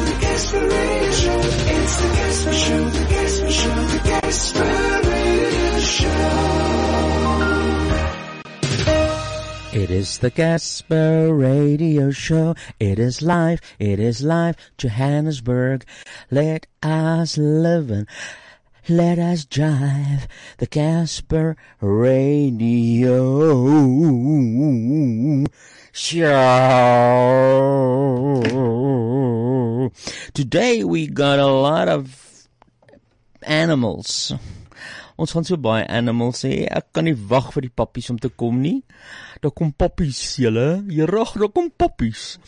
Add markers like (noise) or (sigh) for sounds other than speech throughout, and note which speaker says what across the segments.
Speaker 1: the Casper Radio Show. It's the Casper Show, the Casper Show, the Casper Radio Show.
Speaker 2: It is the Gasper Radio Show. It is live. It is live. Johannesburg. Let us live and let us drive. The Gasper Radio Show. Today we got a lot of animals. Ons gaan so baie animals hê. Ek kan nie wag vir die pappies om te kom nie. Daar kom pappies, julle. Jare, daar kom pappies.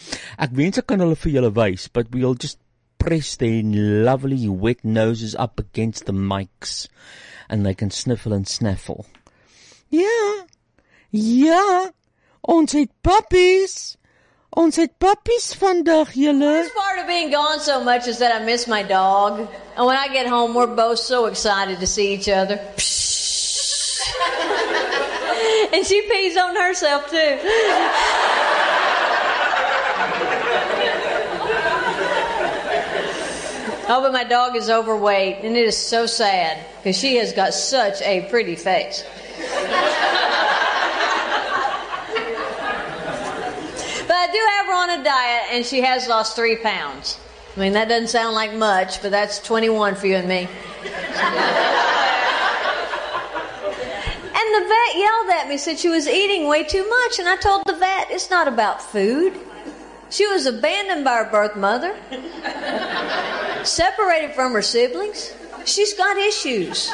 Speaker 2: Ek wens ek kan hulle vir julle wys, but we'll just press their lovely wet noses up against the mics and they can sniffle and snaffle. Ja. Ja. Ons het
Speaker 1: (laughs)
Speaker 2: pappies. Ons het pappies vandag, julle.
Speaker 3: worst part of being gone so much is that I miss my dog. And when I get home, we're both so excited to see each other. (laughs) and she pees on herself too. oh, but my dog is overweight, and it is so sad because she has got such a pretty face. But I do have her on a diet, and she has lost three pounds. I mean, that doesn't sound like much, but that's 21 for you and me. and the vet yelled at me, said she was eating way too much, and I told the vet it's not about food. She was abandoned by her birth mother, separated from her siblings. She's got issues.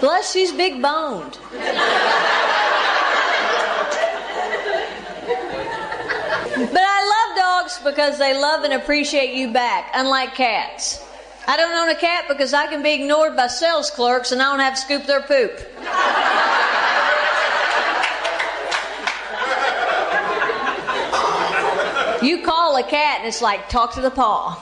Speaker 3: Plus, she's big boned. But I love dogs because they love and appreciate you back, unlike cats. I don't own a cat because I can be ignored by sales clerks and I don't have to scoop their poop. You call a cat and it's like, talk to the paw.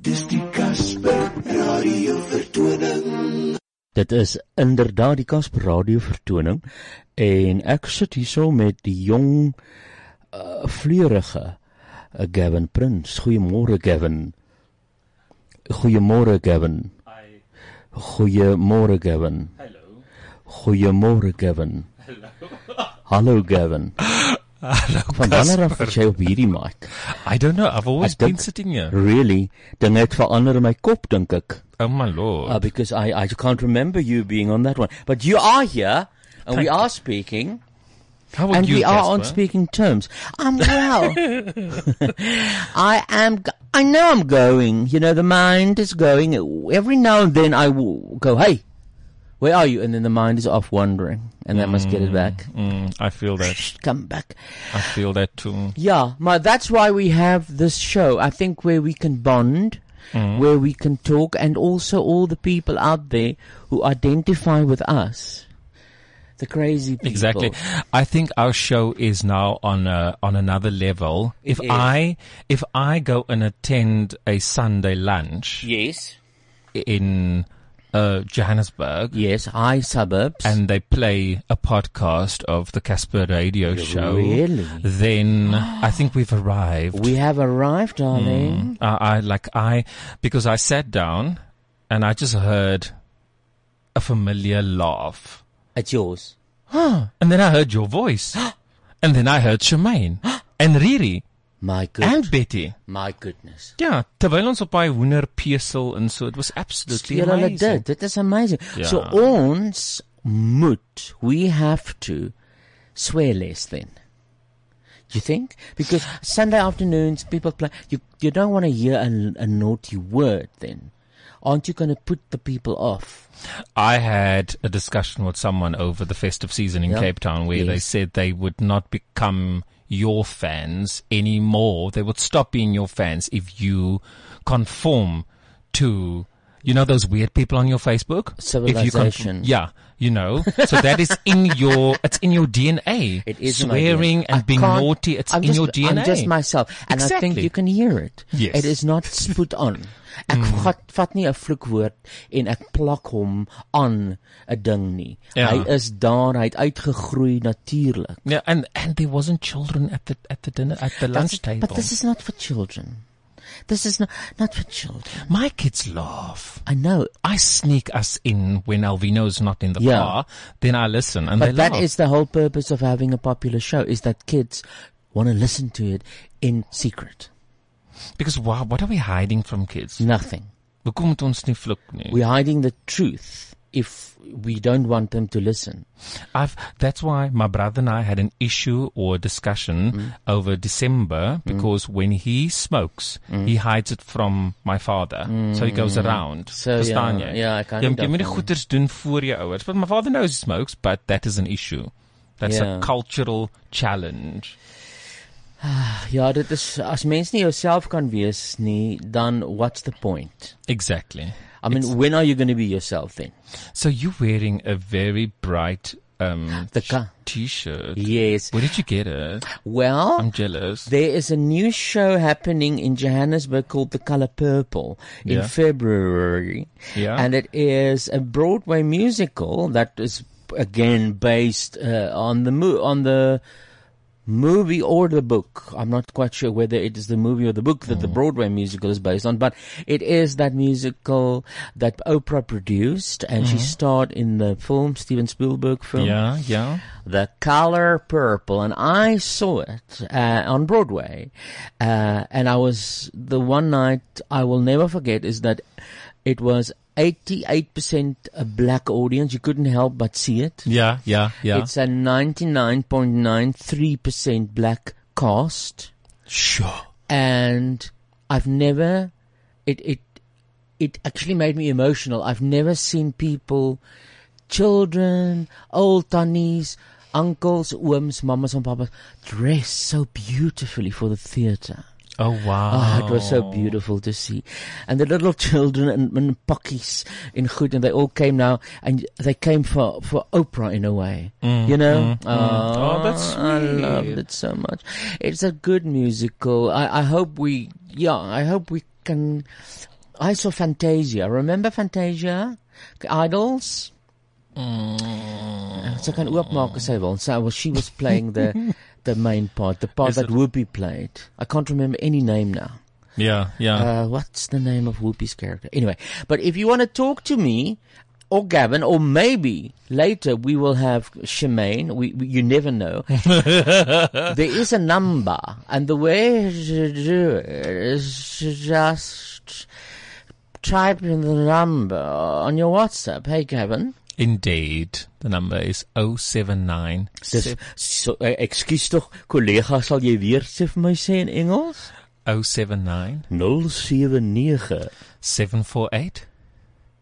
Speaker 1: Dis die Casper Radio vertoning.
Speaker 2: Dit is inderdaad die Kasper Radio vertoning en ek sit hierso met die jong uh, vleurige uh, Gavin Prins. Goeiemôre Gavin. Goeiemôre Gavin.
Speaker 4: Hi.
Speaker 2: Goeiemôre Gavin.
Speaker 4: Hello.
Speaker 2: Goeiemôre Gavin. Hallo Gavin.
Speaker 4: Hello.
Speaker 2: Van wanneer af is jy op hierdie mic?
Speaker 4: I don't know. I've always
Speaker 2: Ek
Speaker 4: been
Speaker 2: dink-
Speaker 4: sitting here.
Speaker 2: Really, dan het verander in my kop dink ek.
Speaker 4: Oh my lord.
Speaker 2: Uh, because I, I can't remember you being on that one. But you are here and we are speaking.
Speaker 4: How are
Speaker 2: and
Speaker 4: you?
Speaker 2: we are on
Speaker 4: Casper?
Speaker 2: speaking terms. I'm well. I am. Go- I know I'm going. You know, the mind is going. Every now and then, I will go, "Hey, where are you?" And then the mind is off wandering, and I must get it back.
Speaker 4: Mm, I feel that.
Speaker 2: Come back.
Speaker 4: I feel that too.
Speaker 2: Yeah, my, that's why we have this show. I think where we can bond, where we can talk, and also all the people out there who identify with us, the crazy people.
Speaker 4: Exactly. I think our show is now on a, on another level. if
Speaker 2: is.
Speaker 4: I if I go and attend a Sunday lunch
Speaker 2: Yes.
Speaker 4: in uh, Johannesburg.
Speaker 2: Yes. High suburbs.
Speaker 4: And they play a podcast of the Casper Radio Show.
Speaker 2: Really?
Speaker 4: Then I think we've arrived.
Speaker 2: We have arrived, darling.
Speaker 4: Uh, I like I because I sat down and I just heard a familiar laugh,
Speaker 2: It's yours.
Speaker 4: and then I heard your
Speaker 2: (gasps)
Speaker 4: voice, and then I heard Shemaine and Riri
Speaker 2: My goodness.
Speaker 4: and Betty.
Speaker 2: My goodness.
Speaker 4: Ja, terwyl ons op daai hoenderpesel en so, it was absolutely
Speaker 2: Julle hulle
Speaker 4: amazing.
Speaker 2: dit, dit is amazing.
Speaker 4: Ja.
Speaker 2: So ons moet we have to swear less then. You think? Because Sunday afternoons people play you you don't want to hear a, a naughty word then. Aren't you going to put the people off?
Speaker 4: I had a discussion with someone over the festive season in
Speaker 2: Yeah.
Speaker 4: Cape Town where they
Speaker 2: Yes.
Speaker 4: said they would not become your fans anymore. They would stop being your fans if you conform to, you know, those weird people on your Facebook. If you
Speaker 2: Civilization.
Speaker 4: yeah, you know. So that is
Speaker 2: (laughs)
Speaker 4: in your, it's in your DNA.
Speaker 2: It is in my
Speaker 4: swearing
Speaker 2: DNA. I
Speaker 4: and being
Speaker 2: can't-
Speaker 4: naughty. It's
Speaker 2: I'm
Speaker 4: in
Speaker 2: just,
Speaker 4: your DNA.
Speaker 2: I'm just myself and I think
Speaker 4: Exactly.
Speaker 2: you can hear it.
Speaker 4: Yes. Hmm.
Speaker 2: It
Speaker 4: (laughs)
Speaker 2: is not put on. Ek vat, vat nie 'n vloekwoord en ek plak hom aan 'n ding nie.
Speaker 4: Ja.
Speaker 2: Hy is daar, hy het uitgegroei natuurlik.
Speaker 4: Yeah, and and there wasn't children at the at the dinner at the lunch
Speaker 2: That's-
Speaker 4: table.
Speaker 2: But this is not for children. This is not not for children.
Speaker 4: my kids laugh.
Speaker 2: I know.
Speaker 4: I sneak us in when Alvino's not in the
Speaker 2: Yeah.
Speaker 4: car. Then I listen and they
Speaker 2: But that
Speaker 4: laugh.
Speaker 2: is the whole purpose of having a popular show is that kids want to listen to it in secret.
Speaker 4: because wow, what are we hiding from kids?
Speaker 2: Nothing.
Speaker 4: Hoekom moet ons nie vloek nie?
Speaker 2: We're hiding the truth if we don't want them to listen.
Speaker 4: I've that's why my brother and I had an issue or discussion over December because when he smokes, he hides it from my father. So he goes around.
Speaker 2: So,
Speaker 4: Verstaan
Speaker 2: ja,
Speaker 4: jy?
Speaker 2: ja, ek kan
Speaker 4: Jy
Speaker 2: nie
Speaker 4: moet- jy
Speaker 2: daarvan
Speaker 4: moet die
Speaker 2: nie.
Speaker 4: goeders doen voor jou ouers. But my father knows he smokes, but that is an issue. That's
Speaker 2: Ja.
Speaker 4: a cultural challenge.
Speaker 2: (sighs) Ja, dit is as mens nie jouself kan wees nie, dan what's the point?
Speaker 4: Exactly.
Speaker 2: I mean, when are you going to be yourself then?
Speaker 4: So you're wearing a very bright um
Speaker 2: The car.
Speaker 4: t-shirt.
Speaker 2: Yes.
Speaker 4: Where did you get it?
Speaker 2: Well,
Speaker 4: I'm jealous.
Speaker 2: There is a new show happening in Johannesburg called The Color Purple in
Speaker 4: Yeah.
Speaker 2: February.
Speaker 4: Yeah.
Speaker 2: And it is a Broadway musical that is again based uh, on the mo- on the movie or the book. I'm not quite sure whether it is the movie or the book that the
Speaker 4: Mm.
Speaker 2: Broadway musical is based on, but it is that musical that Oprah produced and she starred in the film Steven Spielberg film
Speaker 4: Mm-hmm. yeah, yeah.
Speaker 2: the color purple and i saw it uh, on broadway uh, and i was the one night i will never forget is that it was 88% a black audience you couldn't help but see it
Speaker 4: Yeah, yeah, yeah.
Speaker 2: it's a 99.93% black cast
Speaker 4: sure.
Speaker 2: and i've never it it it actually made me emotional i've never seen people children, old tannies, uncles, ooms, mamas and papas dressed so beautifully for the theater.
Speaker 4: Oh wow.
Speaker 2: Oh, it was so beautiful to see. And the little children and, and pockies in good and they all came now and they came for, for Oprah in a way.
Speaker 4: Mm.
Speaker 2: you know? Mm-hmm. Oh,
Speaker 4: Oh, that's
Speaker 2: I
Speaker 4: sweet.
Speaker 2: loved it so much. It's a good musical. I, I hope we, yeah, I hope we can. I saw Fantasia. Remember Fantasia? Idols?
Speaker 4: Mm.
Speaker 2: Sy kan oopmaak as sy wil. So well, she was playing
Speaker 4: (laughs)
Speaker 2: the the main part, the part
Speaker 4: Is
Speaker 2: that
Speaker 4: it-
Speaker 2: Whoopi played. I can't remember any name now.
Speaker 4: Yeah, yeah.
Speaker 2: Uh, what's the name of Whoopi's character? Anyway, but if you want to talk to me or Gavin, or maybe later we will have Shemaine. We, we you
Speaker 4: (laughs)
Speaker 2: never know. there is a number, and the way to do it is to just type in the number on your WhatsApp. Hey, Gavin.
Speaker 4: Indeed. The number is 079.
Speaker 2: Dis so uh, ekskuus tog kollega sal jy weer sê vir my sê in Engels
Speaker 4: 079
Speaker 2: 079
Speaker 4: 748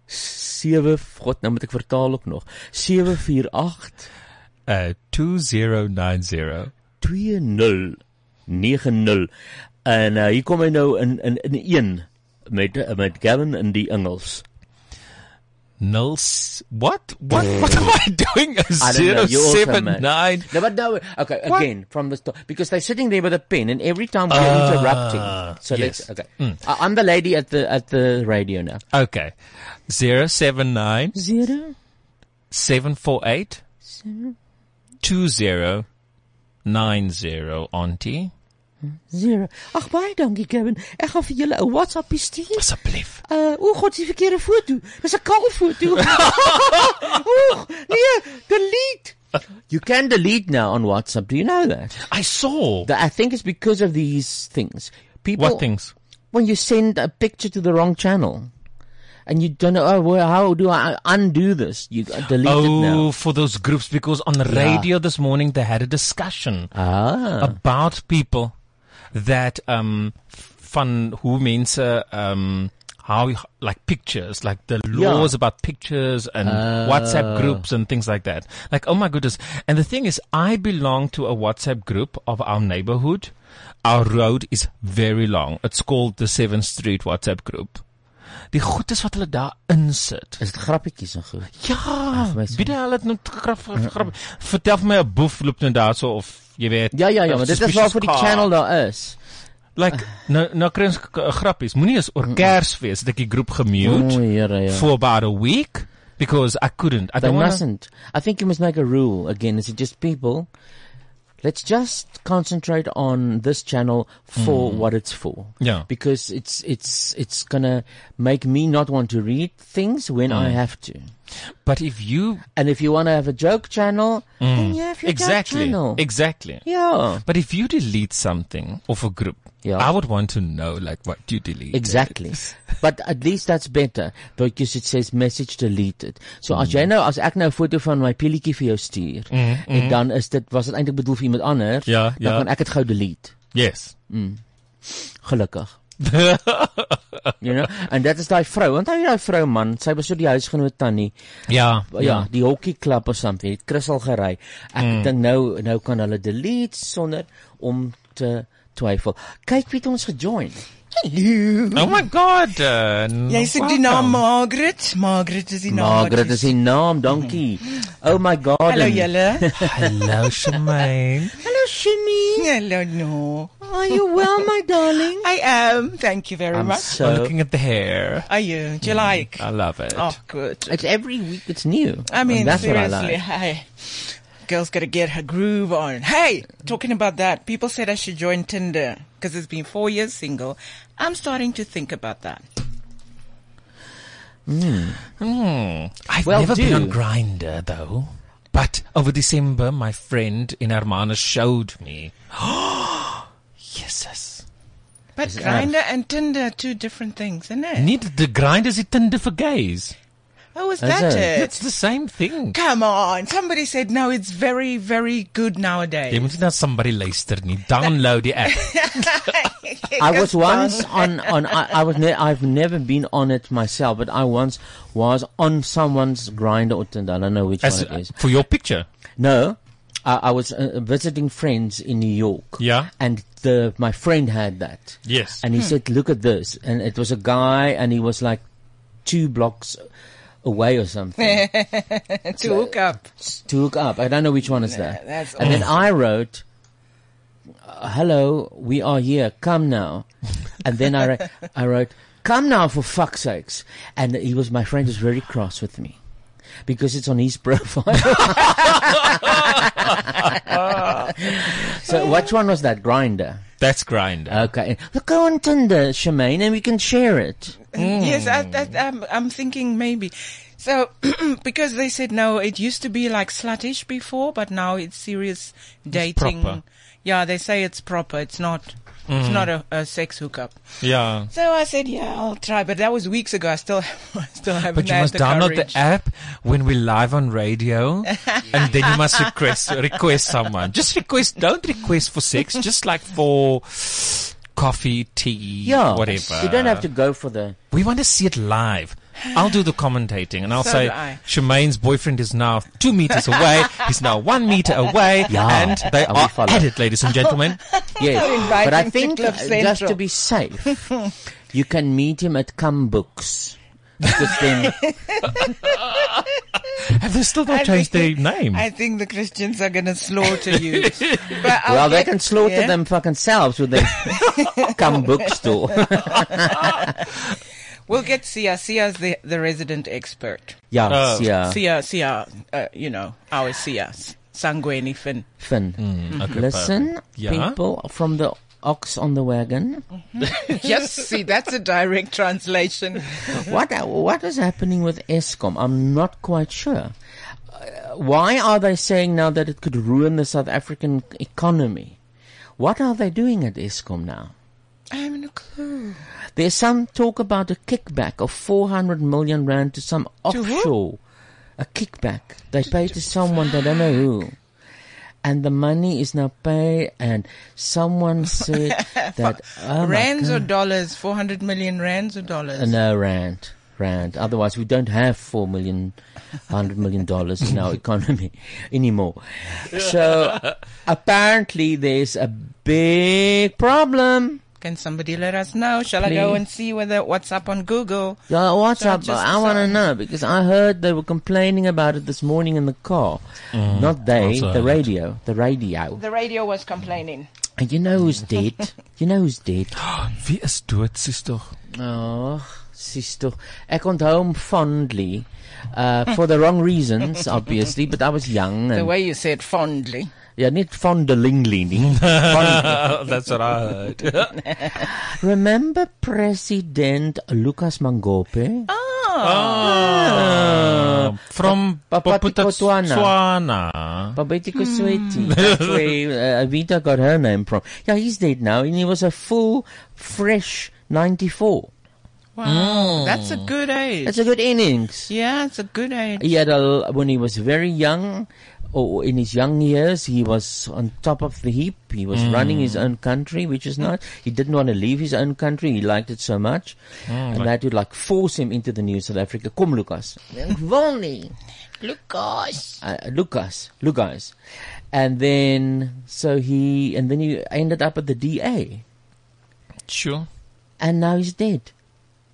Speaker 2: 7 god nou moet ek vertaal ook nog 748
Speaker 4: uh, 2090.
Speaker 2: 2090 en uh, hier kom hy nou in in in 1 met uh, met Gavin in die Engels
Speaker 4: Null s- what? What? (laughs) What am I doing? A
Speaker 2: I don't know, you also mad.
Speaker 4: 079.
Speaker 2: No, but no, okay,
Speaker 4: What?
Speaker 2: again, from the start, because they're sitting there with a pen and every time we're interrupting. So let's,
Speaker 4: Ah, yes. Hmm.
Speaker 2: okay. I, I'm the lady at the, at the radio now.
Speaker 4: Okay. 079
Speaker 2: Zero?
Speaker 4: 748 2090, auntie.
Speaker 2: Zero. Ag baie dankie Kevin. Ek gaan vir julle 'n WhatsApp stuur.
Speaker 4: Asseblief.
Speaker 2: Uh o god, die verkeerde foto. Dis 'n kaal
Speaker 4: (laughs)
Speaker 2: foto. Oeg, nee, delete. You can delete now on WhatsApp. Do you know that?
Speaker 4: I saw.
Speaker 2: That I think it's because of these things. People
Speaker 4: what things?
Speaker 2: when you send a picture to the wrong channel and you don't know oh, well, how do I undo this? You uh, delete it
Speaker 4: Oh,
Speaker 2: now.
Speaker 4: for those groups, because on radio this morning they had a discussion
Speaker 2: Ah.
Speaker 4: about people that uh, um, van hoe mensen um, how like pictures, like the laws about pictures and
Speaker 2: Ah.
Speaker 4: WhatsApp groups and things like that. Like, oh my goodness. And the thing is, I belong to a WhatsApp group of our neighborhood. Our road is very long. It's called the 7th Street WhatsApp groep. Die goedes wat hulle daar insit.
Speaker 2: Is dit grappietjies en goed?
Speaker 4: Ja,
Speaker 2: my so.
Speaker 4: bied hulle het nou grap grap. Vertel vir my 'n boef loop nou daarso of jy weet.
Speaker 2: Ja ja ja,
Speaker 4: of
Speaker 2: maar dit is
Speaker 4: suspicious
Speaker 2: waarvoor die
Speaker 4: car.
Speaker 2: channel daar is.
Speaker 4: Like nou nou kry ons k- k- grappies. Moenie eens oor Kersfees dat ek die groep gemute
Speaker 2: O, Here, ja.
Speaker 4: for about a week because I couldn't. I
Speaker 2: They
Speaker 4: don't want
Speaker 2: mustn't. I think you must make a rule again. Is it just people? Let's just concentrate on this channel for what it's for.
Speaker 4: Mm. Yeah.
Speaker 2: Because it's it's it's gonna make me not want to read things when I have to.
Speaker 4: Mm. But if you
Speaker 2: And if you wanna have a joke channel, then you have your joke
Speaker 4: Mm. exactly
Speaker 2: channel. Ja.
Speaker 4: exactly.
Speaker 2: yeah.
Speaker 4: But if you delete something of a group,
Speaker 2: Yeah.
Speaker 4: I would want to know like what you delete. (laughs)
Speaker 2: Ja. Exactly. But at least that's better because it says message deleted. So
Speaker 4: Mm.
Speaker 2: as jy nou as ek nou 'n foto van my pilletjie vir jou stuur en dan is dit was dit eintlik bedoel vir iemand anders,
Speaker 4: mm. Ja,
Speaker 2: dan
Speaker 4: ja.
Speaker 2: kan ek dit gou delete.
Speaker 4: Yes.
Speaker 2: Mm. Gelukkig. you know, en dit is daai vrou, onthou jy daai vrou man, sy was so die huisgenoot tannie.
Speaker 4: Ja. Hmm.
Speaker 2: Ja, ja, die hokkie klub of something, het Chrissel gery. Ek dink nou nou kan hulle delete sonder om te twyfel. Kyk wie het ons gejoin.
Speaker 4: Oh my god. Uh,
Speaker 5: Jy soek die naam Margaret. Margaret is die naam. wat
Speaker 2: Margaret
Speaker 5: jy
Speaker 2: is die naam, dankie. Oh my god.
Speaker 5: Hallo julle.
Speaker 4: (laughs) Hello, Shemaine.
Speaker 2: Hallo Shimmy.
Speaker 5: Hello no.
Speaker 2: Are you well my darling?
Speaker 5: I am. Thank you very
Speaker 2: I'm
Speaker 5: much.
Speaker 4: I'm
Speaker 2: so
Speaker 4: looking at the hair.
Speaker 5: Are you? Do you like?
Speaker 4: I love it.
Speaker 5: Oh, good.
Speaker 2: Mm. It's every week it's new.
Speaker 5: I mean,
Speaker 2: And that's
Speaker 5: seriously,
Speaker 2: what I like.
Speaker 5: hey, girl's got to get her groove on. Hey, talking about that, people said I should join Tinder because it's been four years single. I'm starting to think about
Speaker 2: (gasps)
Speaker 5: that.
Speaker 4: Mm. I've
Speaker 2: Mm. Well,
Speaker 4: never been
Speaker 2: do.
Speaker 4: on Grinder though. But over December, my friend in Armana showed me. yes.
Speaker 5: But Grinder and Tinder are two different things, isn't it?
Speaker 4: Need the grinders it Tinder for gays.
Speaker 5: oh, is
Speaker 2: Is
Speaker 5: that
Speaker 2: it?
Speaker 5: it?
Speaker 4: It's the same thing.
Speaker 5: Come on. Somebody said, no, it's very, very good nowadays.
Speaker 4: Jy moet nie na somebody luister nie. Download die app.
Speaker 5: (laughs)
Speaker 2: I was once on on I, I was ne- I've never been on it myself, but I once was on someone's grinder or Tinder. I don't know which
Speaker 4: As
Speaker 2: one it is.
Speaker 4: for your picture.
Speaker 2: No, I, I was uh, visiting friends in New York.
Speaker 4: Yeah.
Speaker 2: and the my friend had that.
Speaker 4: Yes.
Speaker 2: and he said, "Look at this," and it was a guy, and he was like two blocks away or something.
Speaker 5: to hook up.
Speaker 2: to hook up. I don't know which one is that.
Speaker 5: that's
Speaker 2: and then I wrote, uh, "Hello, we are here. Come
Speaker 5: (laughs)
Speaker 2: now." And then I wrote, I wrote, "Come now for fuck's sakes!" And he was my friend was very cross with me because it's on his (laughs)
Speaker 5: (laughs)
Speaker 2: profile. so which one was that grinder?
Speaker 4: That's grinder.
Speaker 2: Okay, look go on Tinder, Shemaine, and we can share it. Mm.
Speaker 5: Yes, I, that, I'm, I'm thinking maybe. So, (clears throat) because they said no, it used to be like sluttish before, but now it's serious dating.
Speaker 4: proper. Mm.
Speaker 5: Yeah, they say it's proper. It's not. It's not a, a sex hookup. (laughs)
Speaker 4: yeah.
Speaker 5: So I said, yeah, I'll try. But that was weeks ago. I still, (laughs) I still haven't
Speaker 4: But you
Speaker 5: had
Speaker 4: must
Speaker 5: the
Speaker 4: download
Speaker 5: courage.
Speaker 4: the app when we're live
Speaker 5: (laughs)
Speaker 4: on radio, and then you must request request someone. Just request. Don't request for sex. Just like for coffee, tea,
Speaker 2: Yeah,
Speaker 4: whatever.
Speaker 2: You don't have to go for the.
Speaker 4: We want to see it live. I'll do the commentating, and I'll
Speaker 5: So
Speaker 4: say
Speaker 5: do I.
Speaker 4: Shemaine's boyfriend is now
Speaker 5: (laughs)
Speaker 4: two meters away. He's now one meter away,
Speaker 2: Yeah,
Speaker 4: and they
Speaker 2: and we
Speaker 4: are
Speaker 2: follow.
Speaker 4: at it, ladies
Speaker 2: (laughs)
Speaker 4: and gentlemen.
Speaker 2: Yes,
Speaker 5: invite
Speaker 2: but
Speaker 5: him
Speaker 2: I
Speaker 5: to
Speaker 2: think
Speaker 5: Club
Speaker 2: uh, just
Speaker 5: Central.
Speaker 2: to be safe, (laughs) you can meet him at Cum Books. Because (laughs) then,
Speaker 4: Have they still
Speaker 5: I
Speaker 4: not changed their
Speaker 5: think-
Speaker 4: name?
Speaker 5: I think the Christians are going to slaughter you.
Speaker 4: (laughs)
Speaker 5: But I'll
Speaker 2: well, they
Speaker 5: get-
Speaker 2: can slaughter
Speaker 5: yeah. (laughs)
Speaker 2: them fucking selves (laughs) with their Cum bookstore.
Speaker 5: We'll get Sia. Sia's the, the resident expert.
Speaker 2: yeah,
Speaker 4: Oh.
Speaker 2: yeah,
Speaker 5: Sia, Sia, uh, you know, our Sia, Sanguini Finn.
Speaker 2: Finn.
Speaker 4: Hmm,
Speaker 2: Listen,
Speaker 4: Yeah.
Speaker 2: people from the ox on the wagon. Mm-hmm.
Speaker 5: yes, see, that's a direct translation.
Speaker 2: What uh, what is happening with Eskom? I'm not quite sure. Uh, why are they saying now that it could ruin the South African economy? What are they doing at Eskom now?
Speaker 5: I haven't a clue.
Speaker 2: There's some talk about a kickback of 400 million rand to some offshore. A kickback. They pay to someone, they don't know who. and the money is not paid, and
Speaker 5: (laughs)
Speaker 2: someone said that oh my
Speaker 5: rands or
Speaker 2: God.
Speaker 5: dollars? 400 million rands or dollars?
Speaker 2: Uh, no rand, rand. Otherwise, we don't have four million, hundred million dollars
Speaker 5: (laughs)
Speaker 2: in our economy anymore. So apparently, there's a big problem.
Speaker 5: Can somebody let us know? Shall I go
Speaker 2: Please.
Speaker 5: and see whether what's up on Google?
Speaker 2: Yeah, what's
Speaker 5: So I
Speaker 2: up?
Speaker 5: just
Speaker 2: I want to
Speaker 5: decided-
Speaker 2: know because I heard they were complaining about it this morning in the car. Not they,
Speaker 4: also
Speaker 2: the
Speaker 4: heard.
Speaker 2: radio, the radio.
Speaker 5: The radio was complaining.
Speaker 2: And you know who's
Speaker 5: (laughs)
Speaker 2: dead? you know who's dead?
Speaker 4: Wie is dood, sies tog?
Speaker 2: Oh, sis toch. Ek onthou hom fondly. Uh for the wrong
Speaker 5: (laughs)
Speaker 2: reasons obviously, but I was young
Speaker 5: The
Speaker 2: and
Speaker 5: way you said
Speaker 2: (laughs)
Speaker 5: fondly.
Speaker 2: yeah, nie fondelingly nie. Fond-
Speaker 4: (laughs) That's what I heard.
Speaker 2: Remember President
Speaker 5: Oh,
Speaker 2: Lucas Mangope?
Speaker 4: Ah.
Speaker 2: Uh,
Speaker 4: Uh, From
Speaker 2: Papa Botswana.
Speaker 4: Botswana. Mm.
Speaker 2: Babeti Kosweti. That's where uh, Avita got her name from. Yeah, he's dead now, and he was a full, fresh 94.
Speaker 5: (laughs) Wow. That's a good age.
Speaker 2: Mm. That's a good innings.
Speaker 5: yeah, it's a good age.
Speaker 2: He had a, when he was very young, or in his young years, he was on top of the heap. He was
Speaker 4: Mm.
Speaker 2: running his own country, which is not. He didn't want to leave his own country. He liked it so much,
Speaker 4: Mm,
Speaker 2: and they had to like force him into the new South Africa. Come, Lucas. Vonnie.
Speaker 5: Lucas.
Speaker 2: uh, Lucas, Lucas, and then so he and then he ended up at the DA,
Speaker 4: Sure.
Speaker 2: and now he's dead.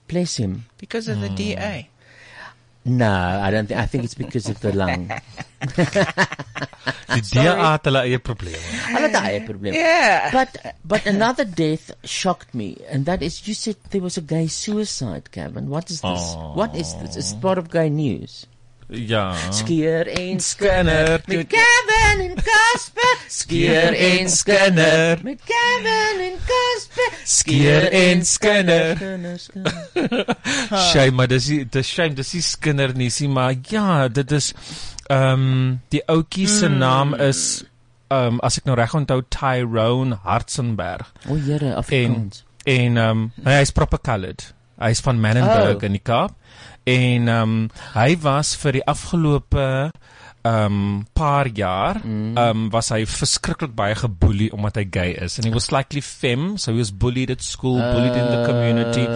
Speaker 2: Bless him.
Speaker 5: Because of the
Speaker 2: Mm.
Speaker 5: DA.
Speaker 2: No, I don't think. I think it's because of the lung.
Speaker 4: Die DA het hulle eie probleme.
Speaker 2: Hulle het daai probleem.
Speaker 5: Yeah.
Speaker 2: But but another death shocked me, and that is you said there was a gay suicide, Gavin. What is this? What is this? It's part of gay news.
Speaker 4: Ja.
Speaker 2: Skier en
Speaker 4: Skinner.
Speaker 2: met Gavin en Casper. Skier en
Speaker 4: Skinner.
Speaker 2: met Gavin en Casper.
Speaker 4: Skier en Skinner.
Speaker 2: Skinner, Skinner.
Speaker 4: (laughs) Shame, maar dis die- dis shame, dis nie Skinner nie, sien maar ja, dit is ehm die ouetjie se
Speaker 2: Hmm.
Speaker 4: naam is ehm as ek nou reg onthou Tyrone Hartzenberg.
Speaker 2: O Here,
Speaker 4: En
Speaker 2: Afrikaans.
Speaker 4: en ehm um, hy's proper colored. Hy's van Menenberg
Speaker 2: Oh.
Speaker 4: in die Kaap. En ehm um, hy was vir die afgelope ehm um, paar jaar
Speaker 2: Hmm.
Speaker 4: ehm um, was hy verskriklik baie geboelie omdat hy gay is and he was slightly femme so he was bullied at school bullied in the community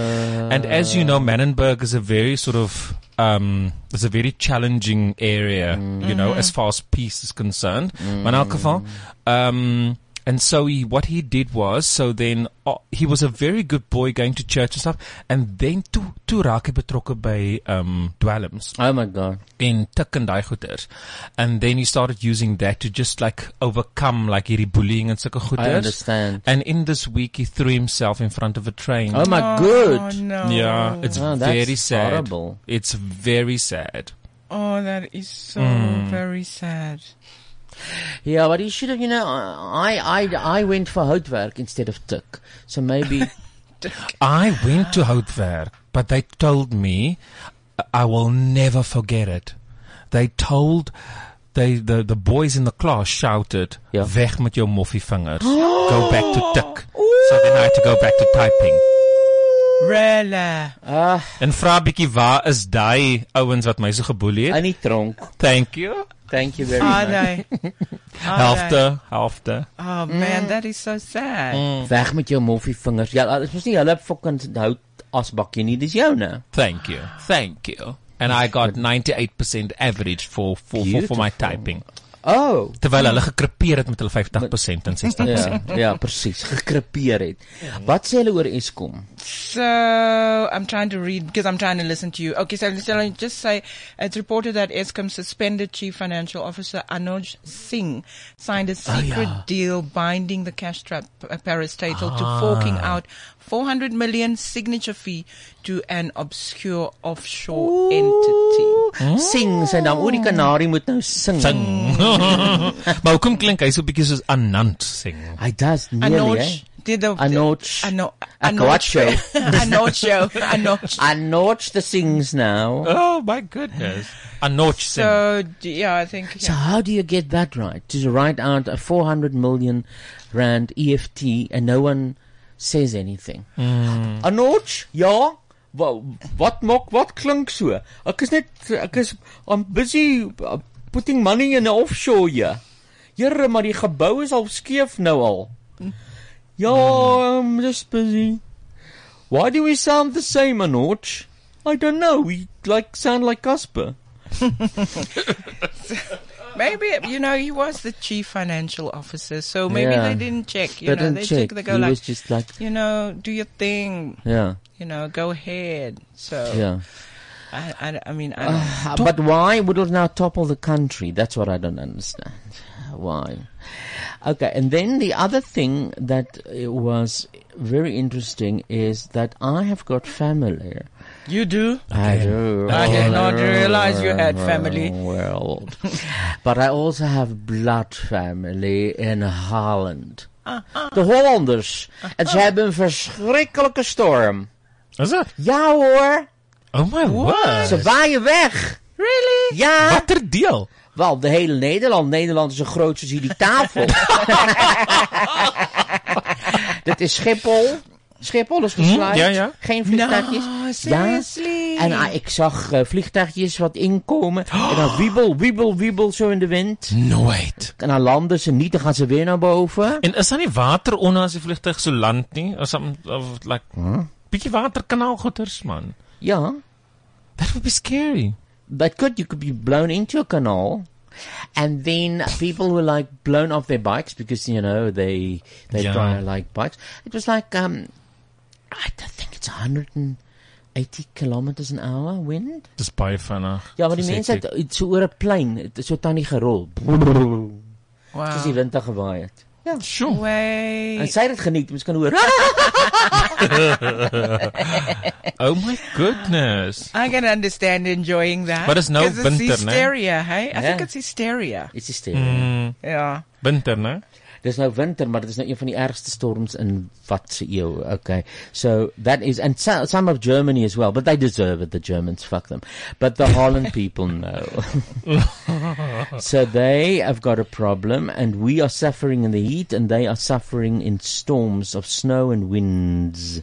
Speaker 4: and as you know Menenberg is a very sort of um it's a very challenging area
Speaker 2: Mm.
Speaker 4: you know
Speaker 2: Mm-hmm.
Speaker 4: as far as peace is concerned Maar in elk geval um and so he, what he did was, so then uh, he was a very good boy going to church and stuff, and then toe toe raak hy betrokke by um dwelms
Speaker 2: Oh my god.
Speaker 4: en tik en daai goeters. And then he started using that to just like overcome like hierdie bullying and sulke goeters.
Speaker 2: understand.
Speaker 4: And in this week he threw himself in front of a train.
Speaker 2: Oh my
Speaker 5: Oh,
Speaker 2: good.
Speaker 5: no.
Speaker 4: Yeah, it's
Speaker 2: Oh, that's
Speaker 4: very sad.
Speaker 2: horrible.
Speaker 4: It's very sad.
Speaker 5: Oh, that is so
Speaker 2: Mm.
Speaker 5: very sad.
Speaker 2: Yeah, but he should have, you know, nou, I I I went for houtwerk instead of tik. So maybe
Speaker 4: I went to Houtwerk, but they told me I will never forget it. They told they the the boys in the class shouted,
Speaker 2: Ja.
Speaker 4: "Weg met jou moffie
Speaker 2: (gasps)
Speaker 4: vingers. go back to tik." So then I had to go back to typing.
Speaker 5: Rela.
Speaker 2: Ah,
Speaker 4: En vra bietjie waar is daai ouens wat my so geboelie het?
Speaker 2: any tronk.
Speaker 4: Thank you.
Speaker 2: Thank you very
Speaker 5: Are
Speaker 2: much. (laughs)
Speaker 5: they? Are they?
Speaker 4: Helfte, helfte.
Speaker 5: Oh, man,
Speaker 2: Mm.
Speaker 5: that is so sad.
Speaker 2: Weg met jou moffie vingers. Ja, dit is nie hulle fucking hout asbakkie nie. Dis joune.
Speaker 4: Thank you. Thank you. And I got 98% average for for for, for my typing.
Speaker 2: Oh.
Speaker 4: Terwyl hulle gekrepeer het met hulle 50% en 60%.
Speaker 2: Ja, (laughs) ja, presies. Gekrepeer het.
Speaker 4: Ja.
Speaker 2: Wat sê hulle oor Eskom?
Speaker 5: So I'm trying to read because I'm trying to listen to you. Okay, so, so let me just say it's reported that Eskom suspended Chief Financial Officer Anuj Singh
Speaker 4: Oh,
Speaker 5: signed a secret deal binding the cash trap uh, parastatal
Speaker 4: Ah.
Speaker 5: to forking out 400 million signature fee to an obscure offshore entity.
Speaker 2: Sing sy naam. Oor die kanarie moet nou sing.
Speaker 4: Hmm.
Speaker 2: (laughs)
Speaker 4: Sing. maar hoekom klink hy so bietjie soos Anand sing?
Speaker 2: Hy does nearly.
Speaker 5: Anuj
Speaker 2: eh?
Speaker 5: did the
Speaker 2: Anuj.
Speaker 5: Ano-
Speaker 2: (laughs) A
Speaker 5: Anuj
Speaker 2: show.
Speaker 5: Anuj show.
Speaker 2: (laughs)
Speaker 5: Anuj.
Speaker 2: I notch the sings now.
Speaker 4: Oh my goodness. Anoj sing.
Speaker 5: So d- yeah, I think yeah.
Speaker 2: So how do you get that right? To write out a 400 million rand EFT and no one says anything. Mm. Anoch, ja, wa- wat maak wat klink so? Ek is net ek is I'm busy uh, putting money in the offshore here. Here, maar die gebou is al skeef nou al. Ja, I'm just busy. Why do we sound the same, Anorch? I don't know. We like sound like Casper.
Speaker 5: (laughs) Maybe you know he was the chief financial officer, so maybe
Speaker 2: Yeah.
Speaker 5: they didn't check. You
Speaker 2: They
Speaker 5: know,
Speaker 2: didn't
Speaker 5: they
Speaker 2: check.
Speaker 5: check. They go
Speaker 2: He
Speaker 5: like,
Speaker 2: was just like-
Speaker 5: you know, do your thing.
Speaker 2: Yeah,
Speaker 5: You know, go ahead. So
Speaker 2: yeah.
Speaker 5: I, I, I mean, I don't
Speaker 2: Uh, but why would it now topple the country? That's what I don't understand. (laughs) Why? Okay, and then the other thing that uh, was very interesting is that I have got family.
Speaker 5: you do.
Speaker 2: I do.
Speaker 5: I did not realize you had family.
Speaker 2: Well, (laughs) but I also have blood family in Holland.
Speaker 4: Ah,
Speaker 2: De Hollanders. En ze hebben een verschrikkelijke storm.
Speaker 4: Is it?
Speaker 2: Ja hoor,
Speaker 4: Oh my word.
Speaker 2: ze waaien weg.
Speaker 5: Really?
Speaker 2: Ja.
Speaker 4: Wat een deal.
Speaker 2: Wel, de hele Nederland. Nederland is zo groot als jullie
Speaker 4: (laughs)
Speaker 2: tafel. Dat is Schiphol. Schiphol is gesluit.
Speaker 4: Hm? ja, ja. Nou.
Speaker 2: Geen vliegtuigjes.
Speaker 5: No, seriously?
Speaker 2: Ja. En ah, ik zag eh, vliegtuigjes wat inkomen. En
Speaker 4: (gasps)
Speaker 2: dan wiebel, wiebel, wiebel zo in de wind.
Speaker 4: No wait.
Speaker 2: En dan landen ze niet, dan gaan ze weer naar boven.
Speaker 4: (laughs) En is daar nie water onder as die vliegtuig so land nie? Or something of like
Speaker 2: Hm?
Speaker 4: bietjie water kan al goeters man.
Speaker 2: Ja,
Speaker 4: That would be scary.
Speaker 2: that could, you could be blown into a canal. And then people were like blown off their bikes because, you know, they, they
Speaker 4: Yeah.
Speaker 2: try like bikes. It was like, um, I don't think it's 180 kilometers an hour wind.
Speaker 4: Dis baie vinnig.
Speaker 2: Ja, maar die
Speaker 4: Soos
Speaker 2: mense
Speaker 4: ek sê.
Speaker 2: het het so oor 'n plein, het so tannie gerol. Soos die
Speaker 5: Wow.
Speaker 2: wind daar gewaai het. Ja.
Speaker 4: Sjoe.
Speaker 5: Way.
Speaker 2: En sy het dit geniet, mens kan hoor.
Speaker 4: (laughs)
Speaker 2: (laughs)
Speaker 4: Oh my goodness.
Speaker 5: I can understand enjoying that.
Speaker 4: But it's no
Speaker 5: 'Cause
Speaker 4: winter, ne?
Speaker 5: hysteria, hey? I think
Speaker 2: Yeah.
Speaker 5: it's hysteria.
Speaker 2: Dit is sterk.
Speaker 5: Yeah.
Speaker 4: Hmm. Winter, né?
Speaker 2: Dis nou winter, maar dit is nou een van die ergste storms in wat se eeu. Okay. So that is and so, some of Germany as well, but they deserve it the Germans fuck them. But the
Speaker 4: (laughs)
Speaker 2: Holland people know. (laughs) so they have got a problem and we are suffering in the heat and they are suffering in storms of snow and winds.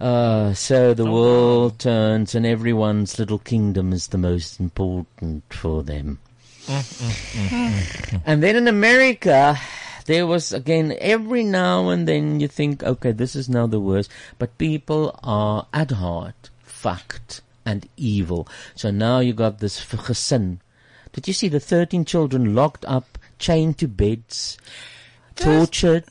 Speaker 2: Uh, so
Speaker 4: Oh,
Speaker 2: the world turns and everyone's little kingdom is the most important for them. And then in America, there was again every now and then you think, okay, this is now the worst, but people are at heart fucked and evil. So now you got this f- gesin. Did you see the 13 children locked up, chained to beds, tortured?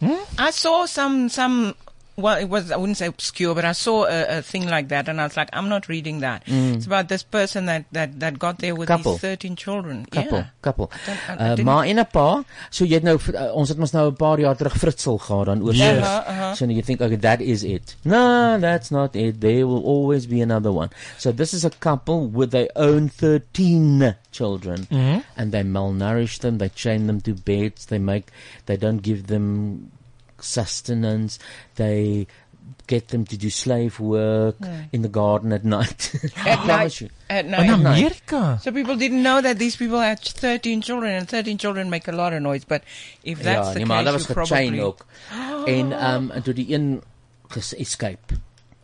Speaker 5: I saw some some. Well, it was I wouldn't say obscure, but I saw a, a thing like that, and I was like, I'm not reading that. It's about this person that that that got there with
Speaker 2: Mm. Couple.
Speaker 5: these 13 children.
Speaker 2: Kappel,
Speaker 5: Yeah.
Speaker 2: kappel.
Speaker 5: I
Speaker 2: Uh,
Speaker 5: didn't-
Speaker 2: maar en 'n pa, so jy het nou vir- uh, ons het mos nou 'n paar jaar terug Fritsel gehad dan oor.
Speaker 5: Ja.
Speaker 4: Yes.
Speaker 2: Frits. So you think okay that is it. No, that's not it. There will always be another one. So this is a couple with their own 13 children
Speaker 4: Mhm.
Speaker 2: and they malnourish them, they chain them to beds, they make they don't give them sustenance. They get them to do slave work in the garden at night. (laughs) I
Speaker 5: Hmm. At
Speaker 2: promise
Speaker 5: night,
Speaker 2: you.
Speaker 5: at
Speaker 4: In
Speaker 5: night.
Speaker 4: Amerika.
Speaker 5: So people didn't know that these people had 13 children, and 13 children make a lot of noise. But if that's
Speaker 2: ja,
Speaker 5: the
Speaker 2: nee, maar
Speaker 5: case,
Speaker 2: hulle was
Speaker 5: you probably
Speaker 2: gechain ook. En
Speaker 5: (gasps)
Speaker 2: ehm um, en toe die een ges escape.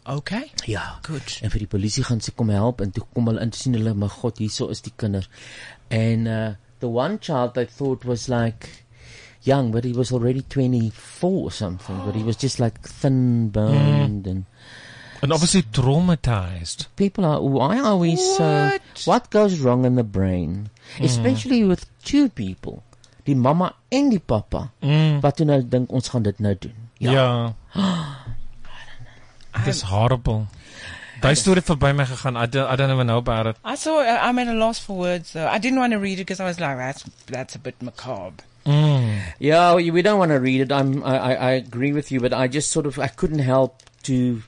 Speaker 5: okay.
Speaker 2: Ja.
Speaker 5: Goed.
Speaker 2: En vir die polisie gaan sy kom help en toe kom hulle in toe sien hulle, "My god, hierso is die kinders." En uh the one child I thought was like young, but he was already 24 or something, but he was just like thin boned
Speaker 5: Hmm.
Speaker 2: and
Speaker 4: And obviously traumatized.
Speaker 2: people are why are we so
Speaker 5: What? Hmm.
Speaker 2: what goes wrong in the brain especially with two people die mamma en die pappa
Speaker 5: Hmm.
Speaker 2: wat toe nou dink ons gaan dit nou doen
Speaker 4: Ja.
Speaker 2: (gasps)
Speaker 4: Dis horrible. Daai storie het verby my gegaan. I don't, I don't even know about it.
Speaker 5: I saw. Uh, I'm at a loss for words. Though I didn't want to read it because I was like, that's that's a bit macabre.
Speaker 4: Mm.
Speaker 2: Mm. Yeah, we we don't want to read it. I'm, I, I, I agree with you, but I just sort of I couldn't help to.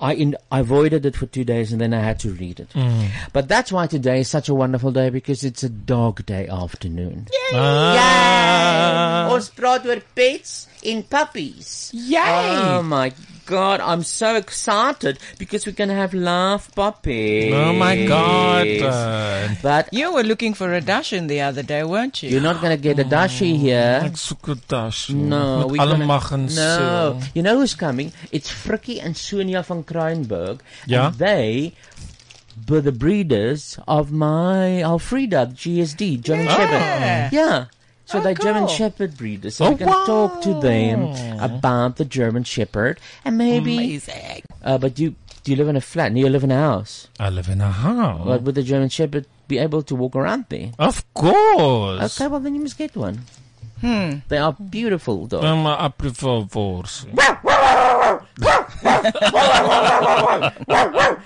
Speaker 2: I, in, I avoided it for two days and then I had to read it.
Speaker 4: Mm.
Speaker 2: But that's why today is such a wonderful day because it's a dog day afternoon. Yay! Yay! Ons praat oor pets en puppies. Yay! Oh my god, I'm so excited because we're going to have love puppies.
Speaker 4: Oh my god. Uh,
Speaker 2: But
Speaker 5: You were looking for a Russian the other day, weren't you?
Speaker 2: you're (laughs) not going to get a
Speaker 5: Oh.
Speaker 2: dashi here.
Speaker 4: ek soek 'n tas.
Speaker 2: No,
Speaker 4: met
Speaker 2: we
Speaker 4: alle
Speaker 2: gonna-
Speaker 4: mag en
Speaker 2: No,
Speaker 4: so.
Speaker 2: you know who's coming? It's Frikkie and Sonia van Kruinberg.
Speaker 4: Ja?
Speaker 2: And they but the breeders of my Alfreda GSD, German
Speaker 5: Yeah.
Speaker 2: Shepherd. Yeah. So
Speaker 5: Oh,
Speaker 2: they're German
Speaker 5: cool.
Speaker 2: Shepherd breeders. So
Speaker 4: Oh,
Speaker 2: we can talk to them about the German Shepherd and maybe. Uh, but you do you live in a flat? Do you live in a house?
Speaker 4: I live in a house.
Speaker 2: But would the German Shepherd be able to walk around there?
Speaker 4: Of course.
Speaker 2: Okay, well then you must get one. Hmm. They are beautiful dogs.
Speaker 4: Um, I prefer wolves.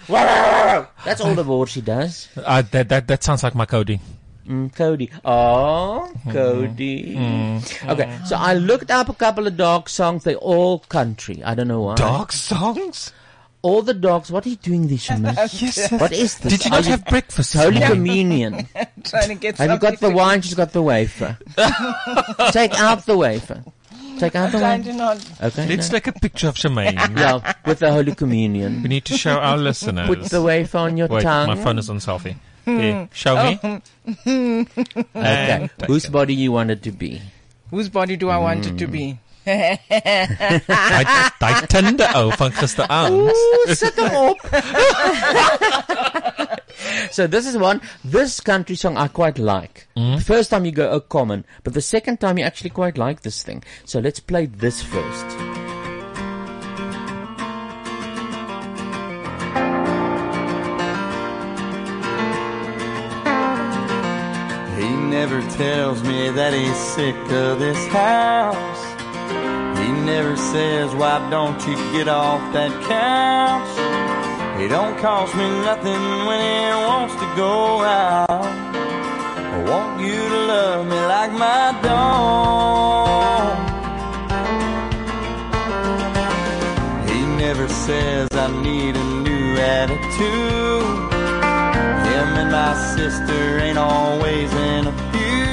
Speaker 2: That's all the
Speaker 4: (laughs)
Speaker 2: war she does.
Speaker 4: Uh, that, that, that sounds like my Cody. Hmm.
Speaker 2: Mm, Cody. Oh, Cody.
Speaker 4: Mm.
Speaker 2: Okay, so I looked up a couple of dog songs. They all country. I don't know why.
Speaker 4: Dark songs?
Speaker 2: All the dogs. What are you doing this, Shamus?
Speaker 4: (laughs) Yes.
Speaker 2: What is this?
Speaker 4: Did you
Speaker 2: Are
Speaker 4: not have breakfast? this
Speaker 2: Holy
Speaker 4: morning? (laughs)
Speaker 2: Communion.
Speaker 5: (laughs) Trying to get
Speaker 2: Have you got the
Speaker 5: something to-
Speaker 2: wine? She's got the wafer. Take out the wafer. (laughs) Take out the
Speaker 5: Trying
Speaker 2: wine.
Speaker 5: to not.
Speaker 2: Okay.
Speaker 4: Let's
Speaker 2: no.
Speaker 4: take a picture of Charmaine.
Speaker 2: (laughs) Yeah, with the Holy Communion.
Speaker 4: We need to show our listeners.
Speaker 2: (laughs) Put the wafer on your
Speaker 4: Wait,
Speaker 2: tongue. Hmm. Oh.
Speaker 4: my phone is on selfie. There, show (laughs) me.
Speaker 2: Okay.
Speaker 4: And take
Speaker 2: Whose
Speaker 4: it.
Speaker 2: body you want it to be?
Speaker 5: Whose body do I want it to
Speaker 2: Mm.
Speaker 5: be?
Speaker 4: Hy hy tinde ou van gisteraand.
Speaker 2: Ooh, sit them up. (laughs) so this is one. This country song I quite like.
Speaker 4: Hmm?
Speaker 2: The first time you go, oh, common. But the second time you actually quite like this thing. So let's play this first.
Speaker 6: He never tells me that he's sick of this house. He never says, why don't you get off that couch? He don't cost me nothing when he wants to go out. I want you to love me like my dog. He never says I need a new attitude. Him and my sister ain't always in a few.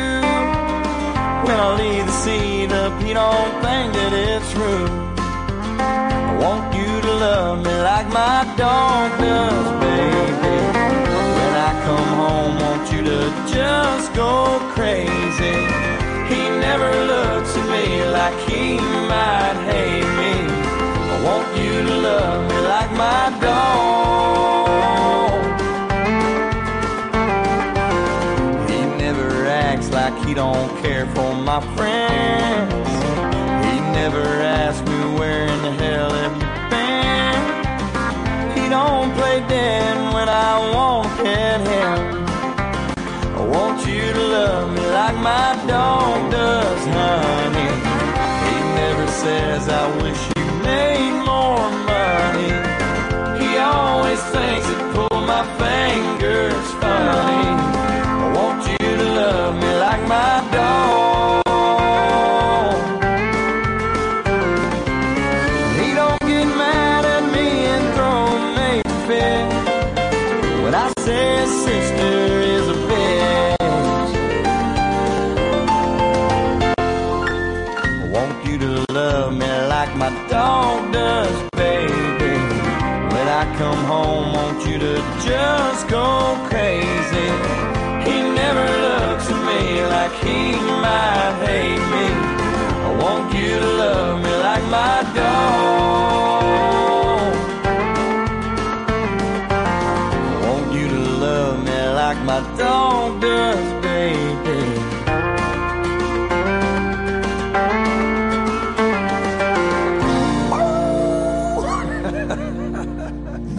Speaker 6: When I leave the seat up, you don't think that it's rude. I want you to love me like my dog does, baby. When I come home, want you to just go crazy. He never looks at me like he might hate me. I want you to love me like my dog. He never acts like he don't care for my friends. He never asks me where in the hell have you been. He don't play dead when I won't get him. I want you to love me like my dog does, honey. He never says I wish you made more money. He always thinks it pull my fingers funny. I want you to love me like my dog. He don't get mad at me and throw me a fit. When I say his sister is a bitch. I want you to love me like my dog does, baby. When I come home, want you to just go crazy. He never looks at me like he might hate me. I want you to love me like my (laughs) dog. I want you to love me like my dog does, baby.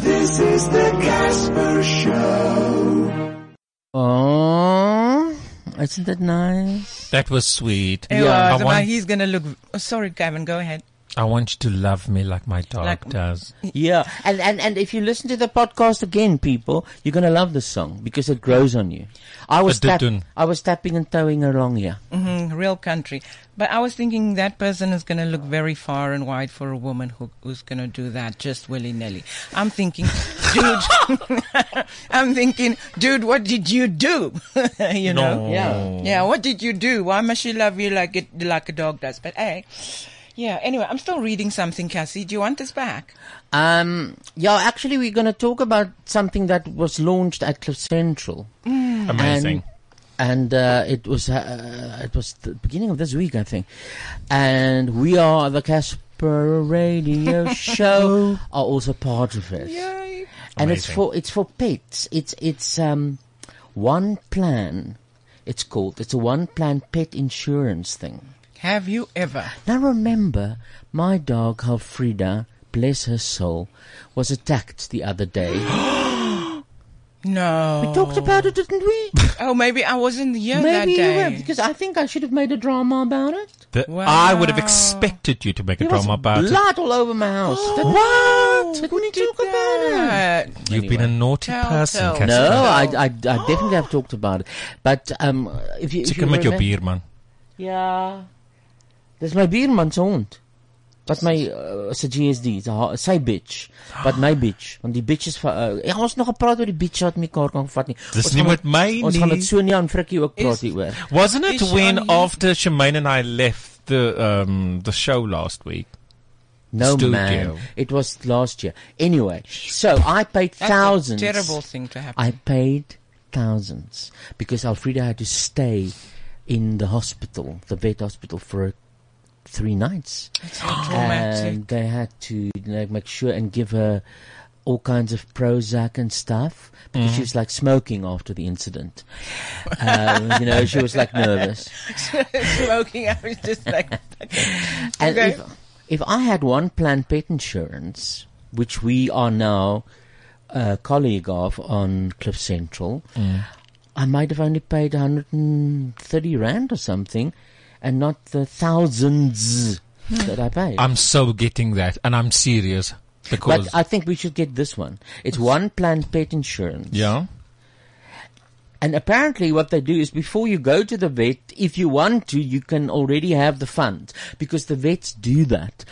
Speaker 1: This is the Casper Show.
Speaker 2: Oh, isn't that nice?
Speaker 4: That was sweet.
Speaker 5: Ew,
Speaker 4: I,
Speaker 5: Zuma,
Speaker 4: want,
Speaker 5: uh, he's gonna look. Oh, sorry, Gavin. Go ahead.
Speaker 4: I want you to love me like my dog
Speaker 5: Like-
Speaker 4: does.
Speaker 2: Yeah, and, and and if you listen to the podcast again, people, you're gonna love this song because it grows on you. I was
Speaker 4: It did
Speaker 2: tap-
Speaker 4: do.
Speaker 2: I was tapping and towing along here.
Speaker 5: Mm, real country. But I was thinking that person is going to look very far and wide for a woman who, who's going to do that just willy nilly. I'm thinking, (laughs) dude, (laughs) I'm thinking, dude, what did you do? (laughs) you know?
Speaker 2: Yeah.
Speaker 5: Yeah, what did you do? Why must she love you like it, like a dog does? But hey, yeah, anyway, I'm still reading something, Cassie. Do you want this back?
Speaker 2: Um, yeah, actually, we're gonna talk about something that was launched at Cliff Central.
Speaker 4: Amazing.
Speaker 2: And, and uh, it was uh, it was the beginning of this week, I think. And we are the Cas- Super Radio Show are also part of it. And it's
Speaker 4: Amazing.
Speaker 2: for it's for pets. It's it's um one plan. It's called. It's a one plan pet insurance thing.
Speaker 5: Have you ever?
Speaker 2: Now remember, my dog Helfrida, bless her soul, was attacked the other day.
Speaker 5: (gasps) No.
Speaker 2: We talked about it, didn't we?
Speaker 5: Oh, maybe I wasn't here that
Speaker 2: Maybe you
Speaker 5: day.
Speaker 2: were, because I think I should have made a drama about it.
Speaker 4: The- I would have expected you to make a
Speaker 2: There was
Speaker 4: drama about it.
Speaker 2: blood all over my house.
Speaker 5: (gasps)
Speaker 2: Didn't- Didn't we talk about it?
Speaker 5: Uh,
Speaker 4: You've been a naughty
Speaker 5: Tell,
Speaker 4: person,
Speaker 5: tell. Oh.
Speaker 4: Casper.
Speaker 2: No,
Speaker 5: No.
Speaker 2: I, I, I definitely have talked about it. But um, if you, if you
Speaker 4: Chicken met your
Speaker 2: remem-
Speaker 4: beer, man.
Speaker 2: Yeah. Dis my buurman se hond. Wat my uh, suggest die sy bitch, wat my bitch, want die bitch is vir uh, ja, ons het nog gepraat oor die bitch wat mekaar kan vat nie.
Speaker 4: Dis
Speaker 2: Ons
Speaker 4: nie
Speaker 2: gaan
Speaker 4: met my
Speaker 2: Ons
Speaker 4: nie.
Speaker 2: gaan dit so nie aan Frikkie ook praat
Speaker 5: Is-
Speaker 2: hieroor.
Speaker 4: Wasn't it
Speaker 5: Is
Speaker 4: when
Speaker 5: Shani-
Speaker 4: after Shemaine and I left the um, the show last week?
Speaker 2: No
Speaker 4: Studio.
Speaker 2: man. It was last year. Anyway, so I paid
Speaker 5: that's
Speaker 2: thousands.
Speaker 5: A terrible thing to happen.
Speaker 2: I paid thousands because Alfreda had to stay in the hospital, the vet hospital for three nights.
Speaker 5: It's so traumatic.
Speaker 2: And they had to like, make sure and give her all kinds of Prozac and stuff because
Speaker 5: Mm.
Speaker 2: she was like smoking after the incident. (laughs) um, you know, she was like nervous.
Speaker 5: (laughs) Smoking, I was just (laughs) like,
Speaker 2: And
Speaker 5: Okay.
Speaker 2: if, if I had one planned pet insurance, which we are now a colleague of on Cliff Central, I might have only paid 130 Rand or something and not the thousands that I paid.
Speaker 4: Hmm. I'm so getting that, and I'm serious because
Speaker 2: But I think we should get this one. It's one planned pet insurance.
Speaker 4: yeah,
Speaker 2: And apparently what they do is before you go to the vet, if you want to, you can already have the funds because the vets do that.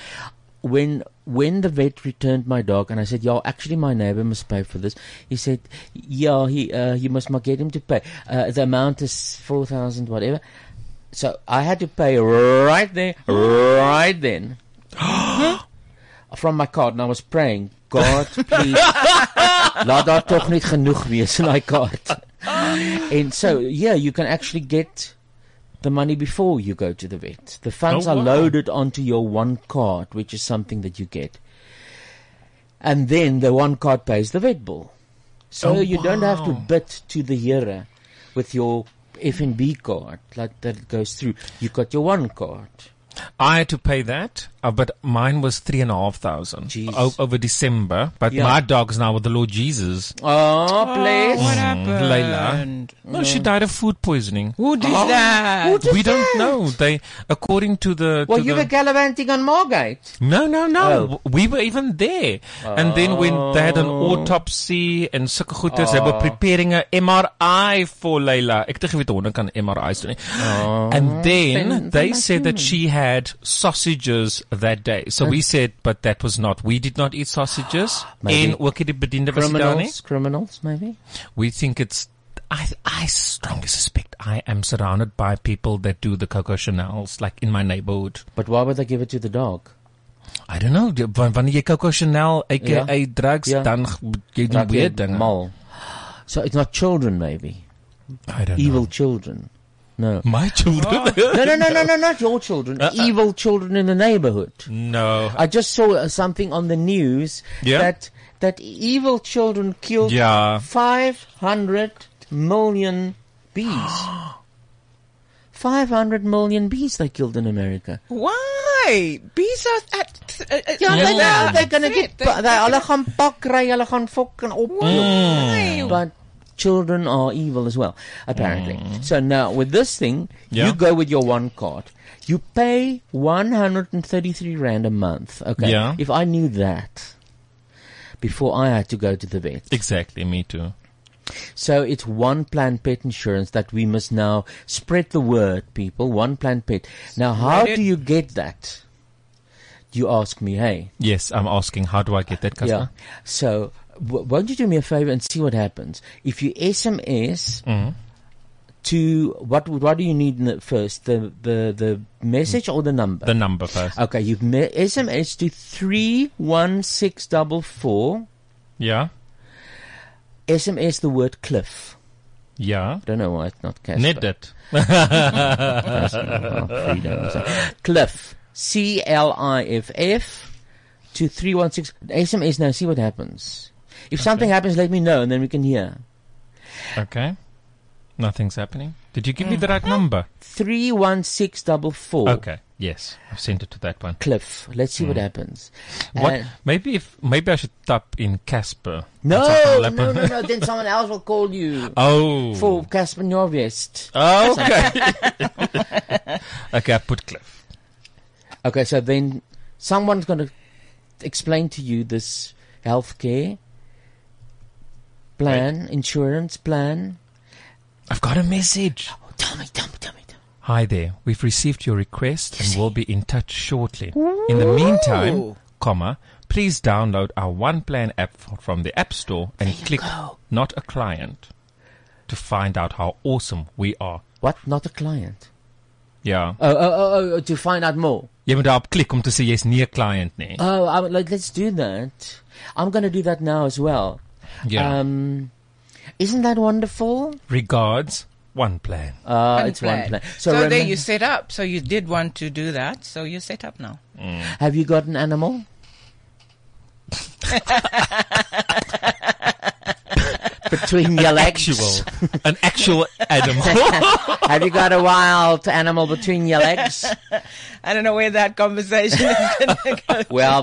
Speaker 2: When, when the vet returned my dog and I said, yo, actually my neighbor must pay for this. He said, yeah, he, uh, you must not get him to pay. Uh, the amount is 4,000, whatever. So I had to pay right there, right then. (gasps) From my card and I was praying, God, please, laat daar toch niet genoeg wees in daai kaart. And so, yeah, you can actually get the money before you go to the vet. The funds
Speaker 4: Oh,
Speaker 2: are
Speaker 4: wow.
Speaker 2: loaded onto your one card, which is something that you get. And then the one card pays the vet bill. So
Speaker 4: Oh,
Speaker 2: you don't have to
Speaker 4: wow.
Speaker 2: bid to the yearer with your F&B card like that goes through. You got your one card.
Speaker 4: I had to pay that, uh, but mine was three and a half thousand
Speaker 2: Jeez.
Speaker 4: o- over December. But
Speaker 2: Yeah.
Speaker 4: my dog's now with the Lord Jesus.
Speaker 2: Oh, please.
Speaker 5: what
Speaker 4: Mm,
Speaker 5: happened?
Speaker 4: Layla. No,
Speaker 2: Mm.
Speaker 4: she died of food poisoning. Oh.
Speaker 5: Who did that?
Speaker 4: we don't know. They, according to the,
Speaker 2: Well,
Speaker 4: to
Speaker 2: you
Speaker 4: the
Speaker 2: were gallivanting on Margate.
Speaker 4: no, no, no.
Speaker 2: Oh.
Speaker 4: We were even there. And then when they had an autopsy and sulke goeters, they were preparing a MRI for Leila. Ek het nie geweet honde kan MRI's doen nie. And then
Speaker 2: Then-
Speaker 4: they
Speaker 2: then
Speaker 4: said that she had sausages that day. So we said but that was not. We did not eat sausages.
Speaker 2: (gasps) Maybe.
Speaker 4: en ook het die bediende was nie daar nie.
Speaker 2: Criminals, criminals, maybe.
Speaker 4: We think it's. I, I strongly suspect I am surrounded by people that do the Coco Chanel's, like in my neighborhood.
Speaker 2: But why would they give it to the dog?
Speaker 4: I don't know. die- wan- Wanneer jy Coco Chanel aka
Speaker 2: Ja.
Speaker 4: drugs
Speaker 2: Ja.
Speaker 4: dan g- jy doen
Speaker 2: Like a
Speaker 4: weird dinge.
Speaker 2: mole. So it's not children, maybe.
Speaker 4: I don't
Speaker 2: Evil
Speaker 4: know.
Speaker 2: children. No.
Speaker 4: My children.
Speaker 2: (laughs)
Speaker 4: Uh-uh.
Speaker 2: No, no, no, no, no, not your children. Evil children in the neighborhood.
Speaker 4: no.
Speaker 2: I just saw uh, something on the news
Speaker 4: Yeah.
Speaker 2: that that evil children killed
Speaker 4: Yeah.
Speaker 2: 500 million
Speaker 4: (gasps)
Speaker 2: bees. 500 million bees they killed in America.
Speaker 5: Why? Bees are at. th- uh, uh,
Speaker 2: Ja,
Speaker 5: they're
Speaker 2: yeah.
Speaker 5: now-
Speaker 2: they're going to get
Speaker 5: They-
Speaker 2: they hulle gaan pak ry, hulle gaan fok en oploop.
Speaker 5: Why?
Speaker 4: Mm.
Speaker 2: But children are evil as well, apparently. So now with this thing, you
Speaker 4: Mm. Yeah.
Speaker 2: go with your one card. You pay 133 rand a month. Okay.
Speaker 4: Yeah.
Speaker 2: If I knew that before I had to go to the vet.
Speaker 4: Exactly, me too.
Speaker 2: So it's one planned pet insurance that we must now spread the word, people. One planned pet. Now, how
Speaker 5: it.
Speaker 2: do you get that? You ask me, hey.
Speaker 4: Yes, I'm asking how do I get that
Speaker 2: Yeah.
Speaker 4: customer?
Speaker 2: So, w- won't you do me a favor and see what happens? If you SMS
Speaker 4: Mm-hmm.
Speaker 2: to what what do you need n- first? The the the message or the number?
Speaker 4: The number first.
Speaker 2: okay, you've me- SMS to three one six double four.
Speaker 4: yeah.
Speaker 2: SMS the word cliff.
Speaker 4: Yeah.
Speaker 2: I don't know why it's not Casper.
Speaker 4: Net dit.
Speaker 2: Casper. Oh, freedom. So, (laughs) cliff. C L I F F to 316. SMS now, see what happens. If something happens, let me know and then we can hear.
Speaker 4: Okay. Nothing's happening. Did you give me the
Speaker 2: Mm.
Speaker 4: right number?
Speaker 2: 31644.
Speaker 4: Okay. Yes. I've sent it to that one.
Speaker 2: Oh.
Speaker 4: Mm.
Speaker 2: Cliff. Let's see what happens.
Speaker 4: What?
Speaker 2: And-
Speaker 4: maybe if maybe I should tap in Casper. That's
Speaker 2: no,
Speaker 4: not
Speaker 2: no,
Speaker 4: gonna
Speaker 2: no,
Speaker 4: happen.
Speaker 2: no.
Speaker 4: (laughs)
Speaker 2: Then someone else will call you
Speaker 4: Oh.
Speaker 2: for Casper Norvest.
Speaker 4: Oh, okay.
Speaker 2: (laughs)
Speaker 4: okay, I put Cliff.
Speaker 2: Okay, so then someone's going to explain to you this healthcare plan, insurance plan.
Speaker 4: I've got a message.
Speaker 2: Oh, tell me, tell me, tell me. Tell me.
Speaker 4: Hi there. We've received your request and we'll be in touch shortly. In the meantime, comma, please download our One Plan app f- from the App Store and click
Speaker 2: go.
Speaker 4: Not a Client to find out how awesome we are.
Speaker 2: What? Not a client.
Speaker 4: Yeah.
Speaker 2: Oh, oh, oh, oh, to find out more.
Speaker 4: Jy moet daarop klik om te sê jy's nie 'n client nie.
Speaker 2: Oh, I would like, let's do that. I'm going to do that now as well.
Speaker 4: Yeah.
Speaker 2: Um, isn't that wonderful?
Speaker 4: Regards, one plan.
Speaker 2: Uh,
Speaker 5: One
Speaker 2: it's one
Speaker 5: plan.
Speaker 2: plan.
Speaker 5: So,
Speaker 2: So, remem-
Speaker 5: there you set up. So you did want to do that. So you set up now.
Speaker 2: have you got an animal? Between your legs.
Speaker 4: Actual, an actual animal.
Speaker 2: (laughs) Have you got a wild animal between your legs?
Speaker 5: (laughs) I don't know where that conversation is going (laughs) to go.
Speaker 2: Well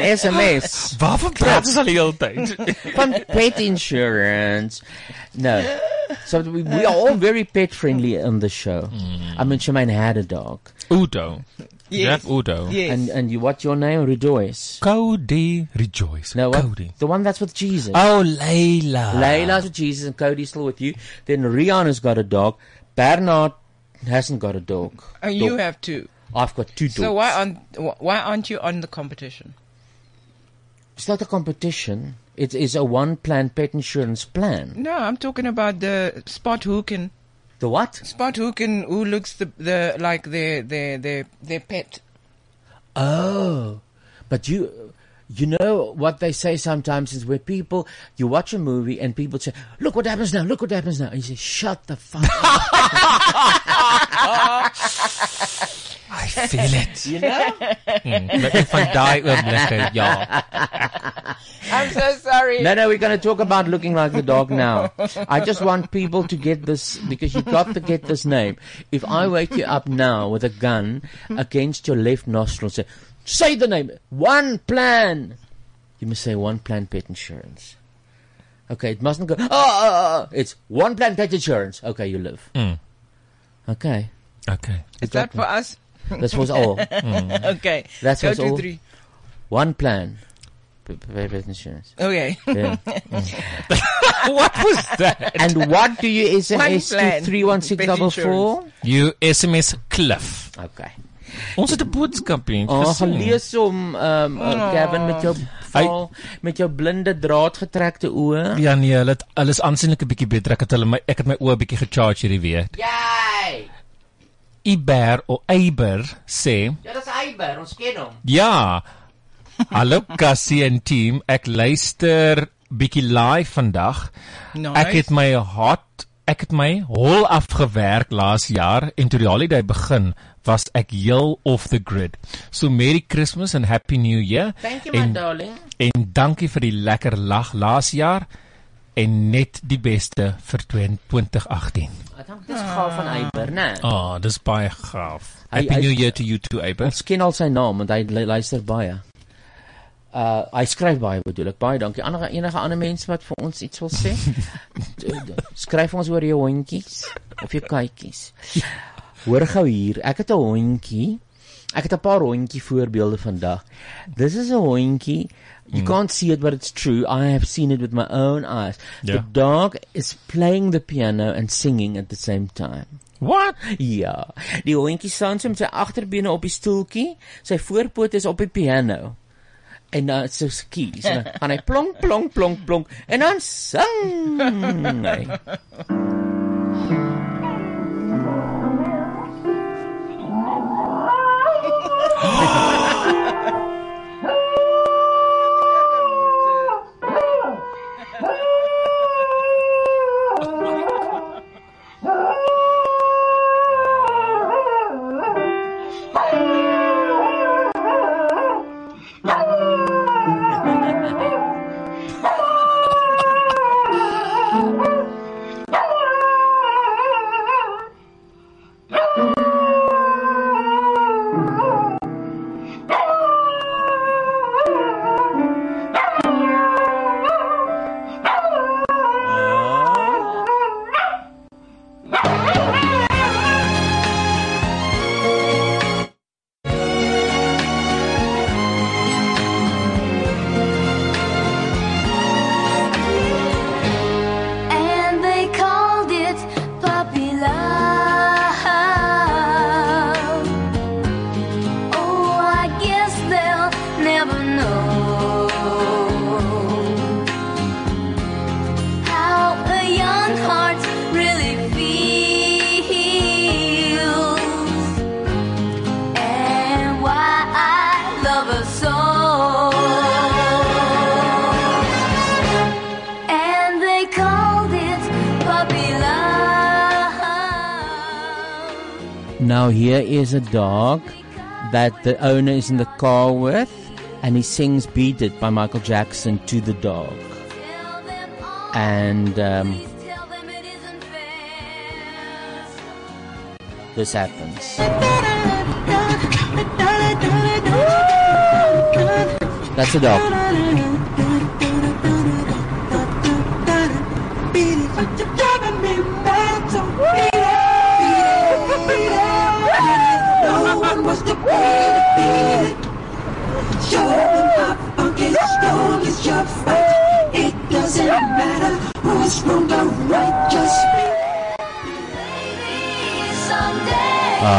Speaker 5: (laughs)
Speaker 2: SMS
Speaker 4: Waarvan praat ons al die hele tyd?
Speaker 2: from pet insurance. No, so we, we are all very pet friendly on the show. I mean, Shemaine had a dog,
Speaker 4: Hmm. Udo. You
Speaker 5: Yes.
Speaker 4: have Udo.
Speaker 5: Yes.
Speaker 2: and and you what's your name? Rejoice.
Speaker 4: Cody Rejoice.
Speaker 2: No, what?
Speaker 4: Cody.
Speaker 2: The one that's with Jesus.
Speaker 4: Oh, Layla.
Speaker 2: Layla's with Jesus, and Cody's still with you. Then Rihanna's got a dog. Bernard hasn't got a dog.
Speaker 5: Oh, you
Speaker 2: Dog.
Speaker 5: have two.
Speaker 2: I've got two dogs.
Speaker 5: So why aren't wh- why aren't you on the competition?
Speaker 2: It's not a competition. It is a one-plan pet insurance plan.
Speaker 5: No, I'm talking about the spot who can
Speaker 2: The what?
Speaker 5: spot who can who looks the the like their their their their pet.
Speaker 2: Oh, but you, you know what they say sometimes is where people you watch a movie and people say, "Look what happens now! Look what happens now!" And you say, "Shut the fuck up!"
Speaker 4: (laughs) I feel it. Mm. you know? But if I die, oom lekker, ja.
Speaker 5: I'm so sorry.
Speaker 2: no, no, we're going to talk about looking like the dog now. I just want people to get this because you got to get this name. If I wake you up now with a gun against your left nostril, say, "Say the name." One plan. You must say one plan pet insurance. Okay, it mustn't go. Oh, oh, oh, oh." it's one plan pet insurance. Okay, you live.
Speaker 4: Mm.
Speaker 2: Okay,
Speaker 4: Okay. Hmm.
Speaker 5: is that for us?
Speaker 2: this was
Speaker 5: (laughs)
Speaker 2: all.
Speaker 5: Okay,
Speaker 2: That's
Speaker 5: go
Speaker 2: what's
Speaker 5: to
Speaker 2: all-
Speaker 5: three.
Speaker 2: one plan. P- p- Pet insurance.
Speaker 5: Okay, (laughs)
Speaker 2: Yeah.
Speaker 4: (laughs) What was that?
Speaker 2: and what do you
Speaker 5: One
Speaker 2: SMS
Speaker 5: plan.
Speaker 2: to three one six double
Speaker 5: Pet
Speaker 2: four?
Speaker 5: insurance.
Speaker 4: You SMS Cliff.
Speaker 2: Okay.
Speaker 4: Ons het 'n boodskap hier.
Speaker 2: Oh,
Speaker 4: gesien.
Speaker 2: gelees om ehm
Speaker 5: Oh.
Speaker 2: uh, Gavin met jou val, met jou blinde draad getrekte oë.
Speaker 4: Ja nee, hulle het alles aansienlik 'n bietjie beter. Ek het hulle my ek het my oë bietjie gecharge hierdie week.
Speaker 2: Jy.
Speaker 4: Iber of Eiber sê,
Speaker 2: Ja, dis Aiber, ons ken hom.
Speaker 4: "Ja. Hallo Cassie en team, ek luister bietjie live vandag.
Speaker 5: Nice.
Speaker 4: Ek het my hart ek het my hol afgewerk laas jaar en toe die holiday begin was ek heel off the grid. So Merry Christmas and Happy New Year.
Speaker 2: Thank you my
Speaker 4: en,
Speaker 2: darling.
Speaker 4: en dankie vir die lekker lag laas jaar en net die beste vir 2018.
Speaker 2: Ek dink dis gaaf van Aiber, né?
Speaker 4: Ah, oh, dis baie gaaf.
Speaker 2: Hy-
Speaker 4: Happy
Speaker 2: hy-
Speaker 4: New Year to you too, Abel.
Speaker 2: Ons ken al sy naam want hy lu- luister baie. Uh hy skryf baie bedoel ek. Baie dankie. Ander enige ander mense wat vir ons iets wil
Speaker 4: (laughs)
Speaker 2: sê? D- d- skryf ons oor jou hondjies of jou
Speaker 4: (laughs)
Speaker 2: katjies. Hoor gou hier. Ek het 'n hondjie. Ek het 'n paar hondjie voorbeelde vandag. This is 'n hondjie. You can't see it but it's true. I have seen it with my own eyes.
Speaker 4: Ja.
Speaker 2: The dog is playing the piano and singing at the same time.
Speaker 4: What?
Speaker 2: Ja, die hondjie staan so met sy agterbene op die stoeltjie, sy voorpoot is op die piano. En dan so skies en dan gaan hy plonk plonk plonk plonk en dan sing hy.
Speaker 1: Thank you.
Speaker 7: Oh, a soul. And they called it puppy love.
Speaker 2: Now here is a dog that the owner is in the car with, and he sings "Beat It" by Michael Jackson to the dog.
Speaker 7: Tell them all,
Speaker 2: And um,
Speaker 7: please tell them it isn't fair.
Speaker 2: this happens. That's the dog.
Speaker 1: Doesn't matter who's wrong or right, just be
Speaker 7: Maybe someday
Speaker 2: Oh,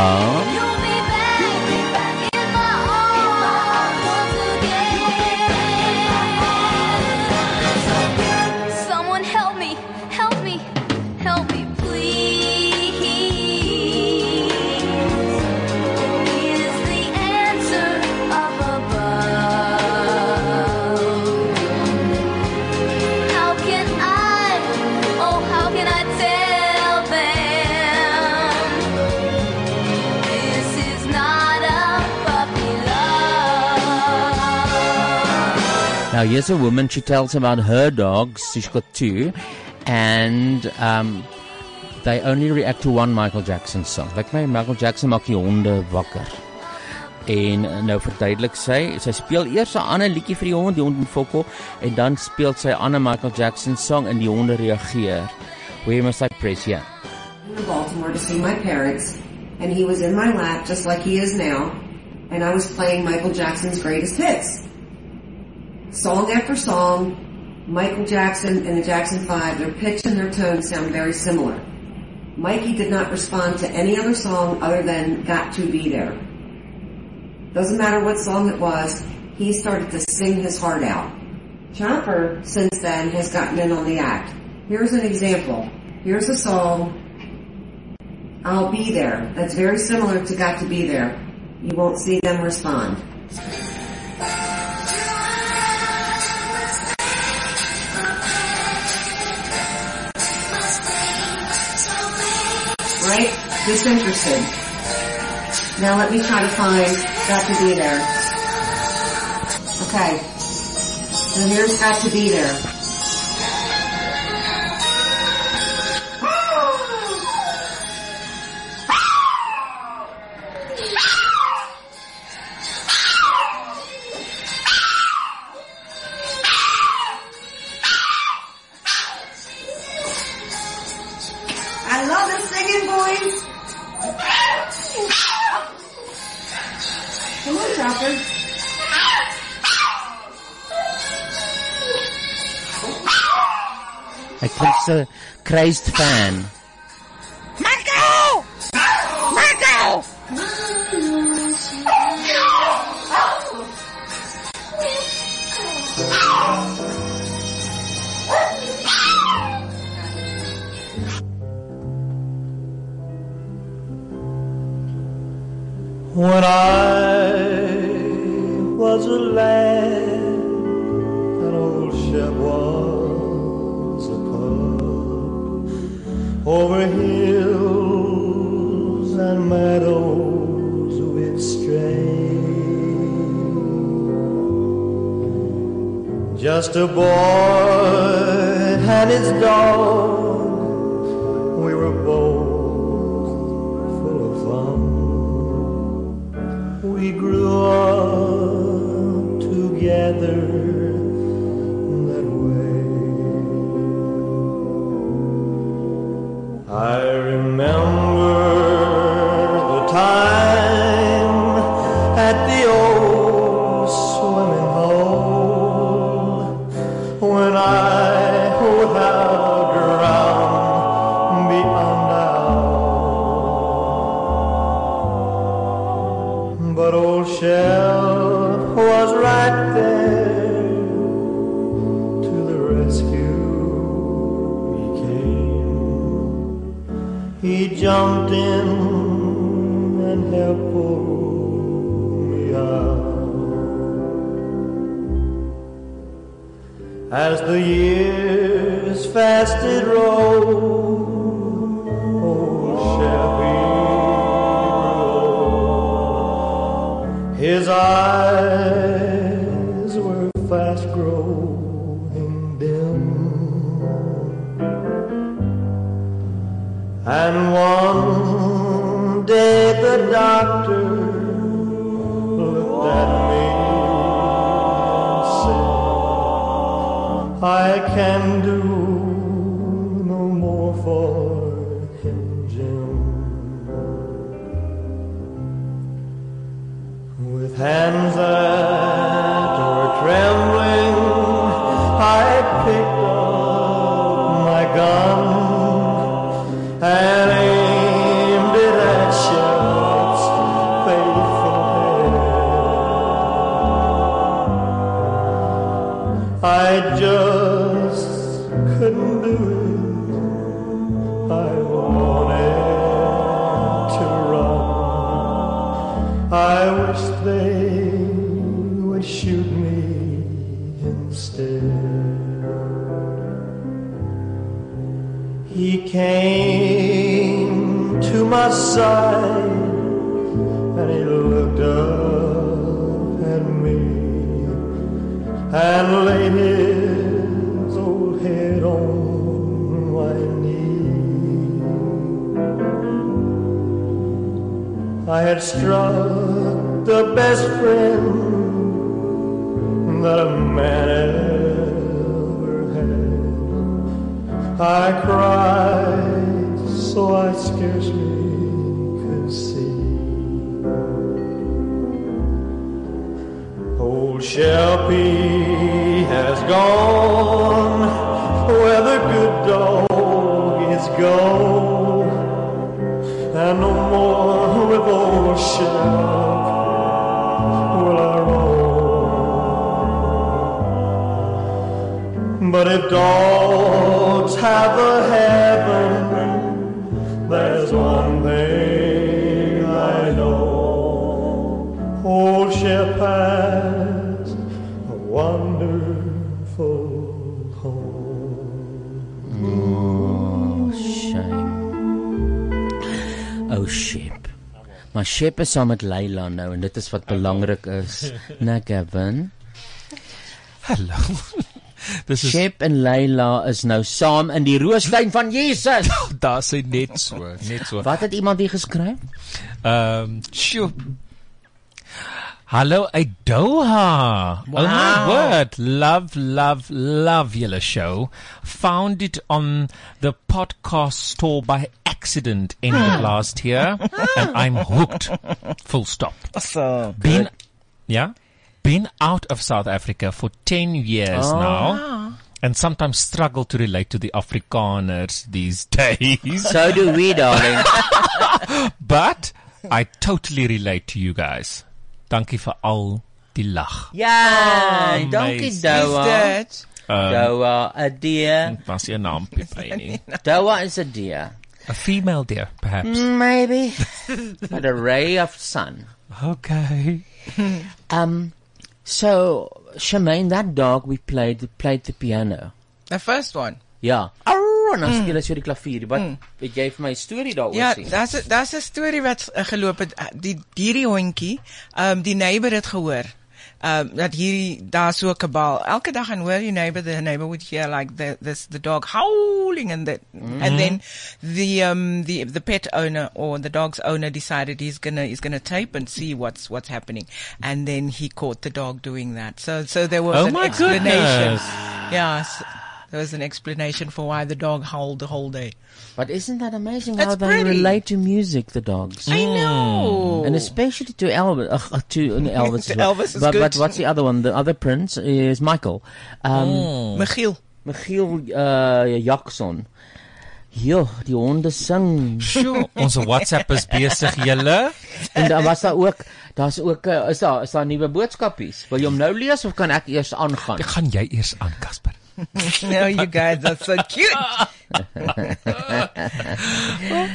Speaker 7: you'll be back, in my arms again. Someone help me, help me, help me, please. Is the answer up above? How can I, oh, how can I tell them? This is not a puppy love.
Speaker 2: Now, here's a woman. She tells about her dogs. She's got two, and um, they only react to one Michael Jackson song. Like my Michael Jackson maak die honde wakker. En eh, nou verduidelik sy, sy speel eers 'n ander liedjie vir die hond, die hond moet fokol, en dan speel sy 'n ander Michael Jackson song en die honde reageer. Where must I press ja. here?
Speaker 8: to Baltimore to see my parents, and he was in my lap just like he is now, and I was playing Michael Jackson's greatest hits. Song after song, Michael Jackson and the Jackson 5, their pitch and their tone sound very similar. Mikey did not respond to any other song other than Got to Be There. Doesn't matter what song it was, he started to sing his heart out. Chopper, since then, has gotten in on the act. Here's an example. Here's a song I'll be there. That's very similar to got to be there. You won't see them respond. Right? Disinterested. Now let me try to find got to be there. Okay. So here's got to be there. I love the singing voice. Come on, Chopper.
Speaker 2: Ek klink so crazed fan.
Speaker 6: When I was a lad, an old ship was a pub over hills and meadows we'd stray. Just a boy and his dog, we were both full of fun. We grew up together that way. I remember the time at the old swimming hole when I without drown beyond our but old Shell was right there as the years fast did roll. Oh, shall we grow? His eyes were fast growing dim, and one day the doctor looked at me and said, "I can do no more for him, Jim." With hands that were trembling, I picked up my gun and aimed it at Shepard's faithful head. I just couldn't do it. I wanted to run. I wish they would shoot me instead. He came to my side and he looked up at me and laid his old head on my knee. I had struck the best friend that a man ever had. I cried so I scarcely could see. Old Shelby has gone where the good dog is gone, and no more with old Shelby will I roam. But if dogs have a heaven, there's one thing I know. Old ship has a wonderful home.
Speaker 2: Oh, shame. Oh ship. Maar ship is saam met Leila nou en dit is wat belangrik
Speaker 4: (laughs)
Speaker 2: is. Na Gavin.
Speaker 4: Hallo. Dis
Speaker 2: is Shep en Leila is nou saam in die roosduin van
Speaker 4: (laughs)
Speaker 2: Jesus.
Speaker 4: Nou, Daar sê net so, net so.
Speaker 2: Wat het iemand hier geskryf?
Speaker 4: Ehm, um, sjoe. Hallo uit Doha. Oh my word. Love, love, love Yellow Show. Found it on the podcast store by accident end of last year and I'm hooked. Full stop.
Speaker 5: So
Speaker 4: been yeah been out of south africa for 10 years
Speaker 5: Oh.
Speaker 4: now and sometimes struggle to relate to the afrikaners these (laughs) days
Speaker 2: So do
Speaker 5: (laughs)
Speaker 2: we, darling.
Speaker 4: but i totally relate to you guys dankie vir al die lag
Speaker 2: Ja,
Speaker 4: Amazing.
Speaker 2: dankie Doa.
Speaker 4: Wie's dit? Um,
Speaker 2: Doa, 'n deer.
Speaker 4: was your naam Pipani
Speaker 2: Doa is 'n deer.
Speaker 4: a female deer perhaps
Speaker 2: Maybe. but a ray of sun.
Speaker 4: Okay.
Speaker 2: (laughs) um, so Charmaine, that dog we played played the piano.
Speaker 5: The first one.
Speaker 2: Ja. Arr, en dan speel hy so die klavier. Wat weet jy vir my storie daaroor
Speaker 5: Mm. Ja,
Speaker 2: sien?
Speaker 5: daar's 'n- daar's 'n storie wat uh, geloop het. Uh, Die hierdie hondjie, ehm um, die neighbor het gehoor. Ehm um, dat hierdie daar so 'n kabaal. Elke dag en hoor your neighbor the neighbor would hear like the this the dog howling and the
Speaker 2: Mm.
Speaker 5: and then the um the the pet owner or the dog's owner decided he's going to he's going to tape and see what's what's happening. And then he caught the dog doing that. So so there was
Speaker 4: Oh
Speaker 5: an
Speaker 4: my
Speaker 5: explanation.
Speaker 4: goodness.
Speaker 5: Yeah, s- there was an explanation for why the dog howled the whole
Speaker 2: (laughs)
Speaker 5: day. (laughs)
Speaker 2: But isn't that amazing
Speaker 5: It's
Speaker 2: how they
Speaker 5: pretty.
Speaker 2: relate to music, the dogs?
Speaker 5: I know.
Speaker 2: And especially to Elvis. Uh, to
Speaker 5: (laughs)
Speaker 2: no, Elvis.
Speaker 5: To
Speaker 2: as well.
Speaker 5: Elvis is
Speaker 2: but,
Speaker 5: good.
Speaker 2: But what's the other one? The other prince is Michael. Um,
Speaker 5: Mm. Michiel.
Speaker 2: Michiel uh, Jackson. Jo, die honde sing.
Speaker 4: Sjoe, ons WhatsApp is besig julle.
Speaker 2: En daar was daar ook, daar's ook eh, is daar is daar nuwe boodskapies. Wil jy hom nou lees of kan ek eers aangaan?
Speaker 4: Gaan jy eers aan, Casper?
Speaker 5: no, you guys are so
Speaker 2: (laughs)
Speaker 5: cute.
Speaker 2: (laughs)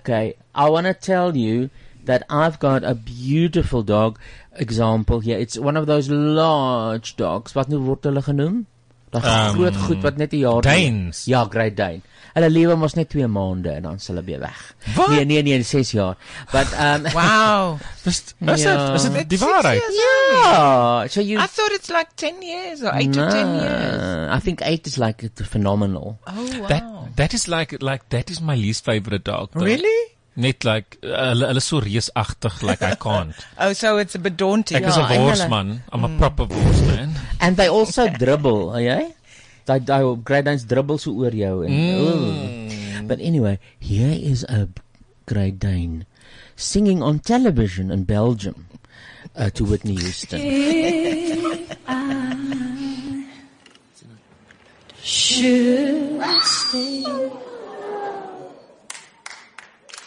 Speaker 2: okay, I want to tell you that I've got a beautiful dog example here. It's one of those large dogs. Wat nou word hulle genoem? Daai
Speaker 4: Ehm,
Speaker 2: groot goed wat net 'n jaar
Speaker 4: Danes.
Speaker 2: Ja, Great Dane. Hulle lewe mos net 2 maande en dan is hulle weer weg. Wat? Nee, nee, nee, 6 jaar. But
Speaker 4: (laughs)
Speaker 2: um
Speaker 5: Wow.
Speaker 4: Is is dit- is dit die waarheid?
Speaker 2: Ja. So you
Speaker 5: I thought it's like 10 years or 8 to 10 years.
Speaker 2: I think 8 is like it's phenomenal.
Speaker 5: (laughs) Oh wow.
Speaker 4: That that is like like that is my least favorite dog. though.
Speaker 5: Really?
Speaker 4: Net like uh, hulle hulle is so reusagtig like I can't.
Speaker 5: (laughs) oh, so it's a bit daunting.
Speaker 4: Ek is 'n worsman. I'm a proper worsman.
Speaker 2: And they
Speaker 4: (laughs)
Speaker 2: also dribble, yeah? They they Great Danes dribble so oor jou en
Speaker 4: Mm.
Speaker 2: ooh. But anyway, here is a Great Dane singing on television in Belgium uh, to Whitney Houston.
Speaker 1: If I should stay,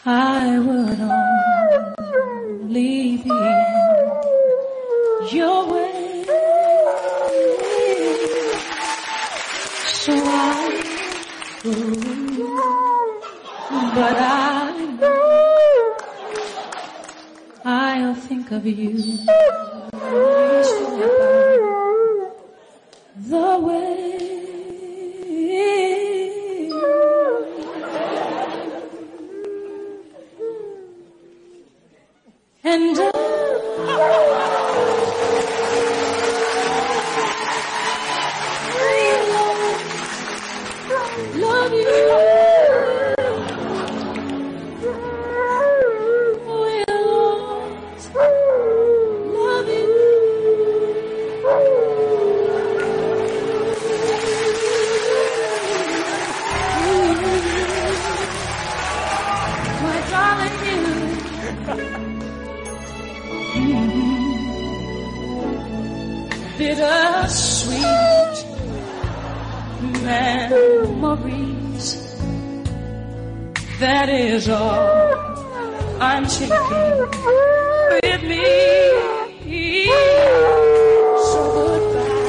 Speaker 1: I would only be in your way. So I would, but I know I'll think of you. The way and I love you. Bittersweet memories. That is all I'm taking with me. So goodbye.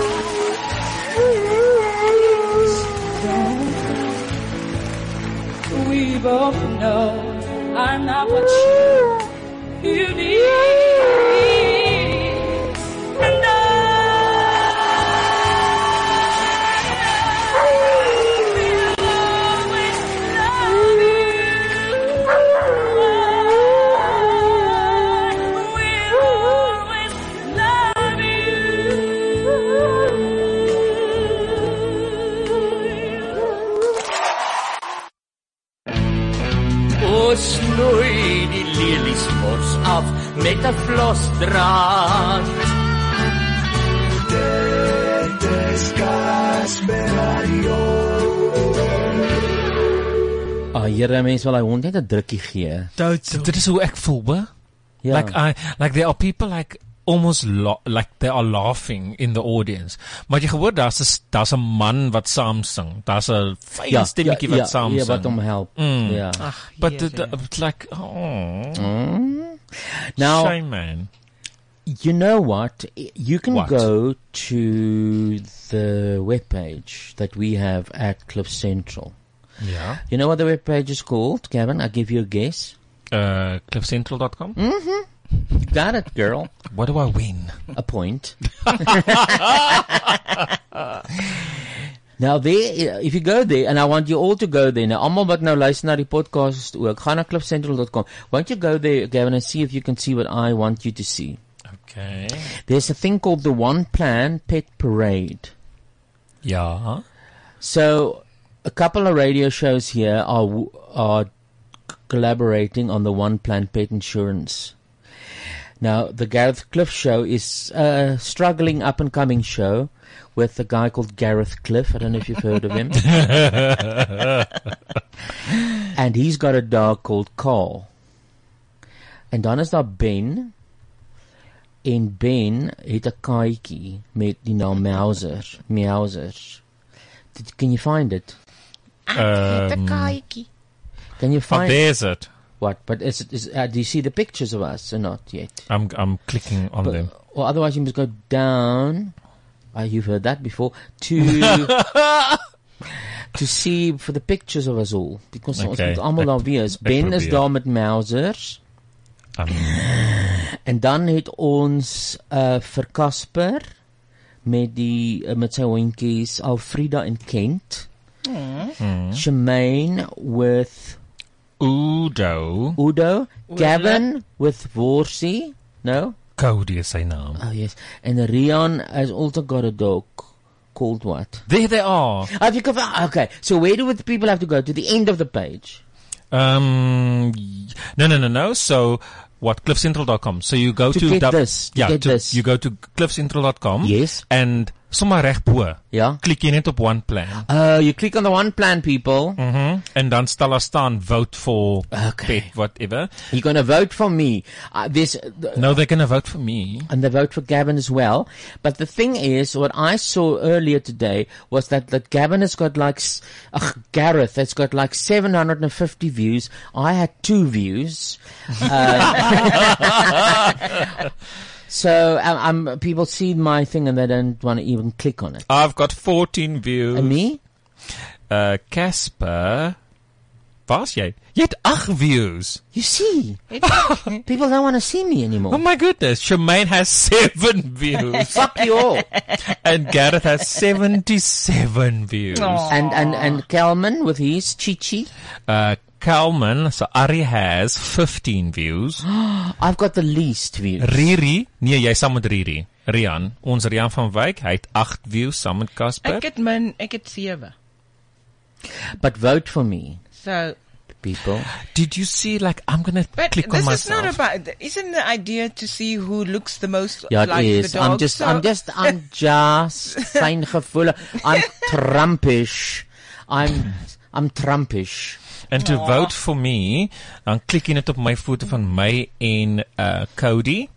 Speaker 1: Please don't. We both know I'm not what you, you need. And
Speaker 9: Snoei die lelies mors af met 'n vlosdraad. Dit is Casperio.
Speaker 2: Ah, jare mense wil hy hond net 'n drukkie gee.
Speaker 4: Dit dit is hoe ek voel, hoor.
Speaker 2: Ja.
Speaker 4: Like I like there are people like almost lo like they are laughing in the audience. Maar jy gehoor daar's 'n daar's 'n man wat saam sing. Daar's 'n fyn
Speaker 2: Ja,
Speaker 4: stemmetjie
Speaker 2: ja, ja,
Speaker 4: wat saam
Speaker 2: ja,
Speaker 4: sing.
Speaker 2: wat hom help.
Speaker 4: Mm.
Speaker 2: Ja.
Speaker 5: Ag,
Speaker 4: But the, the, it's like oh.
Speaker 2: Mm. Now-
Speaker 4: shame man.
Speaker 2: You know what? You can
Speaker 4: What?
Speaker 2: go to the webpage that we have at Cliff Central.
Speaker 4: Yeah.
Speaker 2: You know what the webpage is called, Gavin? I'll give you a guess.
Speaker 4: Uh cliffcentral.com?
Speaker 2: Mm-hmm. Got it, girl.
Speaker 4: What do I win?
Speaker 2: A
Speaker 4: (laughs)
Speaker 2: point. Nou there if you go there and I want you all to go there. Nou almal wat nou luister na die podcast ook, gaan na cliffcentral.com. Won't you go there Gavin and see if you can see what I want you to see.
Speaker 4: Okay.
Speaker 2: There's a thing called the One Plan Pet Parade.
Speaker 4: Yeah.
Speaker 2: So, a couple of radio shows here are w- are c- collaborating on the One Plan Pet Insurance. Now, the Gareth Cliff show is a struggling up and coming show with a guy called Gareth Cliff. I don't know if you've heard of him. and he's got a dog called Carl. En dan is daar Ben. En Ben het 'n katjie met die naam Mauser. Mauser. Did, can you find it?
Speaker 5: Ah, Ehm,
Speaker 4: Um,
Speaker 2: Can you
Speaker 4: oh,
Speaker 2: find
Speaker 4: there's it.
Speaker 2: What? But is it is uh, do you see the pictures of us or not yet?
Speaker 4: I'm I'm clicking on them.
Speaker 2: Or otherwise you must go down. Uh, you've heard that before.
Speaker 4: (laughs)
Speaker 2: To to see for the pictures of us all because ons
Speaker 4: Okay,
Speaker 2: moet almal
Speaker 4: ek-
Speaker 2: daar wees.
Speaker 4: ek
Speaker 2: Ben is
Speaker 4: probeer.
Speaker 2: daar met Mousers.
Speaker 4: Um,
Speaker 2: (sighs) en dan het ons uh vir Casper met die eh, met sy hondjies Alfrida en Kent.
Speaker 1: Mm.
Speaker 4: Hmm.
Speaker 2: Shemaine with
Speaker 4: Udo.
Speaker 2: Udo. Gavin with Worsie. No?
Speaker 4: Cody is sy naam.
Speaker 2: Oh yes. And Rion has also got a dog called what?
Speaker 4: There they are.
Speaker 2: Have you covered? Okay. So where do the people have to go? To the end of the page.
Speaker 4: Um, y- no, no, no, no. So what? Cliffcentral.com. So you go
Speaker 2: To
Speaker 4: to,
Speaker 2: get this, to
Speaker 4: yeah,
Speaker 2: get this.
Speaker 4: you go to cliffcentral.com.
Speaker 2: Yes.
Speaker 4: And somewhere recht bo.
Speaker 2: Yeah.
Speaker 4: Klik jy net op one plan.
Speaker 2: Uh, you click on the one plan, people.
Speaker 4: Mm-hmm. And dan stel daar staan vote for pet whatever.
Speaker 2: You're gonna vote for me. Uh, this. The,
Speaker 4: no, they're gonna vote for me.
Speaker 2: And they vote for Gavin as well. But the thing is, what I saw earlier today was that, that Gavin has got like, s- ugh, Gareth has got like 750 views. I had two views. Uh, (laughs) so, um, um, people see my thing and they don't want to even click on it.
Speaker 4: I've got 14 views.
Speaker 2: And me?
Speaker 4: Uh, Casper. Was jy? Jy het 8 views.
Speaker 2: You see? people don't want to see me anymore.
Speaker 4: Oh my goodness. Shemaine has 7 (laughs) views.
Speaker 2: (laughs) Fuck you all.
Speaker 4: and Gareth has 77 views.
Speaker 2: And, and, and Kelman with his chichi.
Speaker 4: Uh, Kalman, so Ari has 15 views.
Speaker 2: (gasps) I've got the least views.
Speaker 4: Riri, nee, jy is saam met Riri. Rian, ons Rian van Wyk, hy het 8 views saam met Casper.
Speaker 5: Ek het min, ek het 7.
Speaker 2: But vote for me,
Speaker 5: So
Speaker 2: people.
Speaker 4: Did you see, like, I'm gonna
Speaker 5: But
Speaker 4: click
Speaker 5: this
Speaker 4: on
Speaker 5: is
Speaker 4: myself.
Speaker 5: not about. Isn't the idea to see who looks the most
Speaker 2: Yeah, it
Speaker 5: like
Speaker 2: is.
Speaker 5: the dog?
Speaker 2: I'm just,
Speaker 5: So-
Speaker 2: I'm just,
Speaker 5: (laughs)
Speaker 2: I'm just fine gevoel. I'm Trumpish. I'm, I'm Trumpish.
Speaker 4: And to vote for me, dan klik jy net op my foto van my en uh Cody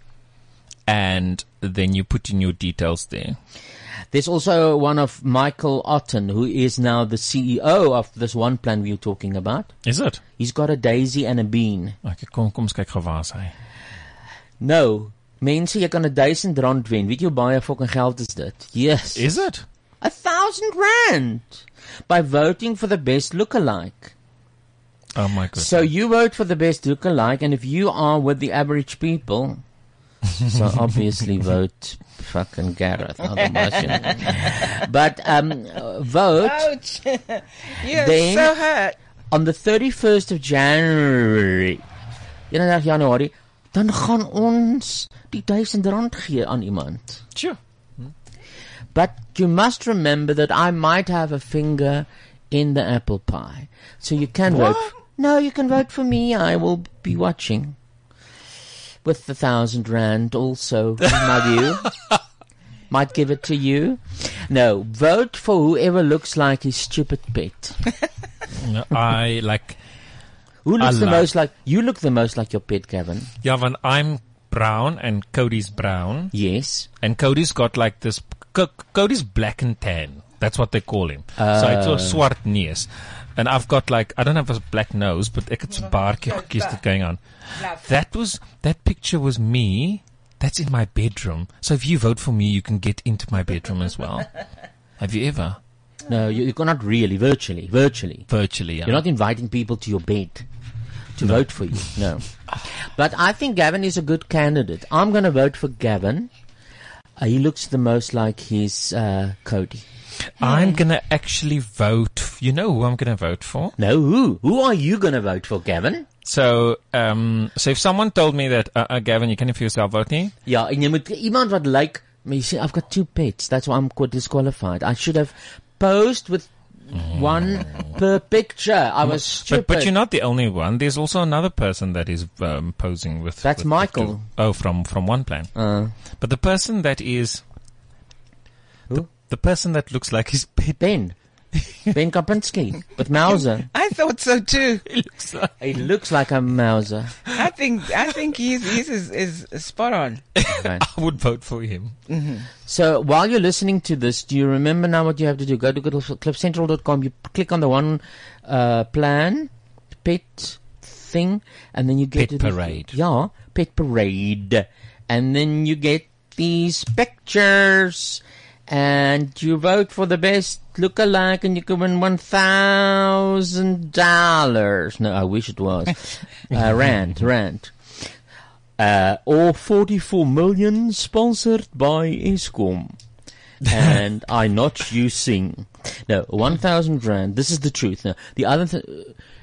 Speaker 4: and then you put in your details there.
Speaker 2: There's also one of Michael Otten, who is now the CEO of this one plan we were talking about.
Speaker 4: Is it?
Speaker 2: He's got a daisy and a bean.
Speaker 4: Okay, kom kom ons kyk gou waar is hy.
Speaker 2: No, Nou, mense, jy kan 1000 rand wen. Weet jy hoe baie fucking geld is dit? Yes.
Speaker 4: Is it?
Speaker 2: A thousand rand by voting for the best lookalike.
Speaker 4: Oh my god.
Speaker 2: So you vote for the best lookalike, and if you are with the average people, (laughs) so obviously
Speaker 4: (laughs)
Speaker 2: vote fucking Gareth. Otherwise, you know. But um, uh, vote.
Speaker 5: Ouch! (laughs) You're
Speaker 2: then
Speaker 5: so hurt.
Speaker 2: on the 31st of January. 31 Januarie, dan gaan ons die 1000 rand gee aan iemand.
Speaker 4: Sure.
Speaker 2: But you must remember that I might have a finger in the apple pie. So you can
Speaker 1: What?
Speaker 2: vote. No, you can vote for me. I will be watching. With the thousand rand also in my view. Might give it to you. No, vote for whoever looks like his stupid pet.
Speaker 4: No, I like
Speaker 2: Who looks the
Speaker 4: Allah.
Speaker 2: most like you look the most like your pet, Gavin?
Speaker 4: Yeah, when I'm brown and Cody's brown.
Speaker 2: Yes.
Speaker 4: And Cody's got like this. Co- Cody's black and tan. That's what they call him. so it's
Speaker 2: Oh.
Speaker 4: a swart neus. And I've got like I don't have a black nose, but ek het so baie keer gekies dit going on. That was that picture was me. That's in my bedroom. So if you vote for me, you can get into my bedroom as well. Have you ever?
Speaker 2: No, you, you cannot really, virtually, virtually.
Speaker 4: Virtually, yeah.
Speaker 2: You're not inviting people to your bed to
Speaker 4: No.
Speaker 2: vote for you. No. but I think Gavin is a good candidate. I'm going to vote for Gavin. Uh, he looks the most like his uh, Cody.
Speaker 4: I'm gonna actually vote. f- You know who I'm gonna vote for?
Speaker 2: No, who? Who are you gonna vote for, Gavin?
Speaker 4: So, um, so if someone told me that, uh, uh, Gavin, you can for yourself vote nie,
Speaker 2: Yeah, and you moet iemand wat lyk, maar you see I've got two pets. That's why I'm quite disqualified. I should have posed with one per picture. I was stupid.
Speaker 4: But, but you're not the only one. There's also another person that is um, posing with.
Speaker 2: That's
Speaker 4: with- with
Speaker 2: Michael. Uh.
Speaker 4: two- oh, from from one plan. But the person that is. The, the person that looks like his pet.
Speaker 2: (laughs) Ben. Ben Kapinski with (laughs) Mauser.
Speaker 5: I thought so
Speaker 2: (laughs)
Speaker 5: too.
Speaker 4: he looks like.
Speaker 2: He looks like a Mauser.
Speaker 5: I think I think he's he's is, is spot on.
Speaker 4: I would vote for him.
Speaker 2: Mm. So while you're listening to this, do you remember now what you have to do? Go to clipcentral.com. You click on the one uh, plan, pet thing, and then you
Speaker 4: Pet
Speaker 2: get to the-
Speaker 4: parade.
Speaker 2: yeah, pet parade, and then you get these pictures, and you vote for the best lookalike, and you can win one thousand dollars. No, I wish it was
Speaker 4: (laughs)
Speaker 2: uh, rand, rand. Uh, or 44 million sponsored by Eskom.
Speaker 4: (laughs)
Speaker 2: and I not you sing. No, one thousand rand. This is the truth. Now, the other, th-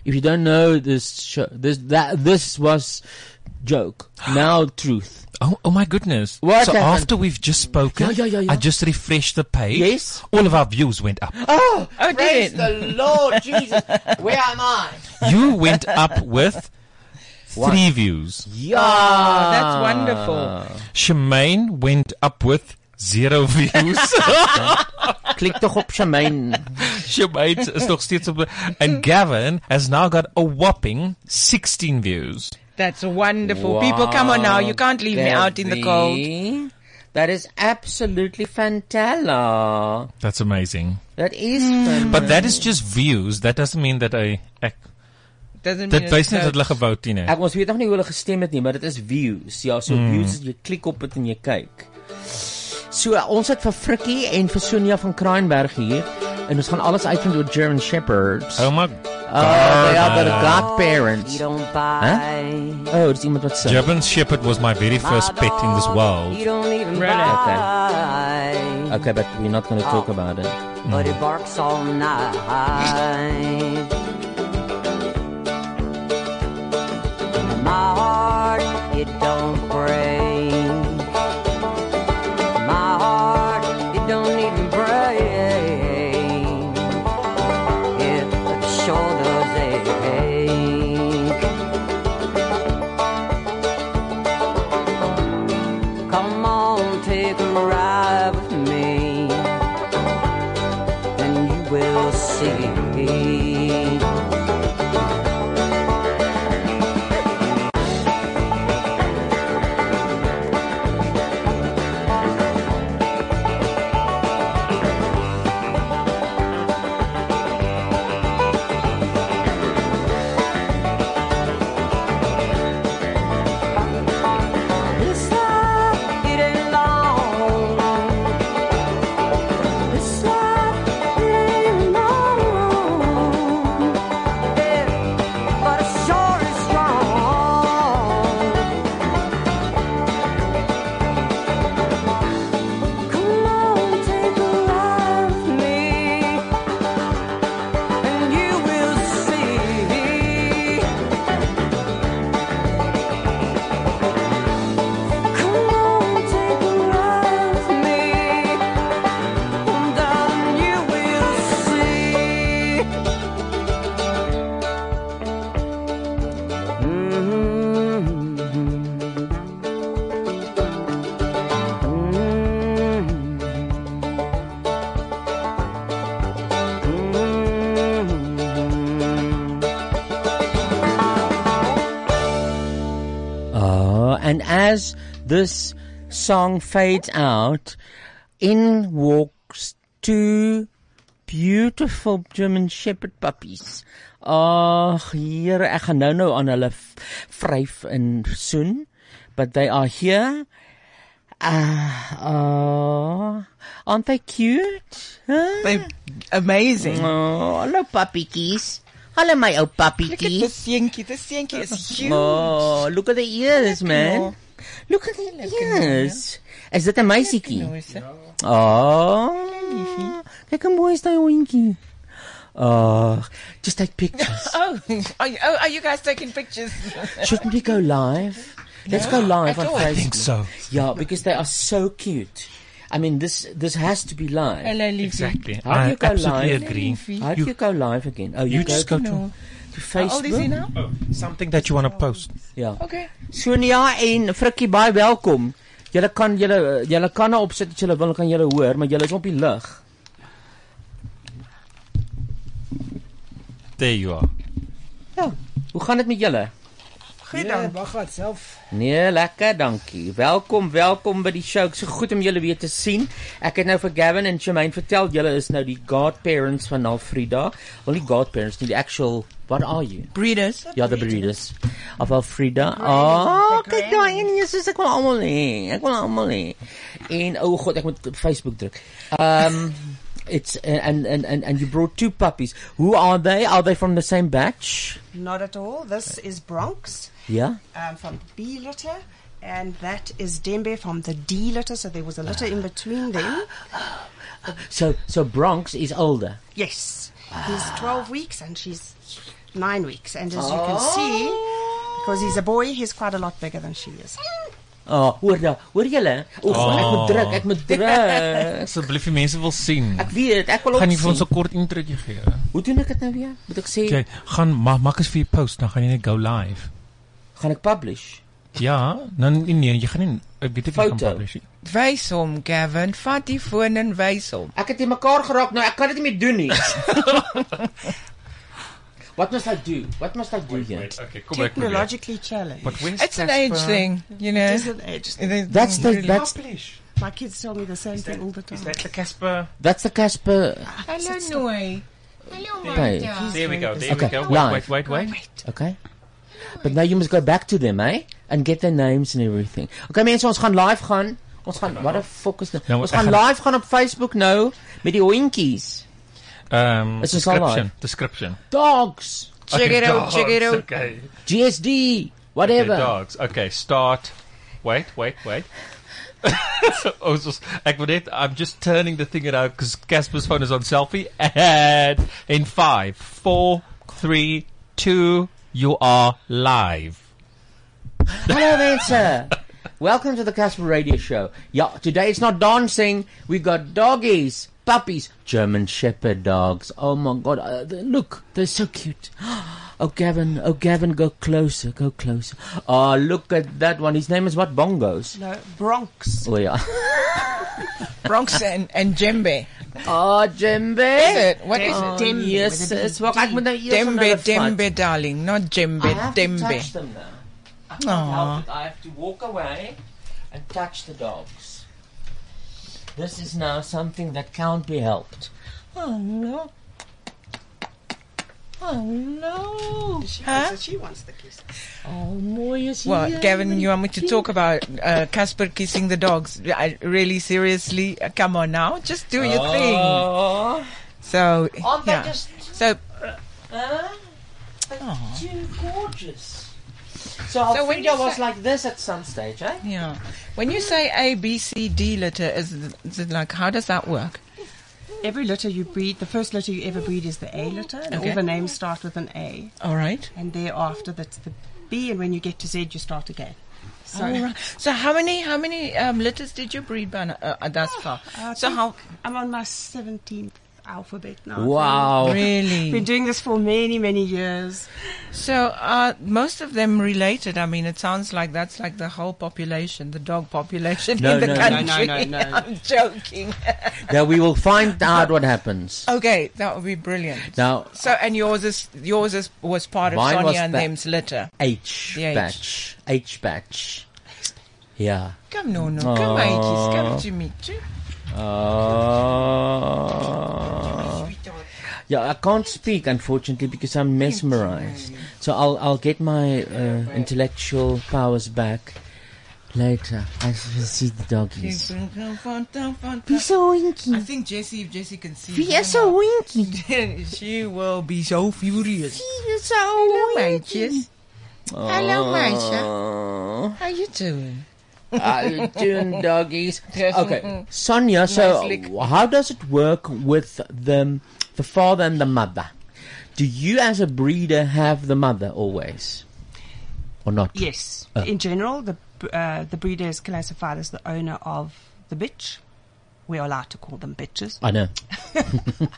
Speaker 2: if you don't know this, show, this that this was
Speaker 4: (gasps)
Speaker 2: joke. Now truth.
Speaker 4: Oh, oh my goodness!
Speaker 2: What
Speaker 4: so
Speaker 2: happened?
Speaker 4: after we've just spoken,
Speaker 2: Yeah, yeah, yeah, yeah.
Speaker 4: I just refreshed the page.
Speaker 2: Yes.
Speaker 4: all of our views went up.
Speaker 2: Oh,
Speaker 5: oh
Speaker 2: praise the Lord Jesus. Where am I?
Speaker 4: you went up with
Speaker 2: One.
Speaker 4: three views.
Speaker 2: Yeah,
Speaker 5: Oh, Ah, that's wonderful.
Speaker 4: Shemaine went up with zero views.
Speaker 2: (laughs) Klik toch op Shemaine.
Speaker 4: Shemaine is nog steeds op. And Gavin has now got a whopping 16 views.
Speaker 5: That's wonderful. People, come on now. You can't leave me out in the cold.
Speaker 2: cold. That is absolutely fantella.
Speaker 4: That's amazing.
Speaker 2: That is.
Speaker 5: Hmm.
Speaker 4: But that is just views. That doesn't mean that I. ek,
Speaker 5: Doesn't
Speaker 4: dit wys net dat hulle gewout het nie.
Speaker 2: Ek ons weet nog nie hoe hulle gestem het nie, maar dit is views. Ja, so
Speaker 4: Mm.
Speaker 2: views is jy klik op dit en jy kyk. So uh, ons het vir Frikkie en vir Sonia van Kraaienberg hier en ons gaan alles uitvind oor German Shepherds.
Speaker 4: Oh my
Speaker 2: Oh, they are
Speaker 4: God.
Speaker 2: the
Speaker 5: Oh,
Speaker 2: godparents.
Speaker 10: You don't
Speaker 2: Huh? Oh, dis iemand wat sê.
Speaker 4: German Shepherd was my very first pet in this world.
Speaker 10: You don't even
Speaker 2: Okay.
Speaker 10: buy,
Speaker 2: Okay, but we're not going to talk about it.
Speaker 4: Hmm.
Speaker 10: but it barks all night. My heart, it don't break. My heart, it don't even break. It sure does ache. Come on, take a ride with me, and you will see.
Speaker 1: This life, it ain't long. This life, it ain't long. Yeah, but it sure is strong. Come on, take a ride with me, and you will see.
Speaker 2: Uh, and as this song fades out, in walks two beautiful German Shepherd puppies. Ag, hier ek gaan nou nou aan hulle v- vryf en soen, but they are here. Ah, uh, aren't they cute? Huh?
Speaker 5: They're amazing.
Speaker 2: Oh, hello puppies. Hello my old
Speaker 5: Look at
Speaker 2: puppies.
Speaker 5: this Yankee. This Yankee is huge.
Speaker 2: Oh, look at the ears, man.
Speaker 5: Look
Speaker 2: Look at the ears. Is dit 'n meisietjie? Oh. Kyk hoe mooi is daai hondjie. Oh, just take pictures.
Speaker 5: (laughs) Oh, are you, oh, are you guys taking pictures?
Speaker 2: Shouldn't we go live? Let's go
Speaker 5: Yeah,
Speaker 2: live
Speaker 5: at
Speaker 2: on
Speaker 5: all.
Speaker 2: Facebook.
Speaker 5: I think
Speaker 4: so.
Speaker 2: Yeah, because they are so cute. I mean, this this has to be live.
Speaker 5: Hello, Leafy. Exactly.
Speaker 2: How do
Speaker 4: I
Speaker 2: you go
Speaker 4: absolutely
Speaker 2: live?
Speaker 4: agree.
Speaker 2: How do you,
Speaker 4: You-
Speaker 2: go live again? Oh,
Speaker 4: you
Speaker 2: you,
Speaker 4: just go to- No.
Speaker 2: to Facebook.
Speaker 5: How old is he now?
Speaker 4: Something that you want to post.
Speaker 2: Yeah.
Speaker 5: Okay.
Speaker 2: Sonia en Frikkie baie welkom. Julle kan julle julle kanne opsit as julle wil kan julle hoor, maar julle is op die lig.
Speaker 4: There you are.
Speaker 2: Ja. Hoe gaan dit met julle?
Speaker 11: Goed dan, wag wat self.
Speaker 2: Nee, lekker, dankie. Welkom, welkom by die show. Ek so goed om julle weer te sien. Ek het nou vir Gavin en Shamaine vertel julle is nou die godparents van Alfrida. Wel nie godparents nie, die actual what are you?
Speaker 5: Breeders.
Speaker 2: Ja, the breeders of Alfrida. Ah, kyk daai en hier is ek wil almal hê. Ek wil almal hê. En o oh god, ek moet op Facebook druk. Um (laughs) it's uh, and and and and you brought two puppies. Who are they? Are they from the same batch?
Speaker 11: Not at all. This is Bronx
Speaker 2: Yeah.
Speaker 11: um, from B litter,
Speaker 5: Ah.
Speaker 11: and that is Dembe from the D litter. So there was a litter in between them.
Speaker 2: So, so Bronx is older.
Speaker 11: Yes.
Speaker 5: Ah.
Speaker 11: He's 12 weeks and she's 9 weeks. And as you can
Speaker 2: Oh.
Speaker 5: Oh.
Speaker 11: see, because he's a boy, he's quite a lot bigger than she is.
Speaker 2: Ah, hoor da, hoor julle? Oef, oh. ek moet druk, ek moet (laughs) druk.
Speaker 4: Asseblief die mense wil sien.
Speaker 2: Ek weet, ek wil ook
Speaker 4: Gaan jy vir ons
Speaker 2: sien.
Speaker 4: 'n kort introotjie gee?
Speaker 2: Hoe doen ek dit nou weer? Moet ek sê
Speaker 4: Jy gaan ma maak as vir jou post, dan gaan jy net go live.
Speaker 2: Gaan ek publish?
Speaker 4: Ja, dan nee, nee, jy gaan nie ek weet ek gaan
Speaker 2: Foto.
Speaker 4: publish. nie.
Speaker 5: Wys hom, Gavin. Vat die foon en wys hom.
Speaker 2: Ek het in mekaar geraak. Nou ek kan dit nie meer doen nie. What must I do? What must I do here? okay,
Speaker 4: kom
Speaker 11: Technologically challenged.
Speaker 2: But where's
Speaker 5: It's an age
Speaker 11: Jasper?
Speaker 5: thing, you know.
Speaker 11: It is an age thing.
Speaker 5: It is That's the- really- that's-
Speaker 11: Publish. My kids tell me the same thing all the time. Is that
Speaker 4: the Casper?
Speaker 2: That's the Casper
Speaker 5: Hello, Noy. Hello,
Speaker 2: page.
Speaker 4: There we go, there we
Speaker 2: okay,
Speaker 4: go. Wait,
Speaker 2: live.
Speaker 4: wait, wait, wait.
Speaker 2: Okay. But now you must go back to them, eh? And get their names and everything. Okay mense, ons gaan live gaan. Ons gaan what the fuck is dit?
Speaker 4: Nou,
Speaker 2: ons
Speaker 4: ek
Speaker 2: gaan
Speaker 4: gaan-
Speaker 2: live gaan op Facebook nou met die hondjies.
Speaker 4: Ehm um,
Speaker 2: Is ons al
Speaker 4: description,
Speaker 2: live?
Speaker 4: description.
Speaker 2: Dogs.
Speaker 4: Check Okay, it out, dogs, check it out. okay.
Speaker 2: GSD, whatever.
Speaker 4: Okay, dogs. Okay, start. Wait, wait, wait. (laughs) I was just, ek wil net I'm just turning the thing around cuz Casper's phone is on selfie and in five, four, three, two, you are live.
Speaker 2: Hello mense. Welcome to the Casper Radio Show. Yeah, today it's not dancing. We got doggies, puppies, German Shepherd dogs. Oh my god, uh, they- look, they're so cute. (gasps) Oh Gavin, oh Gavin, go closer, go closer. Oh, look at that one. His name is what? Bongos.
Speaker 11: No, Bronx.
Speaker 2: Oh yeah.
Speaker 5: Bronx and, and Djembe.
Speaker 2: Oh, Djembe.
Speaker 5: Is it? What is
Speaker 2: Oh,
Speaker 5: it?
Speaker 2: Djembe, yes, with a it's what- I- well, no, yes, I'm
Speaker 5: Djembe,
Speaker 2: not a fan.
Speaker 5: Djembe, darling. Not Djembe,
Speaker 2: touch
Speaker 5: Djembe.
Speaker 2: them though. I
Speaker 5: can't help Aw.
Speaker 2: it. I have to walk away and touch the dogs. This is now something that can't be helped. Oh no. Oh no.
Speaker 11: She,
Speaker 5: Huh?
Speaker 11: wants, she wants the kiss.
Speaker 2: Oh, mooi is
Speaker 5: Well, Gavin, you want me to talk about uh, Casper kissing the dogs? I, really, seriously? Uh, come on now. Just do your
Speaker 2: Oh.
Speaker 5: thing. So,
Speaker 2: Aren't they
Speaker 5: yeah.
Speaker 2: just-
Speaker 5: So,
Speaker 2: Huh? But
Speaker 5: Aw.
Speaker 2: too gorgeous. So, our
Speaker 5: So when
Speaker 2: finger
Speaker 5: you
Speaker 2: was
Speaker 5: say-
Speaker 2: like this at some stage, eh?
Speaker 5: yeah. When you say A, B, C, D letter, is, it- is it like, how does that work?
Speaker 11: Every litter you breed, the first litter you ever breed is the A litter, and
Speaker 5: Okay.
Speaker 11: all the names start with an A.
Speaker 5: All right.
Speaker 11: And thereafter, that's the B, and when you get to Z, you start again. So,
Speaker 5: All right. So how many how many um, litters did you breed by, n- uh, uh, thus far?
Speaker 11: I
Speaker 5: so
Speaker 11: think
Speaker 5: how
Speaker 11: Um, I'm on my 17th alphabet now.
Speaker 5: Wow. Really?
Speaker 11: Been doing this for many, many years.
Speaker 5: so uh, most of them related. I mean, it sounds like that's like the whole population, the dog population
Speaker 2: No,
Speaker 5: in the
Speaker 2: no, no, no,
Speaker 5: country.
Speaker 2: no, no.
Speaker 5: (laughs) I'm joking. (laughs)
Speaker 2: now we will find out what happens.
Speaker 5: okay, that would be brilliant.
Speaker 2: Now,
Speaker 5: So and yours is yours is was part of
Speaker 2: mine was
Speaker 5: Sonia and
Speaker 2: ba-
Speaker 5: them's litter.
Speaker 2: H
Speaker 5: The H.
Speaker 2: batch. H batch. Yeah.
Speaker 5: Come no no, come ages, come to me.
Speaker 2: Oh. Yeah, I can't speak unfortunately because I'm mesmerized. So I'll I'll get my uh, intellectual powers back later. I will see the doggies.
Speaker 5: Be
Speaker 2: so winky.
Speaker 5: I think Jessie, if Jessie can see,
Speaker 2: Be so
Speaker 5: (laughs) winky. (laughs) she will be so furious.
Speaker 2: You're so
Speaker 5: Mages. Hello,
Speaker 2: Maisha.
Speaker 5: How you doing?
Speaker 2: How you
Speaker 5: (laughs)
Speaker 2: doing, doggies?
Speaker 5: Yes.
Speaker 2: Okay, Sonia.
Speaker 5: Mm-hmm.
Speaker 2: So, uh,
Speaker 5: Nice lick.
Speaker 2: how does it work with the the father and the mother? Do you, as a breeder, have the mother always, or not?
Speaker 11: Yes.
Speaker 2: Oh.
Speaker 11: In general, the uh, the breeder is classified as the owner of the bitch. We are allowed to call them bitches.
Speaker 2: I know.
Speaker 11: (laughs)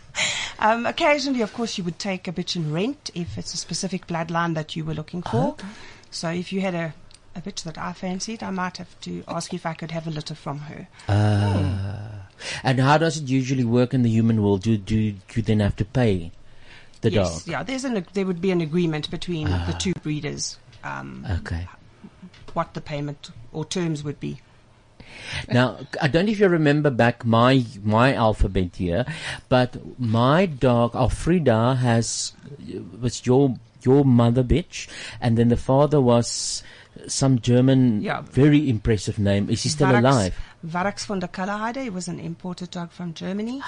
Speaker 11: Um, occasionally, of course, you would take a bitch in rent if it's a specific bloodline that you were looking for.
Speaker 2: Oh.
Speaker 11: So, if you had a, a bitch that I fancied, I might have to ask if I could have a litter from her.
Speaker 2: Ah. and how does it usually work in the human world? Do do, do you then have to pay the
Speaker 11: yes,
Speaker 2: dog? Ah.
Speaker 11: yeah. There's an ag- there would be an agreement between the two breeders. Um,
Speaker 2: Okay.
Speaker 11: What the payment or terms would be.
Speaker 2: now I don't know if you remember back my my alphabet here, but my dog Alfreda has was your your mother bitch, and then the father was some German
Speaker 11: Yeah.
Speaker 2: very impressive name. Is he still
Speaker 11: Varax-
Speaker 2: alive?
Speaker 11: Varax von der Kalahide. He was an imported dog from Germany.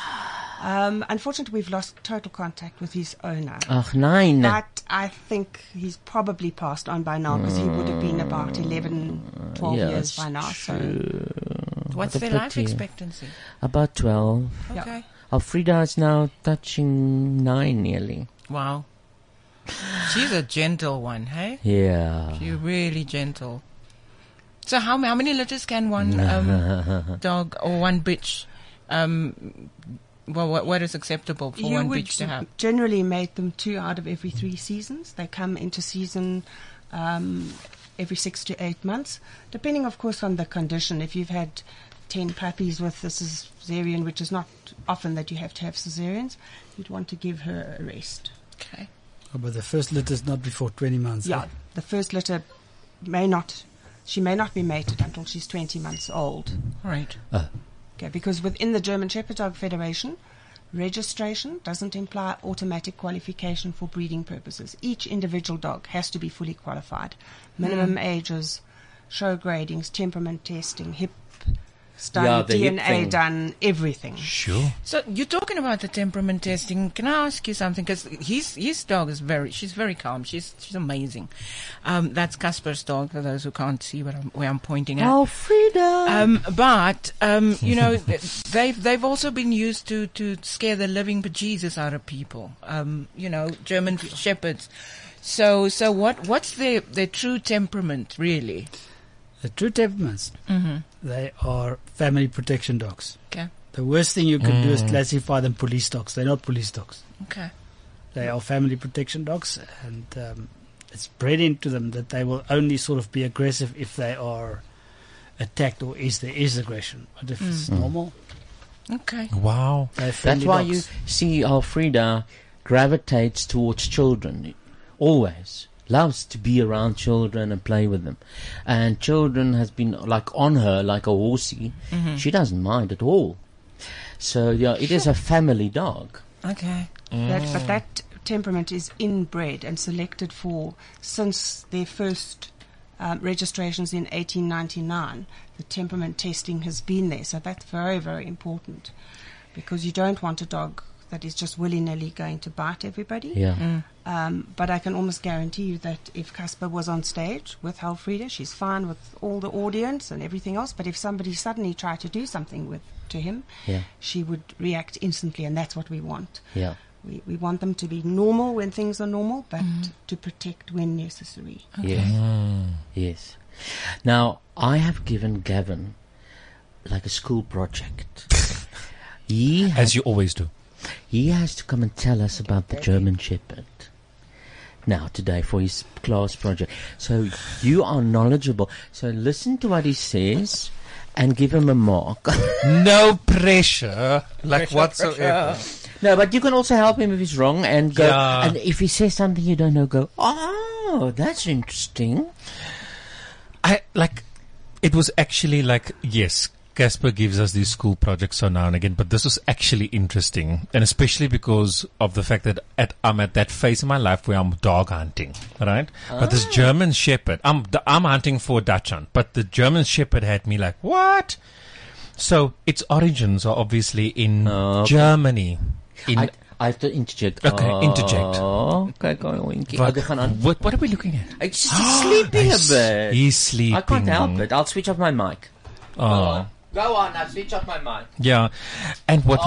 Speaker 11: Um, unfortunately, we've lost total contact with his owner.
Speaker 2: Ach nein.
Speaker 11: But I think he's probably passed on by now because he would have been about 11, 12
Speaker 2: Uh, Yeah,
Speaker 11: years
Speaker 2: that's
Speaker 11: by now. So
Speaker 2: true.
Speaker 5: What's
Speaker 2: What
Speaker 5: their
Speaker 2: about
Speaker 5: life
Speaker 2: you?
Speaker 5: expectancy?
Speaker 2: About 12.
Speaker 5: Yeah. Okay.
Speaker 2: Alfreda is now touching 9 nearly.
Speaker 5: Wow. She's a gentle one, hey?
Speaker 2: Yeah.
Speaker 5: She's really gentle. So how ma- how many litters can one
Speaker 2: (laughs)
Speaker 5: um, dog or one bitch? Um, well, what, what is acceptable for
Speaker 11: you
Speaker 5: one
Speaker 11: would
Speaker 5: bitch to have?
Speaker 11: generally make them two out of every three seasons. They come into season um, every six to eight months, depending, of course, on the condition. If you've had ten puppies with this cesarean, which is not often that you have to have cesareans, you'd want to give her a rest.
Speaker 5: Okay.
Speaker 12: Oh, but the first litter is not before 20 months.
Speaker 11: Yeah, the first litter may not. She may not be mated until she's 20 months old.
Speaker 5: Right.
Speaker 2: Uh.
Speaker 11: Okay, because within the German Shepherd Dog Federation, registration doesn't imply automatic qualification for breeding purposes. Each individual dog has to be fully qualified.
Speaker 2: Hmm.
Speaker 11: Minimum
Speaker 5: Mm.
Speaker 11: ages, show gradings, temperament testing, hip study,
Speaker 2: Yeah, the hip
Speaker 11: DNA
Speaker 2: thing.
Speaker 11: done, everything.
Speaker 2: Sure.
Speaker 5: So you're talking about the temperament testing. Can I ask you something? Because his his dog is very she's very calm. She's she's amazing. Um, that's Casper's dog. For those who can't see what I'm, where I'm pointing at.
Speaker 2: Alfreda.
Speaker 5: Um, but um, you know (laughs) th- they've they've also been used to to scare the living bejesus out of people. Um, you know German shepherds. So so what what's their their true temperament really?
Speaker 12: The true temperaments,
Speaker 5: Mhm.
Speaker 12: they are family protection dogs.
Speaker 5: Okay.
Speaker 12: The worst thing you can do is
Speaker 5: Mm.
Speaker 12: classify them police dogs. They're not police dogs.
Speaker 5: Okay. (laughs)
Speaker 12: They are family protection dogs, and um, it's bred into them that they will only sort of be aggressive if they are attacked or is there is aggression. But if it's
Speaker 2: Mm. Mm.
Speaker 12: normal,
Speaker 5: Okay.
Speaker 2: Wow. That's
Speaker 12: friendly
Speaker 2: why
Speaker 12: dogs.
Speaker 2: you see Alfreda gravitates towards children. Always. Loves to be around children and play with them. And children has been like on her like a horsey.
Speaker 12: Mm-hmm.
Speaker 5: Mhm.
Speaker 2: She doesn't mind at all. So yeah, it is a family dog.
Speaker 5: Okay.
Speaker 11: That, but that temperament is inbred and selected for since their first um, registrations in 1899. The temperament testing has been there, so that's very, very important because you don't want a dog that is just willy nilly going to bite everybody.
Speaker 2: Yeah. Mm.
Speaker 11: Um, but I can almost guarantee you that if Casper was on stage with Helfrida, she's fine with all the audience and everything else. But if somebody suddenly tried to do something with to him,
Speaker 2: Yeah.
Speaker 11: she would react instantly, and that's what we want.
Speaker 2: Yeah.
Speaker 11: We, we want them to be normal when things are normal, but to protect when necessary.
Speaker 2: Yes.
Speaker 4: Mm.
Speaker 2: Yes. Now, I have given Gavin like a
Speaker 4: (laughs)
Speaker 2: school project. he As
Speaker 4: you always do.
Speaker 2: He has to come and tell us about the German Shepherd. Now, today for his class project. So, you are knowledgeable. So, listen to what he says and give him a mark.
Speaker 4: (laughs) no pressure, like whatsoever.
Speaker 2: No, but you can also help him if he's wrong and go.
Speaker 4: Yeah.
Speaker 2: And if he says something you don't know, go, oh, that's interesting.
Speaker 4: I like it was actually like yes, Casper gives us these school projects so now and again, but this was actually interesting, and especially because of the fact that at, I'm at that phase in my life where I'm dog hunting, right? But
Speaker 2: Ah.
Speaker 4: this German Shepherd, I'm I'm hunting for Dutch hunt, but the German Shepherd had me like what? So its origins are obviously in Germany. In
Speaker 2: I, I have to interject.
Speaker 4: Okay, interject.
Speaker 2: Oh, okay, go on, Winky.
Speaker 4: What- (gasps)
Speaker 2: Okay, gaan aan.
Speaker 4: What, what are we looking at?
Speaker 2: It's (gasps) just he's sleeping a
Speaker 4: He's-
Speaker 2: bit.
Speaker 4: he's sleeping.
Speaker 2: I can't help it. I'll switch off my mic.
Speaker 4: Oh.
Speaker 2: Go on, I'll switch off my mic.
Speaker 4: Yeah. And what
Speaker 2: (laughs)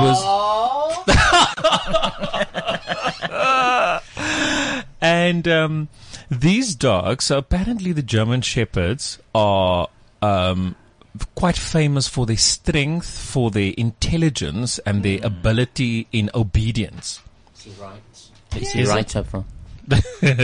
Speaker 4: was. (laughs) and um, these dogs, so apparently the German Shepherds are um, quite famous for their strength, for their intelligence, and their ability in obedience.
Speaker 2: Is he Hmm. right?
Speaker 4: Yes.
Speaker 2: Is he
Speaker 4: Is
Speaker 2: right
Speaker 4: it- (laughs)
Speaker 2: so far?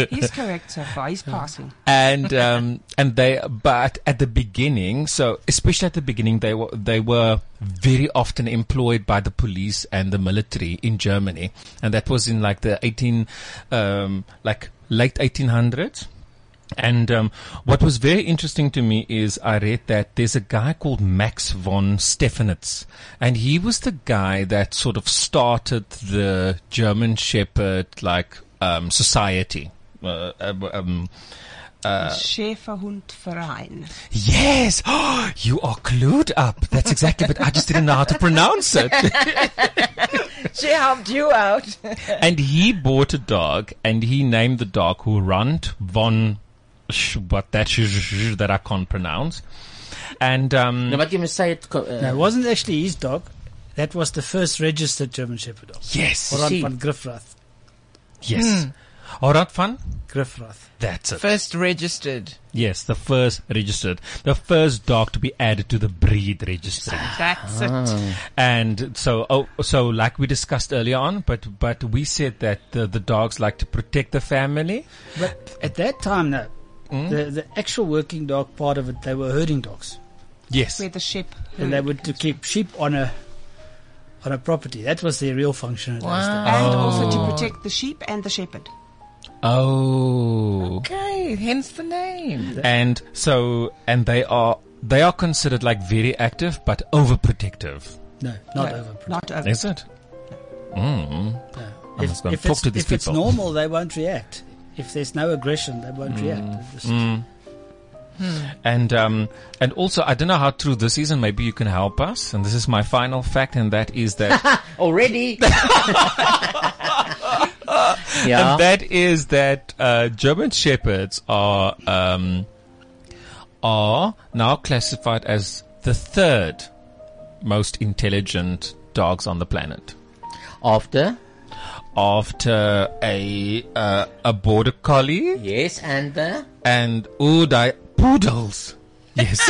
Speaker 11: He's correct (laughs) so far. He's passing.
Speaker 4: and um, and they but at the beginning so especially at the beginning they were they were very often employed by the police and the military in Germany and that was in like the 18 um, like late 1800s and um, what was very interesting to me is I read that there's a guy called Max von Stefanitz, and he was the guy that sort of started the German Shepherd like um, society. Uh, um, um, uh,
Speaker 11: Schäferhundverein.
Speaker 4: yes, you are clued up. That's exactly, but I just didn't know how to pronounce it.
Speaker 5: She helped you out.
Speaker 4: (laughs) and he bought a dog, and he named the dog Hurant von Sch- what that sh- sh- sh- that I can't pronounce. And um,
Speaker 2: no, but you must say it. co-
Speaker 12: no,
Speaker 2: Uh,
Speaker 12: it wasn't actually his dog. That was the first registered German Shepherd dog.
Speaker 4: Yes.
Speaker 12: Horan
Speaker 4: See.
Speaker 12: van Griffrath.
Speaker 4: Yes. Horat van
Speaker 12: Griffrath.
Speaker 4: That's it.
Speaker 5: First registered.
Speaker 4: Yes, the first registered, the first dog to be added to the breed registry.
Speaker 5: That's it. Ah.
Speaker 4: And so, oh, so like we discussed earlier on, but but we said that the, the dogs like to protect the family.
Speaker 12: But at that time, no.
Speaker 4: Hmm?
Speaker 12: The, the actual working dog part of it, they were herding dogs.
Speaker 4: Yes.
Speaker 11: Where the sheep.
Speaker 12: And they would to keep sheep on a on a property. That was their real function. at those
Speaker 4: Wow.
Speaker 12: days.
Speaker 11: And
Speaker 4: Oh.
Speaker 11: also to protect the sheep and the shepherd.
Speaker 4: Oh.
Speaker 5: Okay, hence the name.
Speaker 4: And so, and they are they are considered like very active but overprotective.
Speaker 12: No, not
Speaker 11: No,
Speaker 12: over.
Speaker 11: Not over.
Speaker 4: Is it? Mm. I
Speaker 12: If,
Speaker 4: must go and
Speaker 12: if
Speaker 4: talk
Speaker 12: it's,
Speaker 4: to these
Speaker 12: if
Speaker 4: people.
Speaker 12: it's normal, they won't react. If there's no aggression, they
Speaker 4: Hmm.
Speaker 12: won't react. They just-
Speaker 4: Mm. And um, and also, I don't know how true this is, and maybe you can help us. And this is my final fact, and that is
Speaker 2: (laughs)
Speaker 4: that,
Speaker 2: (laughs) Already. yeah.
Speaker 4: and that is that uh, German shepherds are um, are now classified as the third most intelligent dogs on the planet.
Speaker 2: After?
Speaker 4: After a uh, a border collie
Speaker 2: Yes, and the
Speaker 4: and ooh, di- poodles.
Speaker 2: (laughs)
Speaker 4: Yes.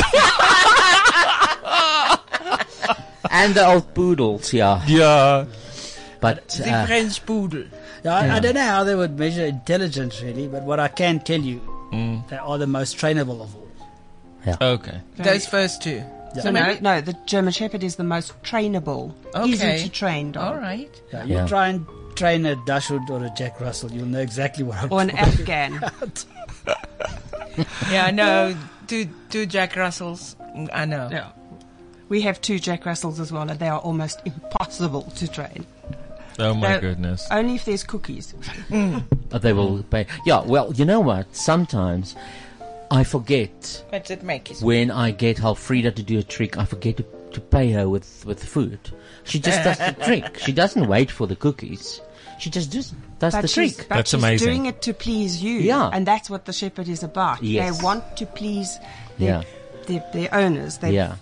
Speaker 2: and the old poodles. Yeah.
Speaker 4: Yeah.
Speaker 2: But
Speaker 12: The
Speaker 2: uh,
Speaker 5: French poodle.
Speaker 12: Now, I, I
Speaker 2: Yeah.
Speaker 12: don't know how they would measure intelligence really, but what I can tell you,
Speaker 4: Mm.
Speaker 12: they are the most trainable of all.
Speaker 4: Okay.
Speaker 5: Those first two.
Speaker 11: So no, no, the German Shepherd is the most trainable,
Speaker 5: Okay.
Speaker 11: easy to train dog.
Speaker 5: All right.
Speaker 12: Yeah, you
Speaker 11: Yeah.
Speaker 12: try and train a Dashwood or a Jack Russell, you'll know exactly what I'm
Speaker 11: Or an
Speaker 12: talking
Speaker 11: Afghan.
Speaker 12: (laughs) about.
Speaker 5: Yeah, no, two two Jack Russells. I know.
Speaker 11: Yeah. We have two Jack Russells as well, and they are almost (laughs) impossible to train.
Speaker 4: Oh my
Speaker 11: They're-
Speaker 4: goodness.
Speaker 11: Only if there's cookies.
Speaker 2: but Uh, they will pay. Yeah. Well, you know what? Sometimes I forget
Speaker 5: What did make it?
Speaker 2: when I get Alfreda to do a trick. I forget to, to pay her with with food. She just does
Speaker 11: (laughs)
Speaker 2: the trick. She doesn't wait for the cookies. She just does does
Speaker 11: But
Speaker 2: the
Speaker 11: she's-
Speaker 2: trick.
Speaker 11: but she's doing it to please you.
Speaker 2: Yeah.
Speaker 11: And that's what the shepherd is about.
Speaker 2: Yes.
Speaker 11: They want to please
Speaker 2: Yeah.
Speaker 11: their, their, their owners. They're
Speaker 2: Yeah.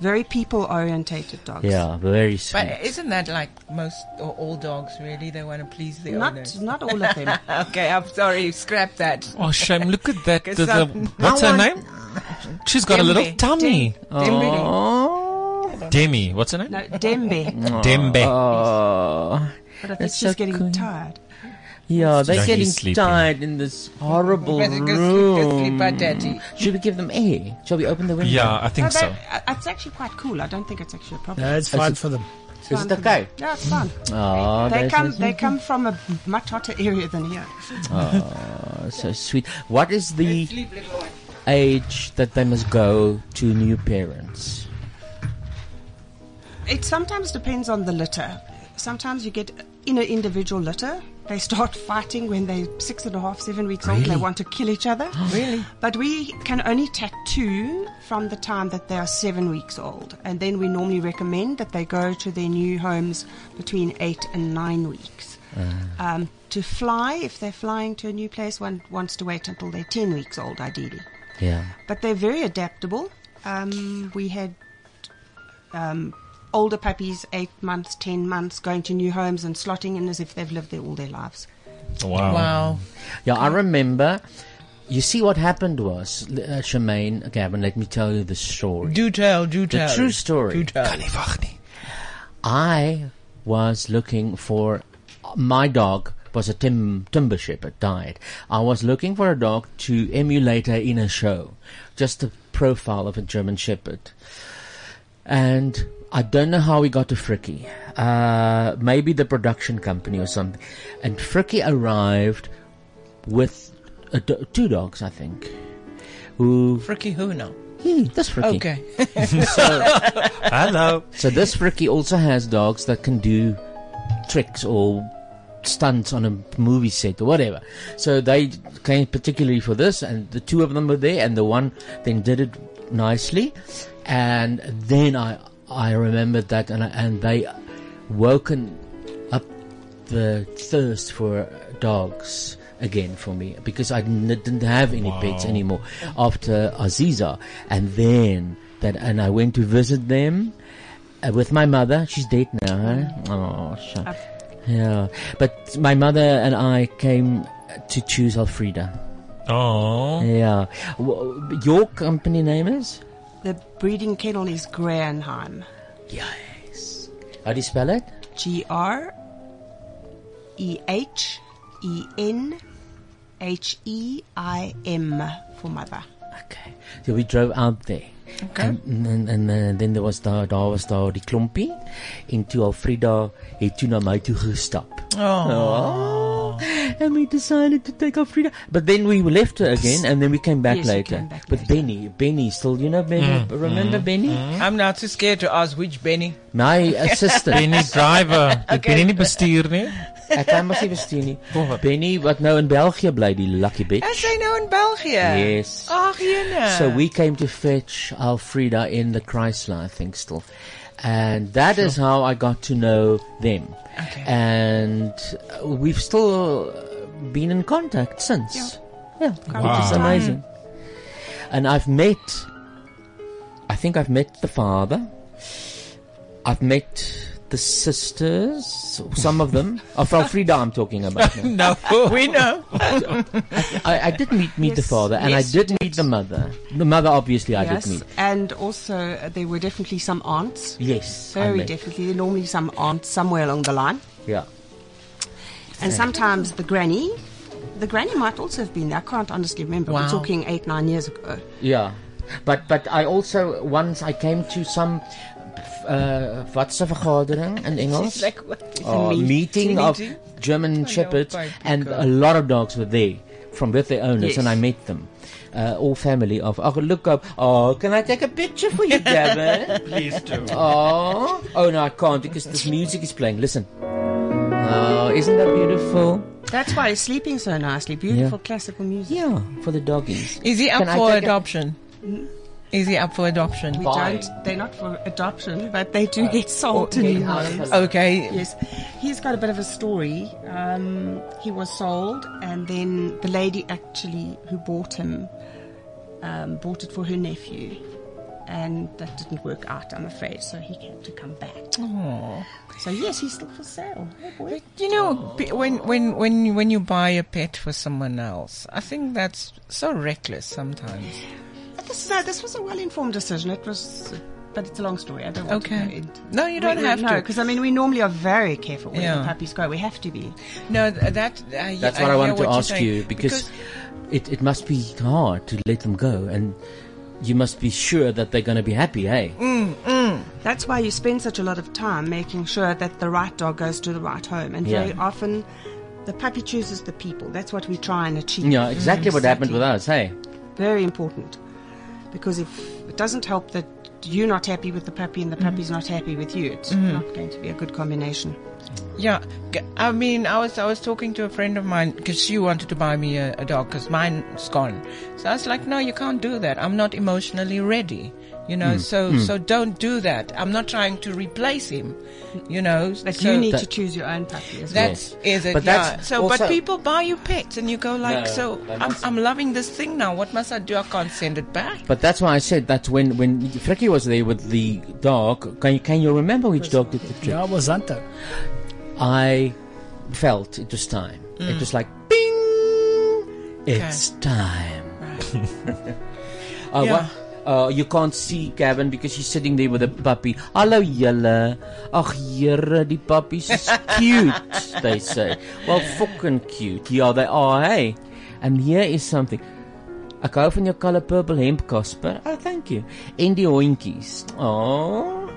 Speaker 11: very people orientated dogs.
Speaker 2: Yeah. Very sweet.
Speaker 5: But isn't that like most or all dogs? Really, they want to please the
Speaker 11: Not-
Speaker 5: owners.
Speaker 11: not all of them.
Speaker 5: (laughs) okay, I'm sorry. Scrap that.
Speaker 4: Oh, shame. Look at that.
Speaker 5: Okay,
Speaker 4: the- the-
Speaker 5: so-
Speaker 4: what's
Speaker 5: I
Speaker 4: her
Speaker 5: want-
Speaker 4: name? She's got a little
Speaker 5: Dembe.
Speaker 4: tummy.
Speaker 5: Dem- Dembele.
Speaker 4: Demi. What's her name?
Speaker 11: No,
Speaker 2: (laughs)
Speaker 11: Dembe.
Speaker 4: Dembe.
Speaker 11: But I think
Speaker 2: That's
Speaker 11: she's
Speaker 2: so
Speaker 11: getting
Speaker 2: cool.
Speaker 11: tired.
Speaker 2: Yeah, they're
Speaker 4: She's
Speaker 2: getting
Speaker 4: sleeping.
Speaker 2: tired in this horrible
Speaker 11: Better go sleep-
Speaker 2: room.
Speaker 11: go sleep, uh, daddy.
Speaker 2: Should we give them air? Shall we open the window?
Speaker 4: Yeah, I think
Speaker 11: No,
Speaker 4: so.
Speaker 11: that- uh, It's actually quite cool. I don't think it's actually a problem.
Speaker 12: No, it's fine for them.
Speaker 11: It's
Speaker 2: Is
Speaker 11: fine
Speaker 2: it
Speaker 11: for them.
Speaker 2: okay?
Speaker 11: Yeah, it's fine.
Speaker 2: Oh,
Speaker 11: they
Speaker 2: that's
Speaker 11: come.
Speaker 2: nice.
Speaker 11: They come from a much hotter area than here.
Speaker 2: Oh, so sweet. What is the age that they must go to new parents?
Speaker 11: It sometimes depends on the litter. Sometimes you get in an individual litter. They start (laughs) fighting when they're six and a half, seven weeks old. They
Speaker 2: Really?
Speaker 11: want to kill each other.
Speaker 5: Really?
Speaker 11: But we can only tattoo from the time that they are seven weeks old. And then we normally recommend that they go to their new homes between eight and nine weeks. Um, to fly, if they're flying to a new place, one wants to wait until they're 10 weeks old, ideally.
Speaker 2: Yeah.
Speaker 11: But they're very adaptable. Um, we had um, older puppies, eight months, ten months, going to new homes and slotting in as if they've lived there all their lives.
Speaker 4: Wow.
Speaker 5: Wow.
Speaker 2: Yeah, I remember. You see, what happened was, uh, Charmaine, Gavin, let me tell you the story.
Speaker 5: Do tell. Do
Speaker 2: The
Speaker 5: tell.
Speaker 2: true story.
Speaker 5: Do tell.
Speaker 2: I was looking for my dog was a tim, timber shepherd died. I was looking for a dog to emulate her in a show, just the profile of a German shepherd. And I don't know how we got to Fricky. Uh, maybe the production company or something. And Fricky arrived with a do- two dogs, I think. Who?
Speaker 5: Fricky who now?
Speaker 2: Hmm, that's Fricky.
Speaker 5: Okay.
Speaker 2: (laughs)
Speaker 4: Hello.
Speaker 2: So this Fricky also has dogs that can do tricks or stunts on a movie set or whatever. So they came particularly for this, and the two of them were there, and the one then did it nicely, and then I I remembered that, and I, and they woken up the thirst for dogs again for me because I n- didn't have any pets
Speaker 4: Wow.
Speaker 2: anymore after Aziza, and then that, and I went to visit them uh, with my mother. She's dead now. Huh? Oh, shut. Yeah, but my mother and I came to choose Elfrida.
Speaker 4: Oh.
Speaker 2: Yeah. W- Your company name is?
Speaker 11: The breeding kennel is Granheim.
Speaker 2: Yes. How do you spell it?
Speaker 11: G R E H E N H E I M for mother.
Speaker 2: So we drove out there.
Speaker 11: Okay.
Speaker 2: And, and, and uh, then there was daar daar was daar die klompie en toe Alfrida het toe na my toe gestap.
Speaker 1: Oh.
Speaker 2: And we decided to take Alfrida. But then we left her again and then we came back
Speaker 5: Yes, we
Speaker 2: later.
Speaker 5: came back
Speaker 2: but Benny, Benny still, you know Benny, remember
Speaker 5: mm.
Speaker 2: Benny?
Speaker 5: I'm now too scared to ask which Benny. (laughs)
Speaker 2: My assistant.
Speaker 5: Benny
Speaker 2: (laughs)
Speaker 4: driver.
Speaker 5: Dit Benny nie
Speaker 4: bestuur nie.
Speaker 2: Ek kan mos nie bestuur nie. Benny wat nou in België bly, die lucky bitch.
Speaker 5: As I know in Oh, België.
Speaker 2: Yes.
Speaker 5: Ag jene.
Speaker 2: So we came to fetch Alfreda in the Chrysler, I think, still. And that is how I got to know them. Okay. And uh, we've still been in contact since. Yeah. Which is
Speaker 1: Wow.
Speaker 2: amazing. Mm. And I've met, I think I've met the father. I've met the sisters, some
Speaker 11: (laughs)
Speaker 2: of them. Of Alfreda, I'm talking about. now.
Speaker 4: No.
Speaker 5: we know.
Speaker 2: (laughs) I, I did meet, meet the
Speaker 11: Yes.
Speaker 2: father, and
Speaker 11: Yes,
Speaker 2: I did meet the mother. The mother, obviously, I
Speaker 11: yes,
Speaker 2: did meet.
Speaker 11: and also uh, there were definitely some aunts.
Speaker 2: Yes, I
Speaker 11: very
Speaker 2: met.
Speaker 11: definitely. There are normally some aunts somewhere along the line,
Speaker 2: Yeah.
Speaker 11: and sometimes the granny. The granny might also have been there. I can't honestly remember.
Speaker 2: Wow.
Speaker 11: We're talking eight, nine years ago.
Speaker 2: Yeah, but but I also once I came to some uh, what's a vergadering in Engels?
Speaker 11: She's like, what is a
Speaker 2: Oh,
Speaker 11: meet-
Speaker 2: meeting of
Speaker 11: meeting?
Speaker 2: German
Speaker 11: know,
Speaker 2: shepherds,
Speaker 11: by
Speaker 2: and
Speaker 11: people.
Speaker 2: a lot of dogs were there from with their owners,
Speaker 11: Yes.
Speaker 2: and I met them. Uh, all family of oh look up oh can I take a picture for
Speaker 11: (laughs)
Speaker 2: you Gavin
Speaker 1: Please do.
Speaker 2: oh oh no I can't because this music is playing listen oh isn't that beautiful
Speaker 11: That's why he's sleeping so nicely. Beautiful classical music.
Speaker 2: Yeah, for the doggies.
Speaker 5: Is he up
Speaker 11: Can I
Speaker 5: for
Speaker 11: take a-
Speaker 5: adoption? Is he up for adoption?
Speaker 11: We don't. They're not for adoption, but they do
Speaker 5: Uh,
Speaker 11: get
Speaker 5: or
Speaker 11: sold to
Speaker 5: get
Speaker 11: new
Speaker 5: out of
Speaker 11: homes.
Speaker 5: the- Okay.
Speaker 11: Yes, he's got a bit of a story. Um, he was sold, and then the lady actually who bought him um, bought it for her nephew, and that didn't work out, I'm afraid. So he had to come back.
Speaker 5: Oh.
Speaker 11: So yes, he's still for sale. Hey, boy.
Speaker 5: You know, pe- when when when you- when you buy a pet for someone else, I think that's so reckless sometimes.
Speaker 11: But This, no, this was a well-informed decision. It was, but it's a long story. I don't want
Speaker 5: Okay.
Speaker 11: to go into.
Speaker 5: No, you don't
Speaker 11: We- we-
Speaker 5: have
Speaker 11: no,
Speaker 5: to.
Speaker 11: because I mean, we normally are very careful when
Speaker 5: Yeah.
Speaker 11: the puppies go. We have to be.
Speaker 5: No, th- that uh, I,
Speaker 2: That's what I,
Speaker 5: hear
Speaker 2: wanted to
Speaker 5: what you're
Speaker 2: ask
Speaker 5: saying.
Speaker 2: you because, it, it must be hard to let them go, and you must be sure that they're going to be happy, hey?
Speaker 11: Mm, mm. That's why you spend such a lot of time making sure that the right dog goes to the right home, and very
Speaker 2: Yeah.
Speaker 11: often, the puppy chooses the people. That's what we try and achieve.
Speaker 2: Yeah, exactly what happened with us, hey?
Speaker 11: Very important, because if it doesn't help that you're not happy with the puppy and the
Speaker 5: Mm-hmm.
Speaker 11: puppy's not happy with you, it's
Speaker 5: Mhm.
Speaker 11: not going to be a good combination.
Speaker 5: Yeah, g- I mean, I was I was talking to a friend of mine because she wanted to buy me a, a dog because mine's gone. So I was like, no, you can't do that. I'm not emotionally ready. You know,
Speaker 11: Mm,
Speaker 2: Hmm.
Speaker 5: so
Speaker 11: mm.
Speaker 5: so don't do that. I'm not trying to replace him. You know,
Speaker 11: But
Speaker 5: so
Speaker 11: you need to choose your own puppy as well.
Speaker 5: That's is it.
Speaker 11: But
Speaker 5: yeah.
Speaker 11: that's
Speaker 5: So, but
Speaker 11: also-
Speaker 5: people buy you pets, and you go like,
Speaker 2: No,
Speaker 5: so
Speaker 2: they
Speaker 5: I'm,
Speaker 2: must-
Speaker 5: I'm loving this thing now. What must I do? I can't send it back.
Speaker 2: But that's why I said that when, when Frikkie was there with the dog, can you, can you remember which dog did the trick? Yeah,
Speaker 12: it was Hunter.
Speaker 2: I felt it was time. It
Speaker 12: Mm.
Speaker 2: was like, bing! It's time. (laughs) uh,
Speaker 5: Yeah.
Speaker 2: what, uh, you can't see Gavin because he's sitting there with a puppy. Hallo julle. Ag jere, die puppies is cute, they say. Well, fucking cute. Yeah, they are, hey. And here is something. Ek hou van jou color purple hemp, Casper. Oh, thank you. En die hondjies. Oh.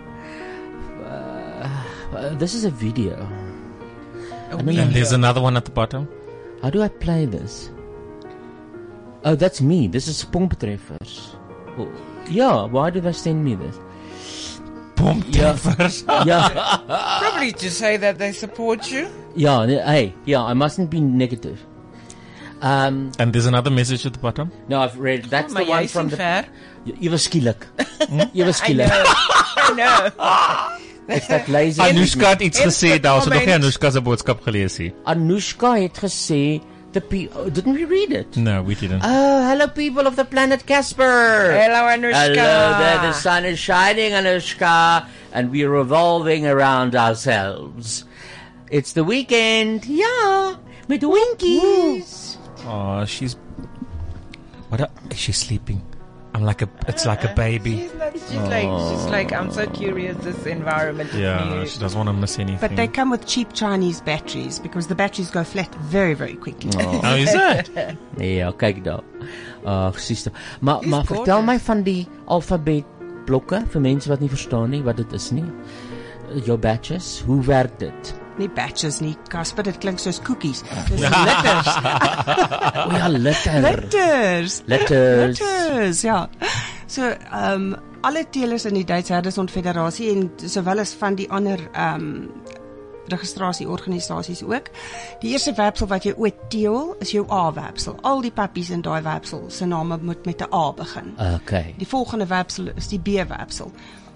Speaker 2: Uh, uh, this is a video. I don't know.
Speaker 4: Oh, And there's another one at the bottom.
Speaker 2: How do I play this? Oh, that's me. This is Pomptreffers. Oh, yeah, why did they send me this?
Speaker 5: (laughs)
Speaker 2: Pomptreffers? Yeah,
Speaker 4: (laughs)
Speaker 5: Probably to say that they support you.
Speaker 2: yeah, yeah, hey, yeah, I mustn't be negative. Um,
Speaker 4: And there's another message at the bottom.
Speaker 2: no, I've read, that's
Speaker 5: maar
Speaker 2: the
Speaker 5: jy
Speaker 2: one
Speaker 5: is
Speaker 2: from
Speaker 5: nie
Speaker 2: the...
Speaker 5: Oh ver.
Speaker 2: Jy jy was skielik. Jy
Speaker 5: (laughs)
Speaker 2: was skielik.
Speaker 5: I know.
Speaker 2: (laughs) It's that lazy...
Speaker 4: Anushka het iets
Speaker 2: Instant
Speaker 4: gesê daar, so nog nie
Speaker 2: comment.
Speaker 4: Anushka se boodskap gelees nie.
Speaker 2: Anushka het gesê The pe- oh, didn't we read it?
Speaker 4: No, we didn't.
Speaker 2: Oh, hello, people of the planet Casper.
Speaker 5: Hello, Anushka.
Speaker 2: Hello there. The sun is shining, Anushka, and we're revolving around ourselves. It's the weekend. Yeah, with the winkies.
Speaker 4: Oh, she's. What? A, is she sleeping? I'm like a. It's like a baby.
Speaker 5: She's, not, she's like, she's like, I'm so curious. This environment. is
Speaker 4: Yeah,
Speaker 5: new.
Speaker 4: she doesn't want to miss anything.
Speaker 11: But they come with cheap Chinese batteries because the batteries go flat very, very quickly. (laughs)
Speaker 2: Oh.
Speaker 4: Oh, is
Speaker 2: (laughs)
Speaker 4: it?
Speaker 2: Ja, kyk daar. Ag, Oh, sister. Maar
Speaker 11: Dis
Speaker 2: maar
Speaker 11: gorgeous.
Speaker 2: vertel my van die alfabet blokke vir mense wat nie verstaan nie wat dit is nie. Jou batches, hoe werk dit?
Speaker 11: Nie batches nie, Casper, dit klink soos koekies.
Speaker 4: Ah. (laughs)
Speaker 11: Dis letters.
Speaker 2: o ja, letter.
Speaker 11: Letters.
Speaker 2: Letters.
Speaker 11: Letters, ja. So, ehm alle telers in die Duitse Herdesondfederasie en sowel as van die ander ehm registrasieorganisasies ook. Die eerste werpsel wat jy ooit teel is jou A werpsel. Al die pappies in daai werpsel se name moet met 'n A begin.
Speaker 2: Okay.
Speaker 11: Die volgende werpsel is die B-werpsel.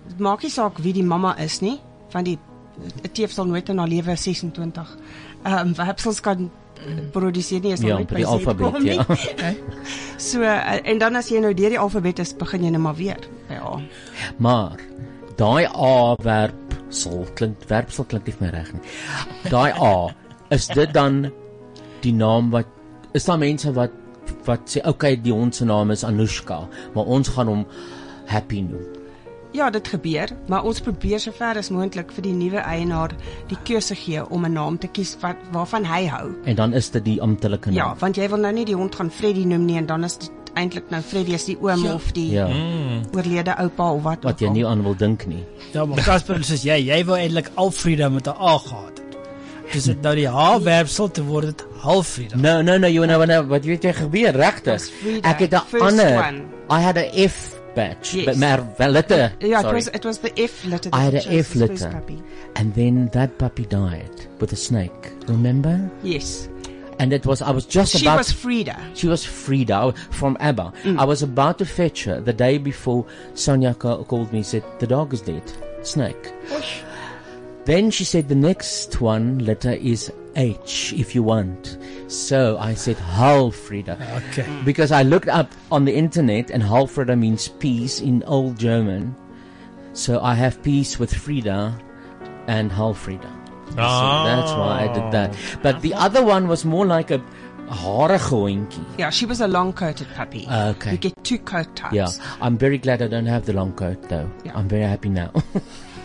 Speaker 11: Dit maak nie saak wie die mamma is nie, want die 'n teef sal nooit in haar lewe 26 ehm um, werpsels kan produseer nie, is
Speaker 2: Ja,
Speaker 11: nooit
Speaker 2: by die
Speaker 11: sy
Speaker 2: alfabet,
Speaker 11: kom nie.
Speaker 2: ja.
Speaker 11: (laughs) so eh, en dan as jy nou deur die alfabet is, begin jy nou maar weer by A.
Speaker 2: Maar daai A werp sal klink werpsel klink nie vir my reg nie. Daai A is dit dan die naam wat is daar mense wat wat sê okay die hond se naam is Anushka, maar ons gaan hom Happy noem.
Speaker 11: Ja, dit gebeur, maar ons probeer so ver as moontlik vir die nuwe eienaar die keuse gee om 'n naam te kies wat waarvan hy hou.
Speaker 2: En dan is dit die amptelike
Speaker 11: Ja,
Speaker 2: naam.
Speaker 11: want jy wil nou nie die hond gaan Freddy noem nie en dan is dit eintlik nou Freddy is die oom
Speaker 2: Ja.
Speaker 11: of die
Speaker 2: Ja.
Speaker 12: Mm.
Speaker 11: oorlede oupa of wat
Speaker 2: wat jy nie aan wil dink nie.
Speaker 12: Ja, maar Casper soos jy, jy wou eintlik Alfrida met 'n A gehad het. Dis dit nou die H-werpsel te word dit Alfrida.
Speaker 2: No, no, no, you know what what weet jy gebeur regtig?
Speaker 11: Frida,
Speaker 2: Ek het 'n
Speaker 11: first
Speaker 2: ander
Speaker 11: one.
Speaker 2: I had a F batch,
Speaker 11: Yes.
Speaker 2: but maar wel letter.
Speaker 11: Yeah, it
Speaker 2: sorry.
Speaker 11: was it was the F letter.
Speaker 2: I had
Speaker 11: that
Speaker 2: an
Speaker 11: chose
Speaker 2: F
Speaker 11: the space
Speaker 2: letter.
Speaker 11: puppy.
Speaker 2: And then that puppy died with a snake. Remember?
Speaker 11: Yes.
Speaker 2: And it was I was just
Speaker 11: she
Speaker 2: about
Speaker 11: was Frida. Mm.
Speaker 2: She was Frida from ABBA. I was about to fetch her the day before Sonia ca- called me and said, The dog is dead. Snake. Then she said, The next one letter is H if you want. So I said, Halfrida.
Speaker 12: Okay.
Speaker 11: Mm.
Speaker 2: Because I looked up on the internet and Halfrida means peace in Old German. So I have peace with Frida and Halfrida. So that's why I did that. But the other one was more like a harige hondjie.
Speaker 11: Yeah, she was a long-coated puppy.
Speaker 2: Ah, Okay.
Speaker 11: You get two coat types.
Speaker 2: Yeah, I'm very glad I don't have the long coat though. I'm very happy now. (laughs)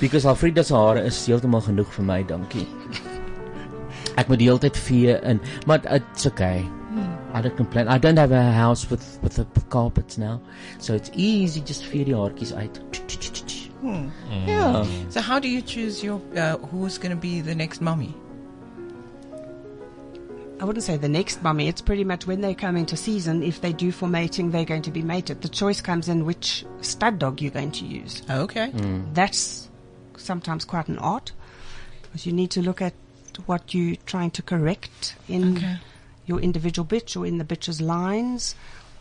Speaker 2: Because Alfreda se hare is heeltemal genoeg vir my, dankie. Ek moet die hele tyd vee in, maar it's okay. I don't complain. I don't have a house with with the carpets now. So it's easy just vee die haartjies uit.
Speaker 5: Hmm.
Speaker 2: Mm. Yeah.
Speaker 5: So how do you choose your uh, who's going to be the next mummy?
Speaker 11: I wouldn't say the next mummy. It's pretty much when they come into season. If they do for mating, they're going to be mated. The choice comes in which stud dog you're going to use.
Speaker 5: Okay. Mm.
Speaker 11: That's sometimes quite an art because you need to look at what you're trying to correct in
Speaker 5: Okay.
Speaker 11: your individual bitch or in the bitch's lines.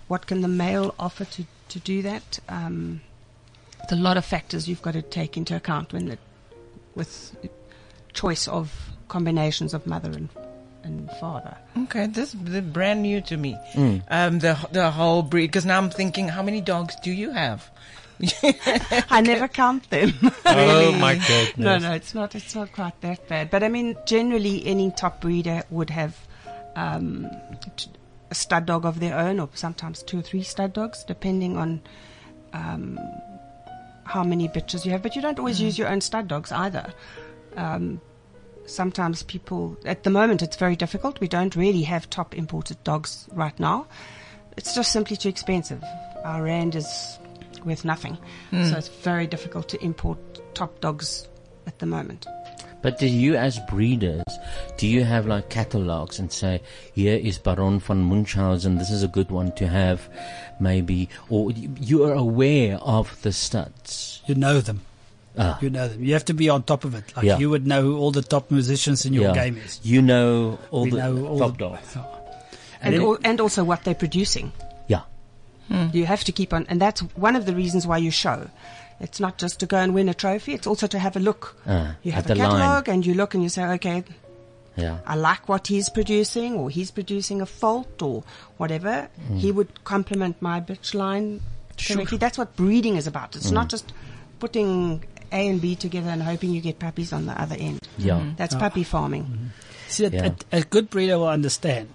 Speaker 11: What can the male offer to, to do that? Um, there's a lot of factors you've got to take into account when the, with choice of combinations of mother and, and father.
Speaker 5: Okay, this is brand new to me.
Speaker 11: Mm.
Speaker 5: Um, the the whole breed. Because now I'm thinking, how many dogs do you have? (laughs)
Speaker 11: I never count them. (laughs)
Speaker 5: Oh, my goodness.
Speaker 11: No, no, it's not. It's not quite that bad. But I mean, generally, any top breeder would have um, t- a stud dog of their own, or sometimes two or three stud dogs, depending on um, how many bitches you have. But you don't
Speaker 5: Mm.
Speaker 11: always use your own stud dogs either. Um, sometimes people, at the moment, it's very difficult. We don't really have top imported dogs right now. It's just simply too expensive. Our rand is worth nothing,
Speaker 2: Mm.
Speaker 11: so it's very difficult to import top dogs at the moment.
Speaker 2: But do you, as breeders, do you have like catalogs and say, here is Baron von Munchausen, this is a good one to have, maybe, or you- you are aware of the studs?
Speaker 12: You know them.
Speaker 2: Ah.
Speaker 12: You know them. You have to be on top of it. Like
Speaker 2: Yeah.
Speaker 12: you would know who all the top musicians in your
Speaker 2: Yeah.
Speaker 12: game is.
Speaker 2: You know all
Speaker 12: We
Speaker 2: the
Speaker 12: know all
Speaker 2: top
Speaker 12: the-
Speaker 2: dogs.
Speaker 11: and
Speaker 12: then-
Speaker 11: al- and also what they're producing. Hmm.
Speaker 2: Yeah.
Speaker 11: You have to keep on, and that's one of the reasons why you show. It's not just to go and win a trophy; it's also to have a look.
Speaker 2: Ah,
Speaker 11: You
Speaker 2: at
Speaker 11: have
Speaker 2: the
Speaker 11: a
Speaker 2: line.
Speaker 11: catalogue, and you look and you say, "Okay,
Speaker 13: Yeah.
Speaker 11: I like what he's producing, or he's producing a fault, or whatever.
Speaker 13: Mm.
Speaker 11: He would complement my bitch line correctly. That's what breeding is about. It's
Speaker 13: Mm.
Speaker 11: not just putting A and B together and hoping you get puppies on the other end. Mm-hmm.
Speaker 13: Yeah. Mm.
Speaker 11: That's
Speaker 12: Oh.
Speaker 11: puppy farming.
Speaker 12: See, a-
Speaker 11: Yeah.
Speaker 12: a, a good breeder will understand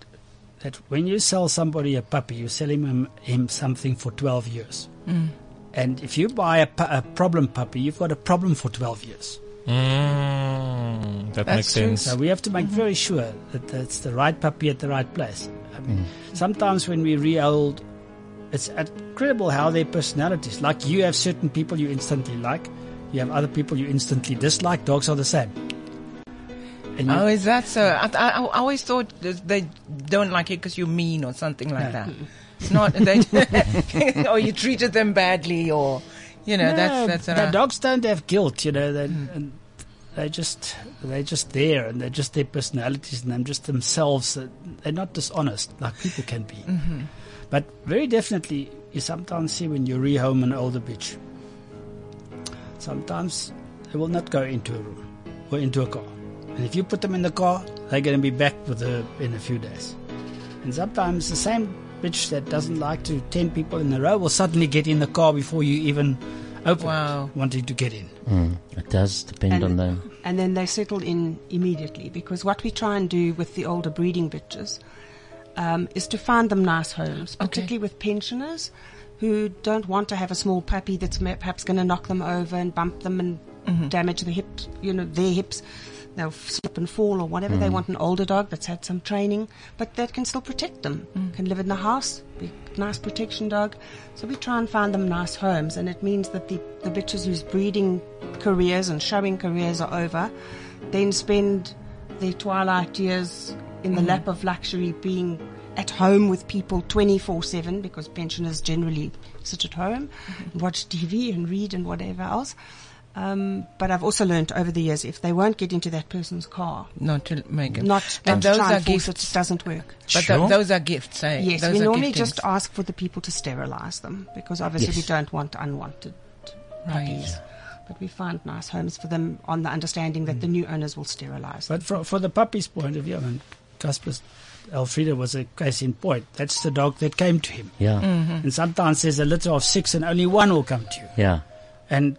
Speaker 12: that when you sell somebody a puppy, you sell him, him something for 12 years.
Speaker 1: Mm.
Speaker 12: And if you buy a, pu- a problem puppy, you've got a problem for 12 years.
Speaker 4: Mm, that makes sense.
Speaker 12: So we have to make very sure that that's the right puppy at the right place. I mean, Sometimes when we re-old, it's incredible how their personalities. Like you have certain people you instantly like, you have other people you instantly dislike. Dogs are the same. And you-
Speaker 5: Oh, is that so? I, I, I always thought that they don't like you because you're mean or something like that. It's not they, (laughs) or you treated them badly or you know
Speaker 12: No,
Speaker 5: that's uh, that's what
Speaker 12: no,
Speaker 5: I-
Speaker 12: dogs don't have guilt. You know, they and they just they're just there, and they're just their personalities, and they're just themselves. Uh, They're not dishonest like people can be.
Speaker 5: Mm-hmm.
Speaker 1: Mhm.
Speaker 12: But very definitely, you sometimes see when you rehome an older bitch. Sometimes they will not go into a room or into a car, and if you put them in the car, they're going to be back with her in a few days. And sometimes the same bitch that doesn't like to ten people in a row will suddenly get in the car before you even open it, wanting to get in.
Speaker 2: Mm, it does depend on
Speaker 11: And-
Speaker 2: the.
Speaker 11: And then they settle in immediately because what we try and do with the older breeding bitches um, is to find them nice homes, particularly with pensioners who don't want to have a small puppy that's ma- perhaps going to knock them over and bump them and damage the hips, you know, their hips. They'll f- slip and fall or whatever. They
Speaker 14: Mm.
Speaker 11: want an older dog that's had some training, but that can still protect them. Can live in the house, be a nice protection dog. So we try and find them nice homes, and it means that the, the bitches whose breeding careers and showing careers are over, then spend their twilight years in the
Speaker 5: Mhm.
Speaker 11: lap of luxury being at home with people 24 7 because pensioners generally sit at home
Speaker 5: Mm-hmm.
Speaker 11: and watch TV and read and whatever else. Um, but I've also learned over the years if they won't get into that person's car,
Speaker 5: not to make it
Speaker 11: not,
Speaker 5: and
Speaker 11: not
Speaker 5: those
Speaker 11: try
Speaker 5: are
Speaker 11: and force
Speaker 5: gifts.
Speaker 11: it, it doesn't work.
Speaker 5: But th- Sure. those are gifts, eh?
Speaker 11: Yes,
Speaker 5: Those
Speaker 11: we
Speaker 5: are
Speaker 11: normally
Speaker 5: giftings.
Speaker 11: just ask for the people to sterilize them because obviously we
Speaker 5: Yes.
Speaker 11: don't want unwanted puppies. But we find nice homes for them on the understanding that the new owners will sterilize them.
Speaker 12: Mm. But for, for the puppy's point of view, I mean, Casper's Elfrida was a case in point. That's the dog that came to him.
Speaker 2: Yeah.
Speaker 11: Mhm.
Speaker 12: And sometimes there's a litter of six and only one will come to you.
Speaker 2: Yeah.
Speaker 12: And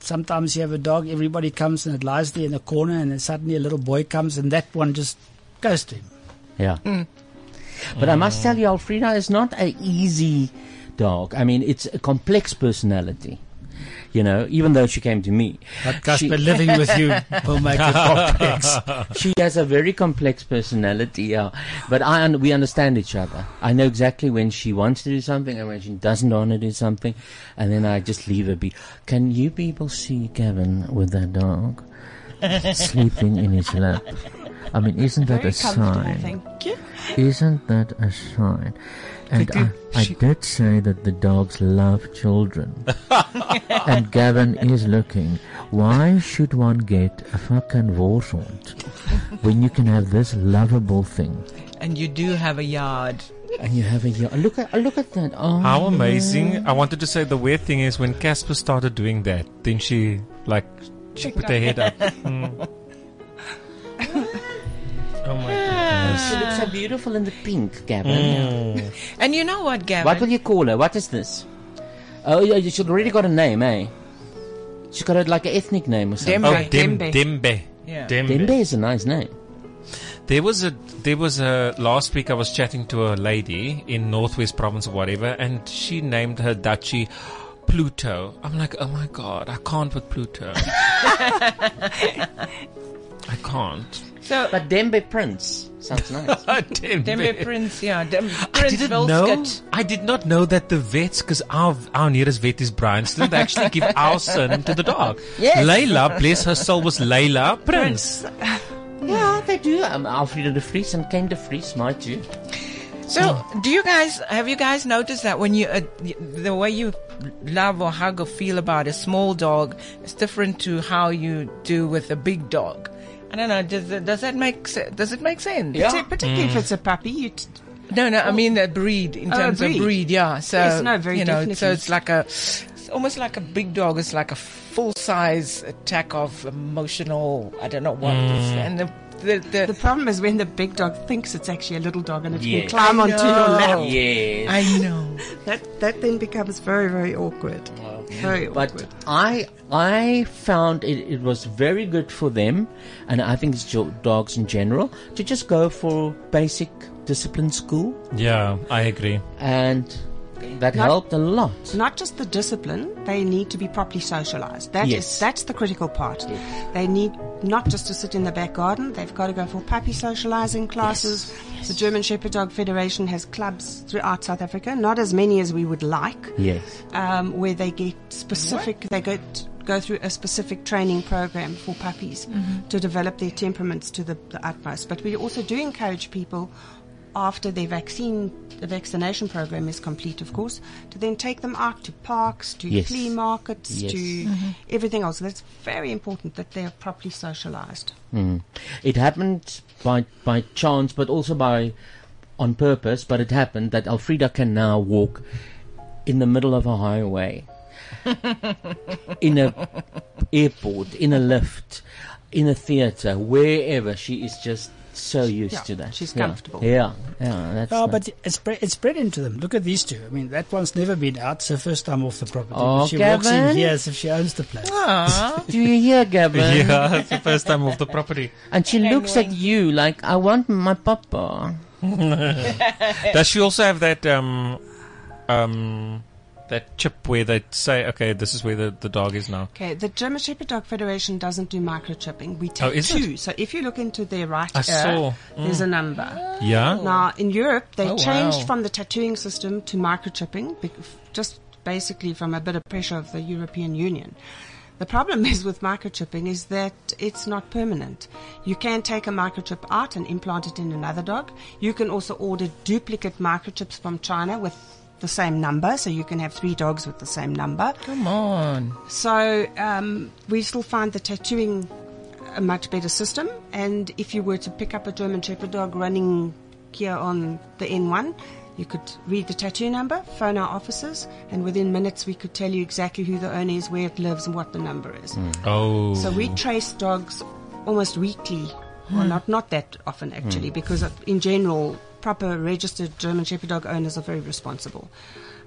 Speaker 12: sometimes you have a dog, everybody comes and it lies there in the corner, and then suddenly a little boy comes and that one just goes to him.
Speaker 2: Yeah.
Speaker 11: Mm.
Speaker 2: But I must tell you, Alfreda is not an easy dog. I mean, it's a complex personality. You know, even though she came to me.
Speaker 12: But Casper, living with
Speaker 2: (laughs)
Speaker 12: you will make it complex.
Speaker 2: she has a very complex personality, yeah. But I un- we understand each other. I know exactly when she wants to do something and when she doesn't want to do something, and then I just leave her be. Can you people see Kevin with that dog
Speaker 11: (laughs)
Speaker 2: sleeping in his lap? I mean, isn't that
Speaker 11: Very
Speaker 2: a sign?
Speaker 11: comfortable, thank you.
Speaker 2: Isn't that a sign? And
Speaker 11: Thank
Speaker 2: I,
Speaker 11: you.
Speaker 2: I did say that the dogs love
Speaker 4: (laughs)
Speaker 2: children. and Gavin is looking. Why should one get a fucking Warshort when you can have this lovable thing?
Speaker 5: and you do have a yard.
Speaker 2: And you have a year. Look at look at that. Oh,
Speaker 4: How
Speaker 2: yeah.
Speaker 4: amazing! I wanted to say the weird thing is when Casper started doing that, then she like she put her head
Speaker 2: (laughs)
Speaker 4: up. (laughs) Mm. Oh my goodness.
Speaker 2: She looks so beautiful in the pink, Gavin.
Speaker 4: Mm.
Speaker 5: And you know what, Gavin?
Speaker 2: What will you call her? What is this? Oh, yeah, you- she's already got a name, eh? She's got a, like an ethnic name or something.
Speaker 4: Oh, Dem- Dembe. Dembe.
Speaker 2: Dembe is a nice name.
Speaker 4: There was a there was a last week I was chatting to a lady in Northwest Province or whatever, and she named her duchy Pluto. I'm like, oh my god, I can't with Pluto.
Speaker 2: (laughs)
Speaker 4: I can't.
Speaker 5: (laughs) So,
Speaker 2: but Dembe Prince sounds nice.
Speaker 4: (laughs) Dembe.
Speaker 5: Dembe Prince, yeah, Dem-
Speaker 4: I
Speaker 5: Prince
Speaker 4: didn't know.
Speaker 5: Wilskut.
Speaker 4: I did not know that the vets, because our our nearest vet is Bryanston, they actually
Speaker 2: (laughs)
Speaker 4: give our son to the dog.
Speaker 2: Yes.
Speaker 4: Layla, bless her soul, was Layla Prince.
Speaker 2: (sighs) yeah, they do. Um, Alfredo de Vries and Ken de Vries might do.
Speaker 5: So, do you guys have you guys noticed that when you uh, y- the way you love or hug or feel about a small dog is different to how you do with a big dog? I don't know. Does that- does that make se- does it make sense?
Speaker 11: Yeah. Partic- particularly if Mm. it's a puppy, you. T-
Speaker 5: no, no. I mean a breed in
Speaker 11: Oh, a
Speaker 5: terms
Speaker 11: breed.
Speaker 5: of breed. Yeah. So
Speaker 11: Yes, no, very
Speaker 5: you know, so
Speaker 11: definitely.
Speaker 5: it's like a, it's almost like a big dog. It's like a full size attack of emotional. I don't know what. it is.
Speaker 4: Mm.
Speaker 5: And the, the, the,
Speaker 11: the problem is when the big dog thinks it's actually a little dog and it
Speaker 5: Yes.
Speaker 11: can climb
Speaker 5: I
Speaker 11: onto your lap.
Speaker 5: know. Yes. I know.
Speaker 11: (laughs) that that then becomes very very awkward. Very
Speaker 2: But I I found it, it was very good for them, and I think it's jo- dogs in general to just go for basic discipline school,
Speaker 4: Yeah, I agree.
Speaker 2: and that
Speaker 11: Not-
Speaker 2: helped a lot.
Speaker 11: Not just the discipline; they need to be properly socialized. That is,
Speaker 2: Yes.
Speaker 11: that's the critical part. They need not just to sit in the back garden; they've got to go for puppy socializing classes. The German Shepherd Dog Federation has clubs throughout South Africa, not as many as we would like,
Speaker 2: Yes.
Speaker 11: um, where they get specific. They go t- go through a specific training program for puppies
Speaker 14: Mhm.
Speaker 11: to develop their temperaments to the, the utmost. But we also do encourage people after their vaccine the vaccination program is complete, of course, to then take them out to parks, to
Speaker 2: Yes.
Speaker 11: flea markets,
Speaker 2: Yes.
Speaker 11: to
Speaker 2: Mhm.
Speaker 11: everything else. That's very important that they are properly socialized.
Speaker 2: Mm. It happened by by chance, but also by on purpose. But it happened that Elfrida can now walk in the middle of a
Speaker 12: (laughs)
Speaker 2: highway, in a airport, in a lift, in a theater, wherever. She is just so used
Speaker 12: Yeah,
Speaker 2: to that.
Speaker 12: she's
Speaker 2: Yeah.
Speaker 12: comfortable.
Speaker 2: Yeah, yeah. That's
Speaker 12: Oh,
Speaker 2: nice.
Speaker 12: but it's bre- it's bred into them. Look at these two. I mean, that one's never been out. It's her first time off the property.
Speaker 2: Oh,
Speaker 12: but she walks in
Speaker 2: Gavin.
Speaker 12: here as if she owns the place.
Speaker 2: Do you hear, Gavin?
Speaker 12: (laughs)
Speaker 4: Yeah, (laughs) it's the first time off the
Speaker 2: (laughs)
Speaker 4: property.
Speaker 2: And she looks at you like, I want
Speaker 12: (laughs)
Speaker 2: my papa. Oh,
Speaker 4: Does she also have that um um that chip where they say, okay, this is where the, the dog is now?
Speaker 11: Okay, the German Shepherd Dog Federation doesn't do microchipping. We
Speaker 4: Oh,
Speaker 11: take
Speaker 4: is
Speaker 11: two. So if you look into their right
Speaker 4: I
Speaker 11: ear,
Speaker 4: saw.
Speaker 11: there's
Speaker 4: Mm.
Speaker 11: a number.
Speaker 4: Yeah.
Speaker 11: Now in Europe, they
Speaker 4: Oh,
Speaker 11: changed
Speaker 4: wow.
Speaker 11: from the tattooing system to microchipping, bec- just basically from a bit of pressure of the European Union. The problem (laughs) is with microchipping is that it's not permanent. You can take a microchip out and implant it in another dog. You can also order duplicate microchips from China with the same number, so you can have three dogs with the same number.
Speaker 5: Come on.
Speaker 11: So um, we still find the tattooing a much better system. And if you were to pick up a German Shepherd dog running here on the N1, you could read the tattoo number, phone our offices, and within minutes we could tell you exactly who the owner is, where it lives, and what the number
Speaker 5: Hmm.
Speaker 11: is.
Speaker 4: Oh.
Speaker 11: So we trace dogs almost weekly, well,
Speaker 5: Hmm.
Speaker 11: not not that often actually,
Speaker 5: Hmm.
Speaker 11: because of- in general, proper registered German Shepherd dog owners are very responsible.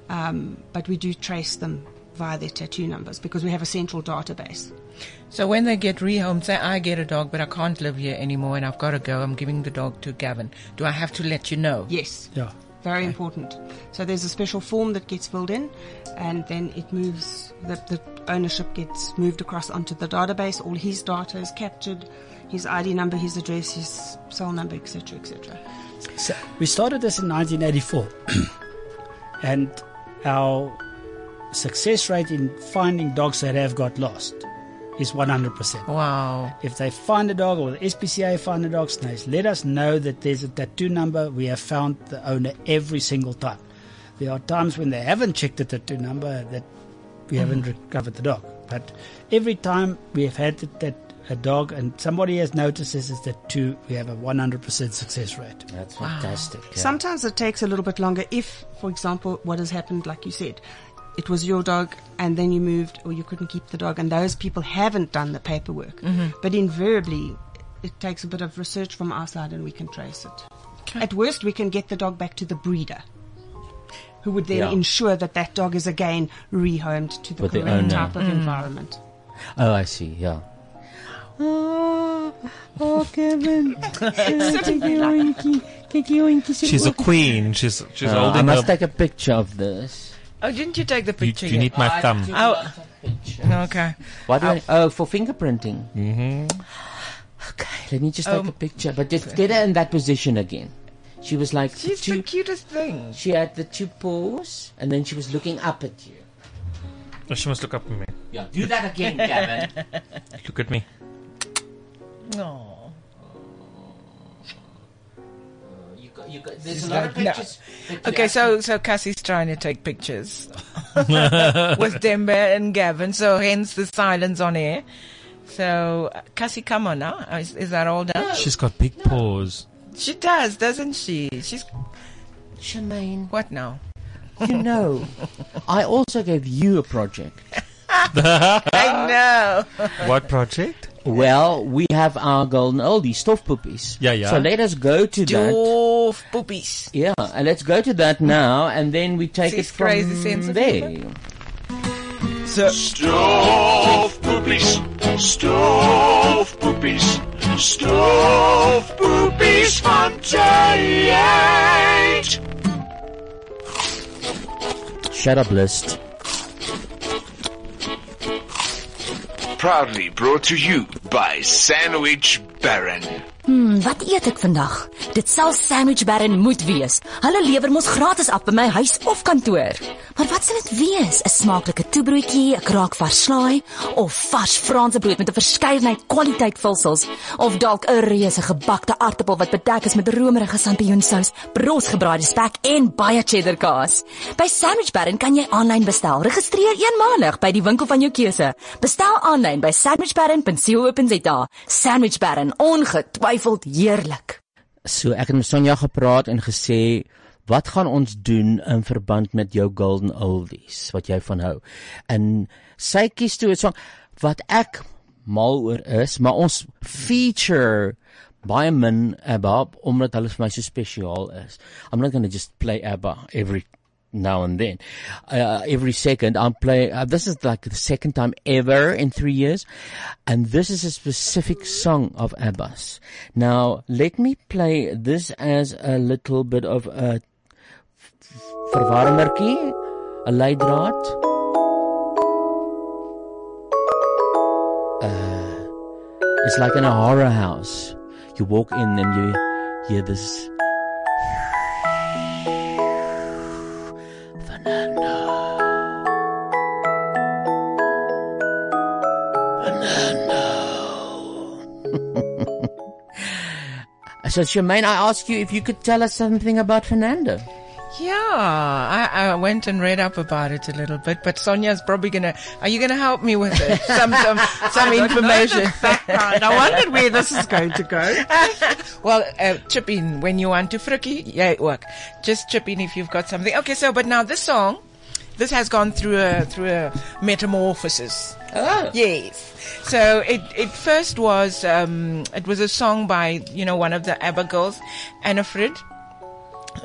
Speaker 11: Um, but we do trace them via their tattoo numbers because we have a central database.
Speaker 5: So when they get rehomed, say I get a dog, but I can't live here anymore, and I've got to go. I'm giving the dog to Gavin. Do I have to let you know?
Speaker 11: Yes.
Speaker 12: Yeah.
Speaker 11: Very important. So there's a special form that gets filled in, and then it moves. The, the ownership gets moved across onto the database. All his data is captured, his ID number, his address, his cell number, etc., etc.
Speaker 12: So we started this in 1984, (clears throat) and our success rate in finding dogs that have got lost is 100%.
Speaker 5: Wow.
Speaker 12: If they find a dog or the SPCA find a dog, snails, let us know that there's a tattoo number. We have found the owner every single time. There are times when they haven't checked the tattoo number that we haven't recovered the dog. But every time we have had that, that a dog and somebody has noticed this is that two, we have a 100% success rate.
Speaker 2: That's fantastic.
Speaker 11: Sometimes it takes a little bit longer if, for example, what has happened, like you said, it was your dog and then you moved or you couldn't keep the dog and those people haven't done the paperwork.
Speaker 2: Mm.
Speaker 5: Mhm.
Speaker 11: But invariably, it takes a bit of research from our side and we can trace it. At worst, we can get the dog back to the breeder. Who would then
Speaker 2: Yeah.
Speaker 11: ensure that that dog is again rehomed to the
Speaker 2: With the
Speaker 11: correct
Speaker 2: owner.
Speaker 11: type of
Speaker 2: Mm.
Speaker 11: environment?
Speaker 2: Oh, I see. Yeah.
Speaker 1: Oh, oh, Kevin.
Speaker 4: She's a queen. She's she's
Speaker 2: Uh, I
Speaker 4: holding
Speaker 2: must
Speaker 4: her.
Speaker 2: take a picture of this.
Speaker 5: Oh, didn't you take the
Speaker 4: You-
Speaker 5: picture?
Speaker 4: you need my I thumb. do
Speaker 5: Oh. Okay.
Speaker 2: Why
Speaker 5: Uh,
Speaker 2: do I, oh, for fingerprinting.
Speaker 4: Mm-hmm.
Speaker 2: Okay, let me just take
Speaker 5: Um,
Speaker 2: a picture. But just get her in that position again. She was like, the
Speaker 5: She's
Speaker 2: two,
Speaker 5: the cutest thing.
Speaker 2: she had the two paws, and then she was looking up at you.
Speaker 4: Oh, she must look up at me.
Speaker 2: Yeah, do that again, Gavin.
Speaker 4: Look at me.
Speaker 5: No.
Speaker 2: You got, you got, there's a lot of pictures. that you
Speaker 5: Okay,
Speaker 2: have
Speaker 5: so so Cassie's trying to take
Speaker 4: (laughs)
Speaker 5: pictures with Dembe and Gavin, so hence the silence on air. So uh, Cassie, come on now. Is, is that all done?
Speaker 4: She's got big paws.
Speaker 5: She does, doesn't she? She's
Speaker 2: Charmaine.
Speaker 5: What now?
Speaker 2: You know, I (laughs) also gave you a project.
Speaker 5: I know.
Speaker 4: What project?
Speaker 2: Well, we have our golden oldie, stofpuppies.
Speaker 15: Yeah, yeah.
Speaker 2: So let us go to that.
Speaker 5: Doof poopies.
Speaker 2: Yeah, and let's go to that now, and then we take
Speaker 5: She's
Speaker 2: it from
Speaker 5: crazy sense of
Speaker 2: there.
Speaker 5: So,
Speaker 1: Stoofpoopies, stoofpoopies, stoofpoopies van tijd.
Speaker 2: Shut up, list.
Speaker 16: Proudly brought to you by Sandwich Baron.
Speaker 17: Hmm, wat eet ek vandag? Dit sal sandwich baron moet wees. Hulle lewer mos gratis af by my huis of kantoor. Maar wat sal dit wees? 'n Smaaklike toebroodjie, 'n kraak vars slaai of vars Franse brood met 'n verskeidenheid kwaliteit vulsels of dalk 'n reuse gebakte aartappel wat bedek is met romerige sampioensous, brosgebraaide spek en baie cheddar kaas. By Sandwich Baron kan jy aanlyn bestel. Registreer eenmalig by die winkel van jou keuse. Bestel aanlyn by sandwichbaron.co.za. Sandwich Baron, ongetwyfeld heerlik.
Speaker 2: So ek het met Sonja gepraat en gesê wat gaan ons doen in verband met jou golden oldies wat jy van hou. En sy kies toe 'n song wat ek mal oor is, maar ons feature baie min ABBA omdat hulle vir my so spesiaal is. I'm not going to just play ABBA every now and then. Uh, every second I'm playing, uh, this is like the second time ever in three years. And this is a specific song of Abbas. Now, let me play this as a little bit of a verwarmerkie, a leidraad. Uh, it's like in a horror house. You walk in and you hear this So Shemaine, I ask you if you could tell us something about Fernando.
Speaker 5: yeah, I, I went and read up about it a little bit, but Sonia's probably gonna, are you gonna help me with
Speaker 11: (laughs)
Speaker 5: it? Some, some, some
Speaker 11: I don't know the
Speaker 5: information.
Speaker 11: background. I wondered where this is going to go.
Speaker 5: (laughs) well, uh, chip in when you want to, Frikkie. Yeah, it work. Just chip in if you've got something. Okay, so, but now this song, this has gone through a, through a metamorphosis.
Speaker 1: Oh.
Speaker 5: Yes. So it, it first was, um, it was a song by, you know, one of the ABBA girls, Anna Frid.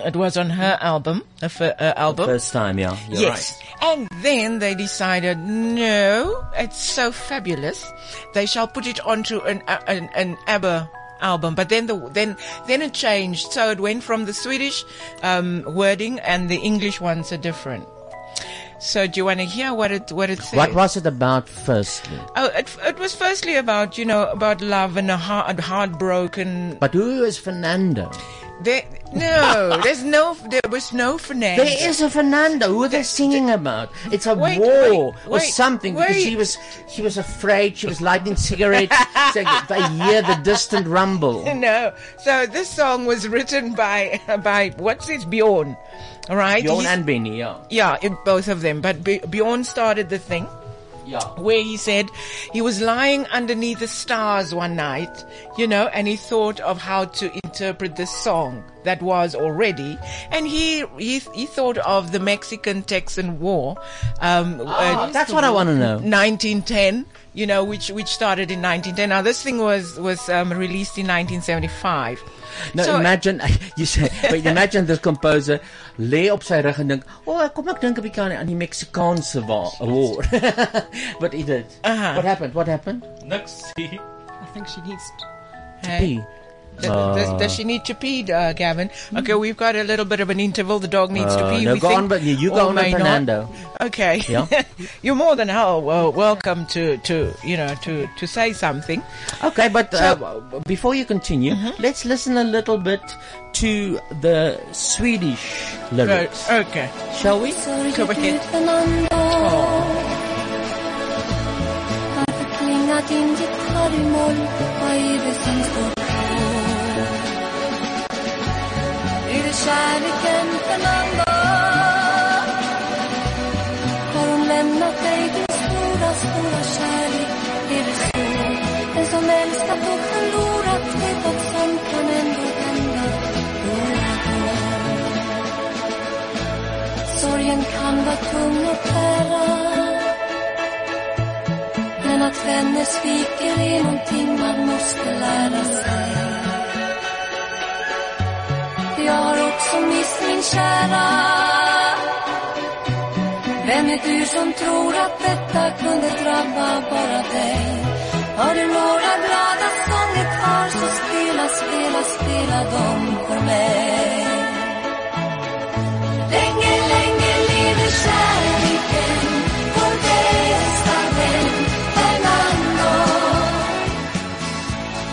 Speaker 5: It was on her album, her, fir- her album.
Speaker 2: First time, yeah. You're
Speaker 5: yes. And then they decided, no, it's so fabulous. They shall put it onto an, uh, an, an ABBA album. But then the, then, then it changed. So it went from the Swedish, um, wording and the English ones are different. So do you want to hear what it, what it says?
Speaker 2: What was it about firstly?
Speaker 5: Oh, it, it was firstly about, you know, about love and a heart, heartbroken.
Speaker 2: But who is Fernando?
Speaker 5: There,
Speaker 2: (laughs)
Speaker 5: no, there's no, there was no Fernando.
Speaker 2: There is a Fernando. Who are they singing about? It's a
Speaker 5: Wait,
Speaker 2: war
Speaker 5: wait,
Speaker 2: or
Speaker 5: wait,
Speaker 2: something because
Speaker 5: wait.
Speaker 2: she was she was afraid. She was
Speaker 5: (laughs)
Speaker 2: lighting cigarettes. so they hear the distant rumble.
Speaker 5: No. So this song was written by by what's his Bjorn, right?
Speaker 2: Bjorn
Speaker 5: He's-
Speaker 2: and Benny, yeah.
Speaker 5: yeah, it, both of them. But B- Bjorn started the thing.
Speaker 2: Yeah.
Speaker 5: Where he said he was lying underneath the stars one night, you know, and he thought of how to interpret this song that was already, and he he, he thought of the Mexican Texan War. Um,
Speaker 2: Ah, that's what I wanna know.
Speaker 5: 1910, you know, which which started in 1910. Now this thing was was um, released in 1975.
Speaker 2: Nou
Speaker 5: So-
Speaker 2: imagine (laughs) you say but imagine this composer lê op sy rug en dink, "O, oh, kom ek dink 'n bietjie aan aan die Meksikaanse wa- war." (laughs) But he did.
Speaker 5: uh-huh.
Speaker 2: What happened? What happened?
Speaker 5: Next,
Speaker 11: I think she needs
Speaker 2: Pee.
Speaker 5: Th- Does, does she need to pee, uh, Gavin? Okay, we've got a little bit of an interval. The dog needs to
Speaker 2: Uh,
Speaker 5: pee.
Speaker 2: no,
Speaker 5: we
Speaker 2: go
Speaker 5: think,
Speaker 2: on, but you- you go
Speaker 5: or
Speaker 2: on with
Speaker 5: may not.
Speaker 2: Fernando.
Speaker 5: Okay.
Speaker 2: Yeah.
Speaker 5: (laughs) You're more than how well, welcome to, to you know to, to say something. Mm-hmm.
Speaker 2: Okay, but uh, before you continue, let's listen a little bit to the Swedish lyrics.
Speaker 5: okay.
Speaker 2: Shall we?
Speaker 5: Go ahead.
Speaker 1: Varför klingar din gitarr i moll? Vad är det som står på? Är det kärleken, Fernando? Har hon lämnat dig, din stora, stora kärlek? Är det så? Den som älskat och förlorat vet att sånt kan ändå hända då och då. Sorgen kan vara tung och tära Men att att vänner sviker är någonting man måste lära sig. Jag har också mist min kära. Vem är du som tror att detta kunde drabba bara dig? Har du några glada sånger kvar så spela, spela, spela dem för mig. Länge, länge lever kärleken, vår bästa vän Fernando.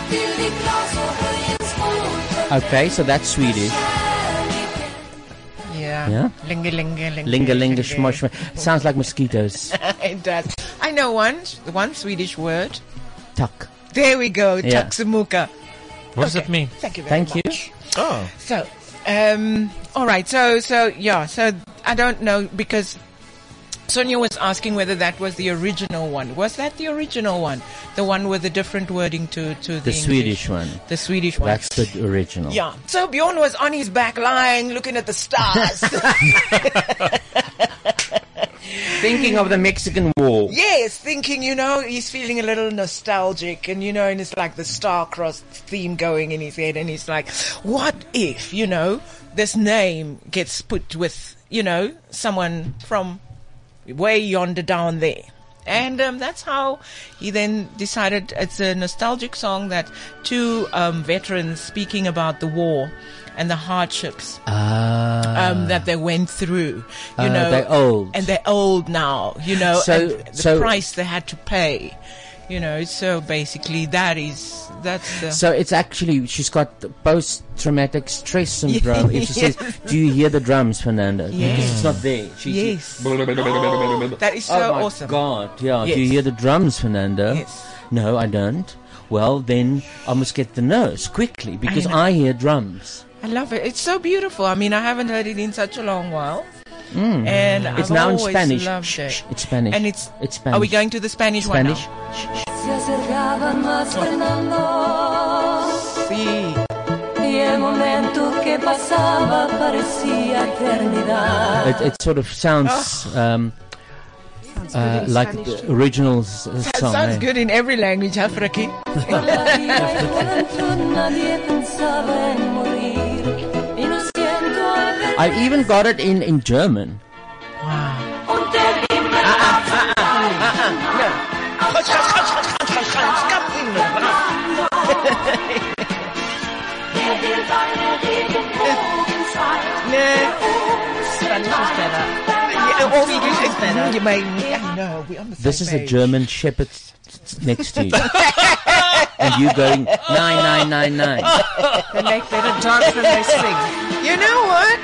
Speaker 1: Fyll ditt glas och höj en skål för
Speaker 2: Okay, so that's Swedish.
Speaker 5: Yeah.
Speaker 2: Yeah?
Speaker 5: Linga, linga, linga.
Speaker 2: Linga linga shmush. Sounds like mosquitoes.
Speaker 5: (laughs) it does. I know one, one Swedish word.
Speaker 2: Tuck.
Speaker 5: There we go.
Speaker 2: Yeah.
Speaker 5: Taksamuka.
Speaker 4: What does it mean? Oh.
Speaker 5: Thank you very
Speaker 2: Thank you.
Speaker 5: much. So, um, all right. So, so yeah. So I don't know because Sonia was asking whether that was the original one. Was that the original one? The one with the different wording to to the,
Speaker 2: The
Speaker 5: English?
Speaker 2: Swedish one.
Speaker 5: The Swedish one.
Speaker 2: That's the original.
Speaker 5: Yeah. So Bjorn was on his back, lying, looking at the stars.
Speaker 2: Thinking of the Mexican War.
Speaker 5: Yes, thinking, you know, he's feeling a little nostalgic and, you know, and it's like the star-crossed theme going in his head and he's like, what if, you know, this name gets put with, you know, someone from way yonder down there. And um, that's how he then decided it's a nostalgic song that two um, veterans speaking about the war and the hardships
Speaker 2: Ah.
Speaker 5: um, that they went through. You
Speaker 2: Ah,
Speaker 5: know,
Speaker 2: they're old.
Speaker 5: and they're old now. You know,
Speaker 2: So-
Speaker 5: and the
Speaker 2: so-
Speaker 5: price they had to pay. You know, so basically that is that's the
Speaker 2: So it's actually she's got post
Speaker 5: (laughs)
Speaker 2: traumatic stress syndrome. If she says, "Do you hear the drums, Fernando?" Because it's not there. She, she-
Speaker 5: yes. that is so
Speaker 2: oh my
Speaker 5: awesome.
Speaker 2: God, yeah. Do you
Speaker 5: Yes.
Speaker 2: hear the drums, Fernando?
Speaker 5: Yes.
Speaker 2: No, I don't. Well, then I must get the nurse quickly because
Speaker 5: know.
Speaker 2: I, hear drums.
Speaker 5: I love it. It's so beautiful. I mean, I haven't heard it in such a long while.
Speaker 2: Mm.
Speaker 5: And
Speaker 2: it's
Speaker 5: I've
Speaker 2: now in
Speaker 5: always
Speaker 2: Spanish.
Speaker 5: loved
Speaker 2: Shh,
Speaker 5: it.
Speaker 2: shh, It's Spanish.
Speaker 5: And it's-
Speaker 2: it's Spanish.
Speaker 5: Are we going to the Spanish,
Speaker 2: Spanish?
Speaker 5: one
Speaker 1: Se acercaban más Fernando. Y el momento que pasaba parecía eternidad.
Speaker 2: It, it sort of sounds um, uh,
Speaker 5: in
Speaker 2: like
Speaker 5: Spanish
Speaker 2: the original s-
Speaker 5: That
Speaker 2: song.
Speaker 5: sounds
Speaker 2: eh?
Speaker 5: good in every language, huh, (laughs)
Speaker 2: (laughs)
Speaker 5: Fraki?
Speaker 1: Por la vida y juventud nadie pensaba en morir. Y no siento haber
Speaker 2: I even got it in in German.
Speaker 1: un terrible
Speaker 5: All English is better. You may, I know, we're on the
Speaker 2: This
Speaker 5: same
Speaker 2: is a
Speaker 5: page.
Speaker 2: German shepherd
Speaker 5: (laughs)
Speaker 2: s- s- next to you. and you going, nine, nine, nine, nine.
Speaker 5: (laughs) they make better
Speaker 8: dance than they sing.
Speaker 5: You know what?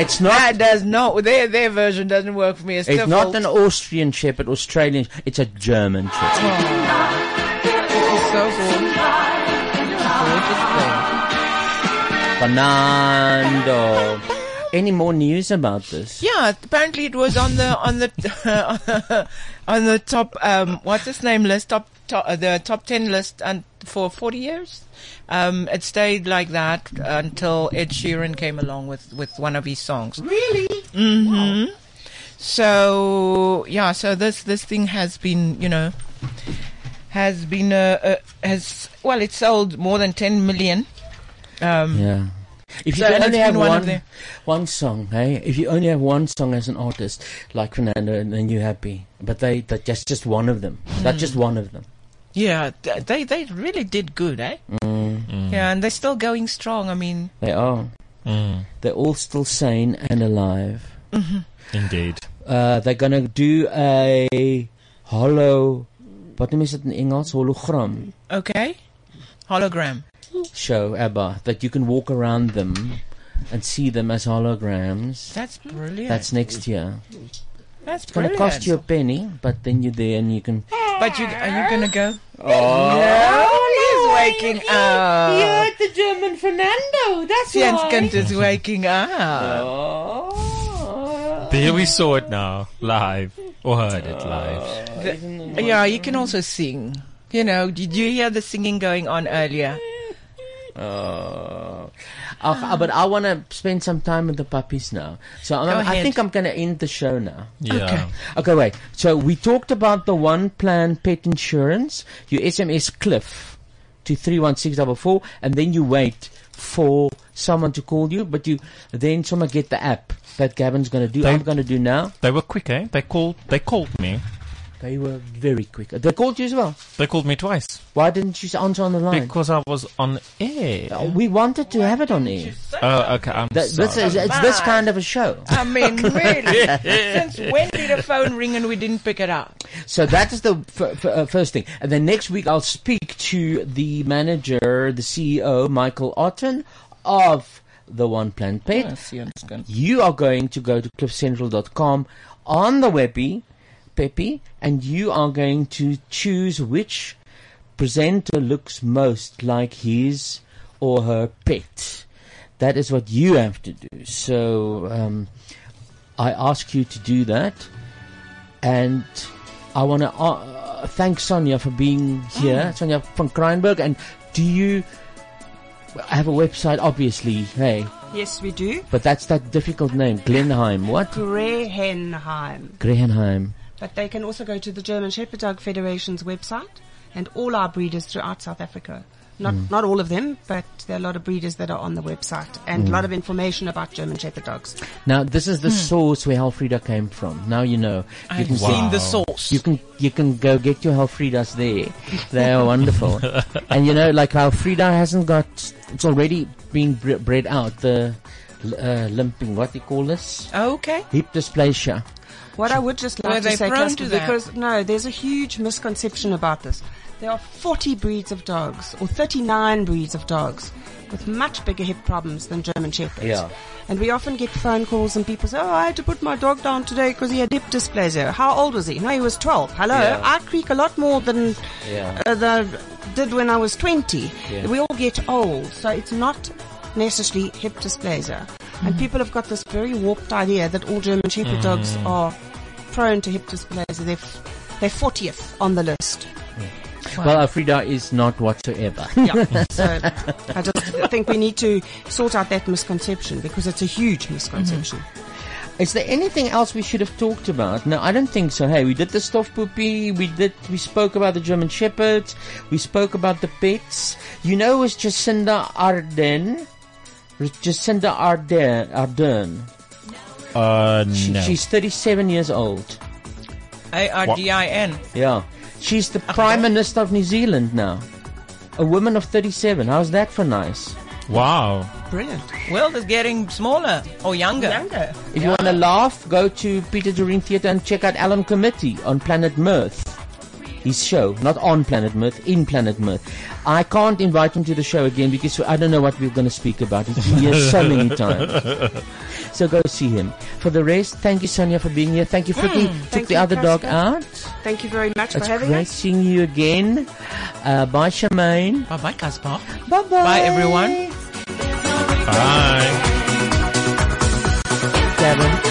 Speaker 2: It's not.
Speaker 5: That does not. Their their version doesn't work for me. It's,
Speaker 2: It's not
Speaker 5: difficult.
Speaker 2: an Austrian shepherd, Australian. It's a German shepherd.
Speaker 5: It's so good.
Speaker 2: Fernando. Any more news about this?
Speaker 5: Yeah, apparently it was on the on the (laughs) on the top um what's his name list top, top uh, the top 10 list and for 40 years. Um it stayed like that until Ed Sheeran came along with with one of his songs. Really? Mhm. So, yeah, so this this thing has been, you know, has been uh, uh, has well, it sold more than 10 million. Um
Speaker 2: Yeah. If you
Speaker 5: So,
Speaker 2: can
Speaker 5: and
Speaker 2: only
Speaker 5: it's
Speaker 2: have
Speaker 5: been one of
Speaker 2: one,
Speaker 5: the-
Speaker 2: one song, hey, if you only have one song as an artist, like Fernando, then you're happy. But they, that just just one of them. That's
Speaker 5: Mm.
Speaker 2: just one of them.
Speaker 5: Yeah, th- they they really did good, eh?
Speaker 2: Mm.
Speaker 5: Yeah, and they're still going strong. I mean,
Speaker 2: They are. They're all still sane and alive.
Speaker 5: Mhm.
Speaker 4: Indeed.
Speaker 2: Uh, they're going to do a hollow. What name is it in English? Hologram
Speaker 5: okay, hologram.
Speaker 2: show, ABBA, that you can walk around them and see them as holograms.
Speaker 5: That's brilliant.
Speaker 2: That's next year.
Speaker 5: That's
Speaker 2: It's going to
Speaker 5: brilliant.
Speaker 2: cost you a penny, but then you're there and you can.
Speaker 5: But you are you gonna go?
Speaker 2: Oh.
Speaker 5: no, he's waking up.
Speaker 2: the German Fernando. That's
Speaker 5: Jens is waking up.
Speaker 4: There Oh. we saw it now, live. Or heard it live.
Speaker 2: Uh.
Speaker 5: The- yeah, you can also sing. You know, did you hear the singing going on earlier?
Speaker 2: Uh, uh, but I want to spend some time with the puppies now. So I'm,
Speaker 1: Go
Speaker 2: I
Speaker 1: ahead.
Speaker 2: think I'm going to end the show now.
Speaker 1: Yeah. Okay.
Speaker 2: Okay, wait. So we talked about the one plan pet insurance. You SMS Cliff to 31644 and then you wait for someone to call you, but you then someone get the app that Gavin's going to do. I'm going to do now.
Speaker 4: They were quick, eh? They called. They called me.
Speaker 2: They were very quick. They called you as well.
Speaker 4: They called me twice
Speaker 2: Why didn't you answer on the line?
Speaker 4: because I was on air.
Speaker 2: Uh, we wanted to have it on air.
Speaker 4: Oh, okay. I'm
Speaker 2: Th-
Speaker 4: sorry.
Speaker 2: this is, it's this kind of a show.
Speaker 5: I mean, really? Since when did a phone ring and we didn't pick it up?
Speaker 2: So that is the f- f- uh, first thing. And then next week I'll speak to the manager, the CEO, Michael Otten of the One Plan Pet.
Speaker 5: I see, understand.
Speaker 2: You are going to go to cliffcentral.com on the Webby, Peppy, and you are going to choose which presenter looks most like his or her pet. That is what you have to do. So um, I ask you to do that. And I want to uh, thank Sonia for being here, Sonia from Kreinberg. And do you I have a website, obviously? Hey,
Speaker 11: Yes, we do.
Speaker 2: but that's that difficult name, Glenheim. What?
Speaker 11: Grehenheim.
Speaker 2: Glenheim.
Speaker 11: But they can also go to the German Shepherd Dog Federation's website and all our breeders throughout South Africa. Not,
Speaker 2: Mm.
Speaker 11: not all of them, but there are a lot of breeders that are on the website and
Speaker 2: Mm.
Speaker 11: a lot of information about German Shepherd Dogs.
Speaker 2: Now this is the
Speaker 11: Hmm.
Speaker 2: source where Helfrida came from. Now you know. You
Speaker 11: I've seen the Wow.
Speaker 2: source. You can you can go get your Helfridas there. They are
Speaker 11: (laughs)
Speaker 2: wonderful. and you know, like Helfrida hasn't got. It's already been bre- bred out. The uh, limping. What do you call this?
Speaker 11: Okay.
Speaker 2: Hip dysplasia.
Speaker 11: What I would just
Speaker 5: Were
Speaker 11: like
Speaker 5: they
Speaker 11: to say,
Speaker 5: prone
Speaker 11: Casper,
Speaker 5: to that?
Speaker 11: because no, there's a huge misconception about this. There are 40 breeds of dogs, or 39 breeds of dogs, with much bigger hip problems than German Shepherds.
Speaker 2: Yeah.
Speaker 11: And we often get phone calls and people say, "Oh, I had to put my dog down today because he had hip dysplasia." How old was he? No, he was 12. Hello,
Speaker 2: Yeah.
Speaker 11: I creak a lot more than
Speaker 2: Yeah.
Speaker 11: uh, the did when I was 20.
Speaker 2: Yeah.
Speaker 11: We all get old, so it's not necessarily hip dysplasia. And people have got this very warped idea that all German Shepherd
Speaker 2: Mm.
Speaker 11: dogs are prone to hip dysplasia. They're, f- they're 40th on the list.
Speaker 2: Well, Helfrida is not whatsoever.
Speaker 11: (laughs)
Speaker 2: (laughs)
Speaker 11: Yeah, so I just think we need to sort out that misconception because it's a huge misconception.
Speaker 2: Is there anything else we should have talked about? No, I don't think so. Hey, we did the stuff poopy. We did. We spoke about the German shepherds. We spoke about the pets. You know, it was Jacinda Ardern. It was Jacinda Ardern. Ardern.
Speaker 4: Uh,
Speaker 2: She,
Speaker 4: no.
Speaker 2: She's 37 years old.
Speaker 5: A R D I N.
Speaker 2: Yeah, she's the prime minister of New Zealand now. A woman of 37. How's that for nice?
Speaker 4: Wow.
Speaker 11: Brilliant.
Speaker 5: World is getting smaller or younger.
Speaker 11: Younger.
Speaker 2: If you want to laugh, go to Peter Doreen Theatre and check out Alan Committee on Planet Mirth. His show, not on Planet Mirth, in Planet Mirth. I can't invite him to the show again because I don't know what we're going to speak about. He hears so
Speaker 1: (laughs)
Speaker 2: many times. So go see him. For the rest, thank you, Sonia, for being here. Thank you, Fricky.
Speaker 11: Mm,
Speaker 2: took
Speaker 11: thank
Speaker 2: the
Speaker 11: you,
Speaker 2: other dog
Speaker 11: Casper.
Speaker 2: out.
Speaker 11: Thank you very much
Speaker 2: It's
Speaker 11: for having
Speaker 2: great
Speaker 11: us.
Speaker 2: seeing you again. Uh, bye, Charmaine.
Speaker 5: Bye bye, Caspar.
Speaker 2: Bye bye. Bye,
Speaker 5: everyone.
Speaker 4: Bye.
Speaker 2: Gavin.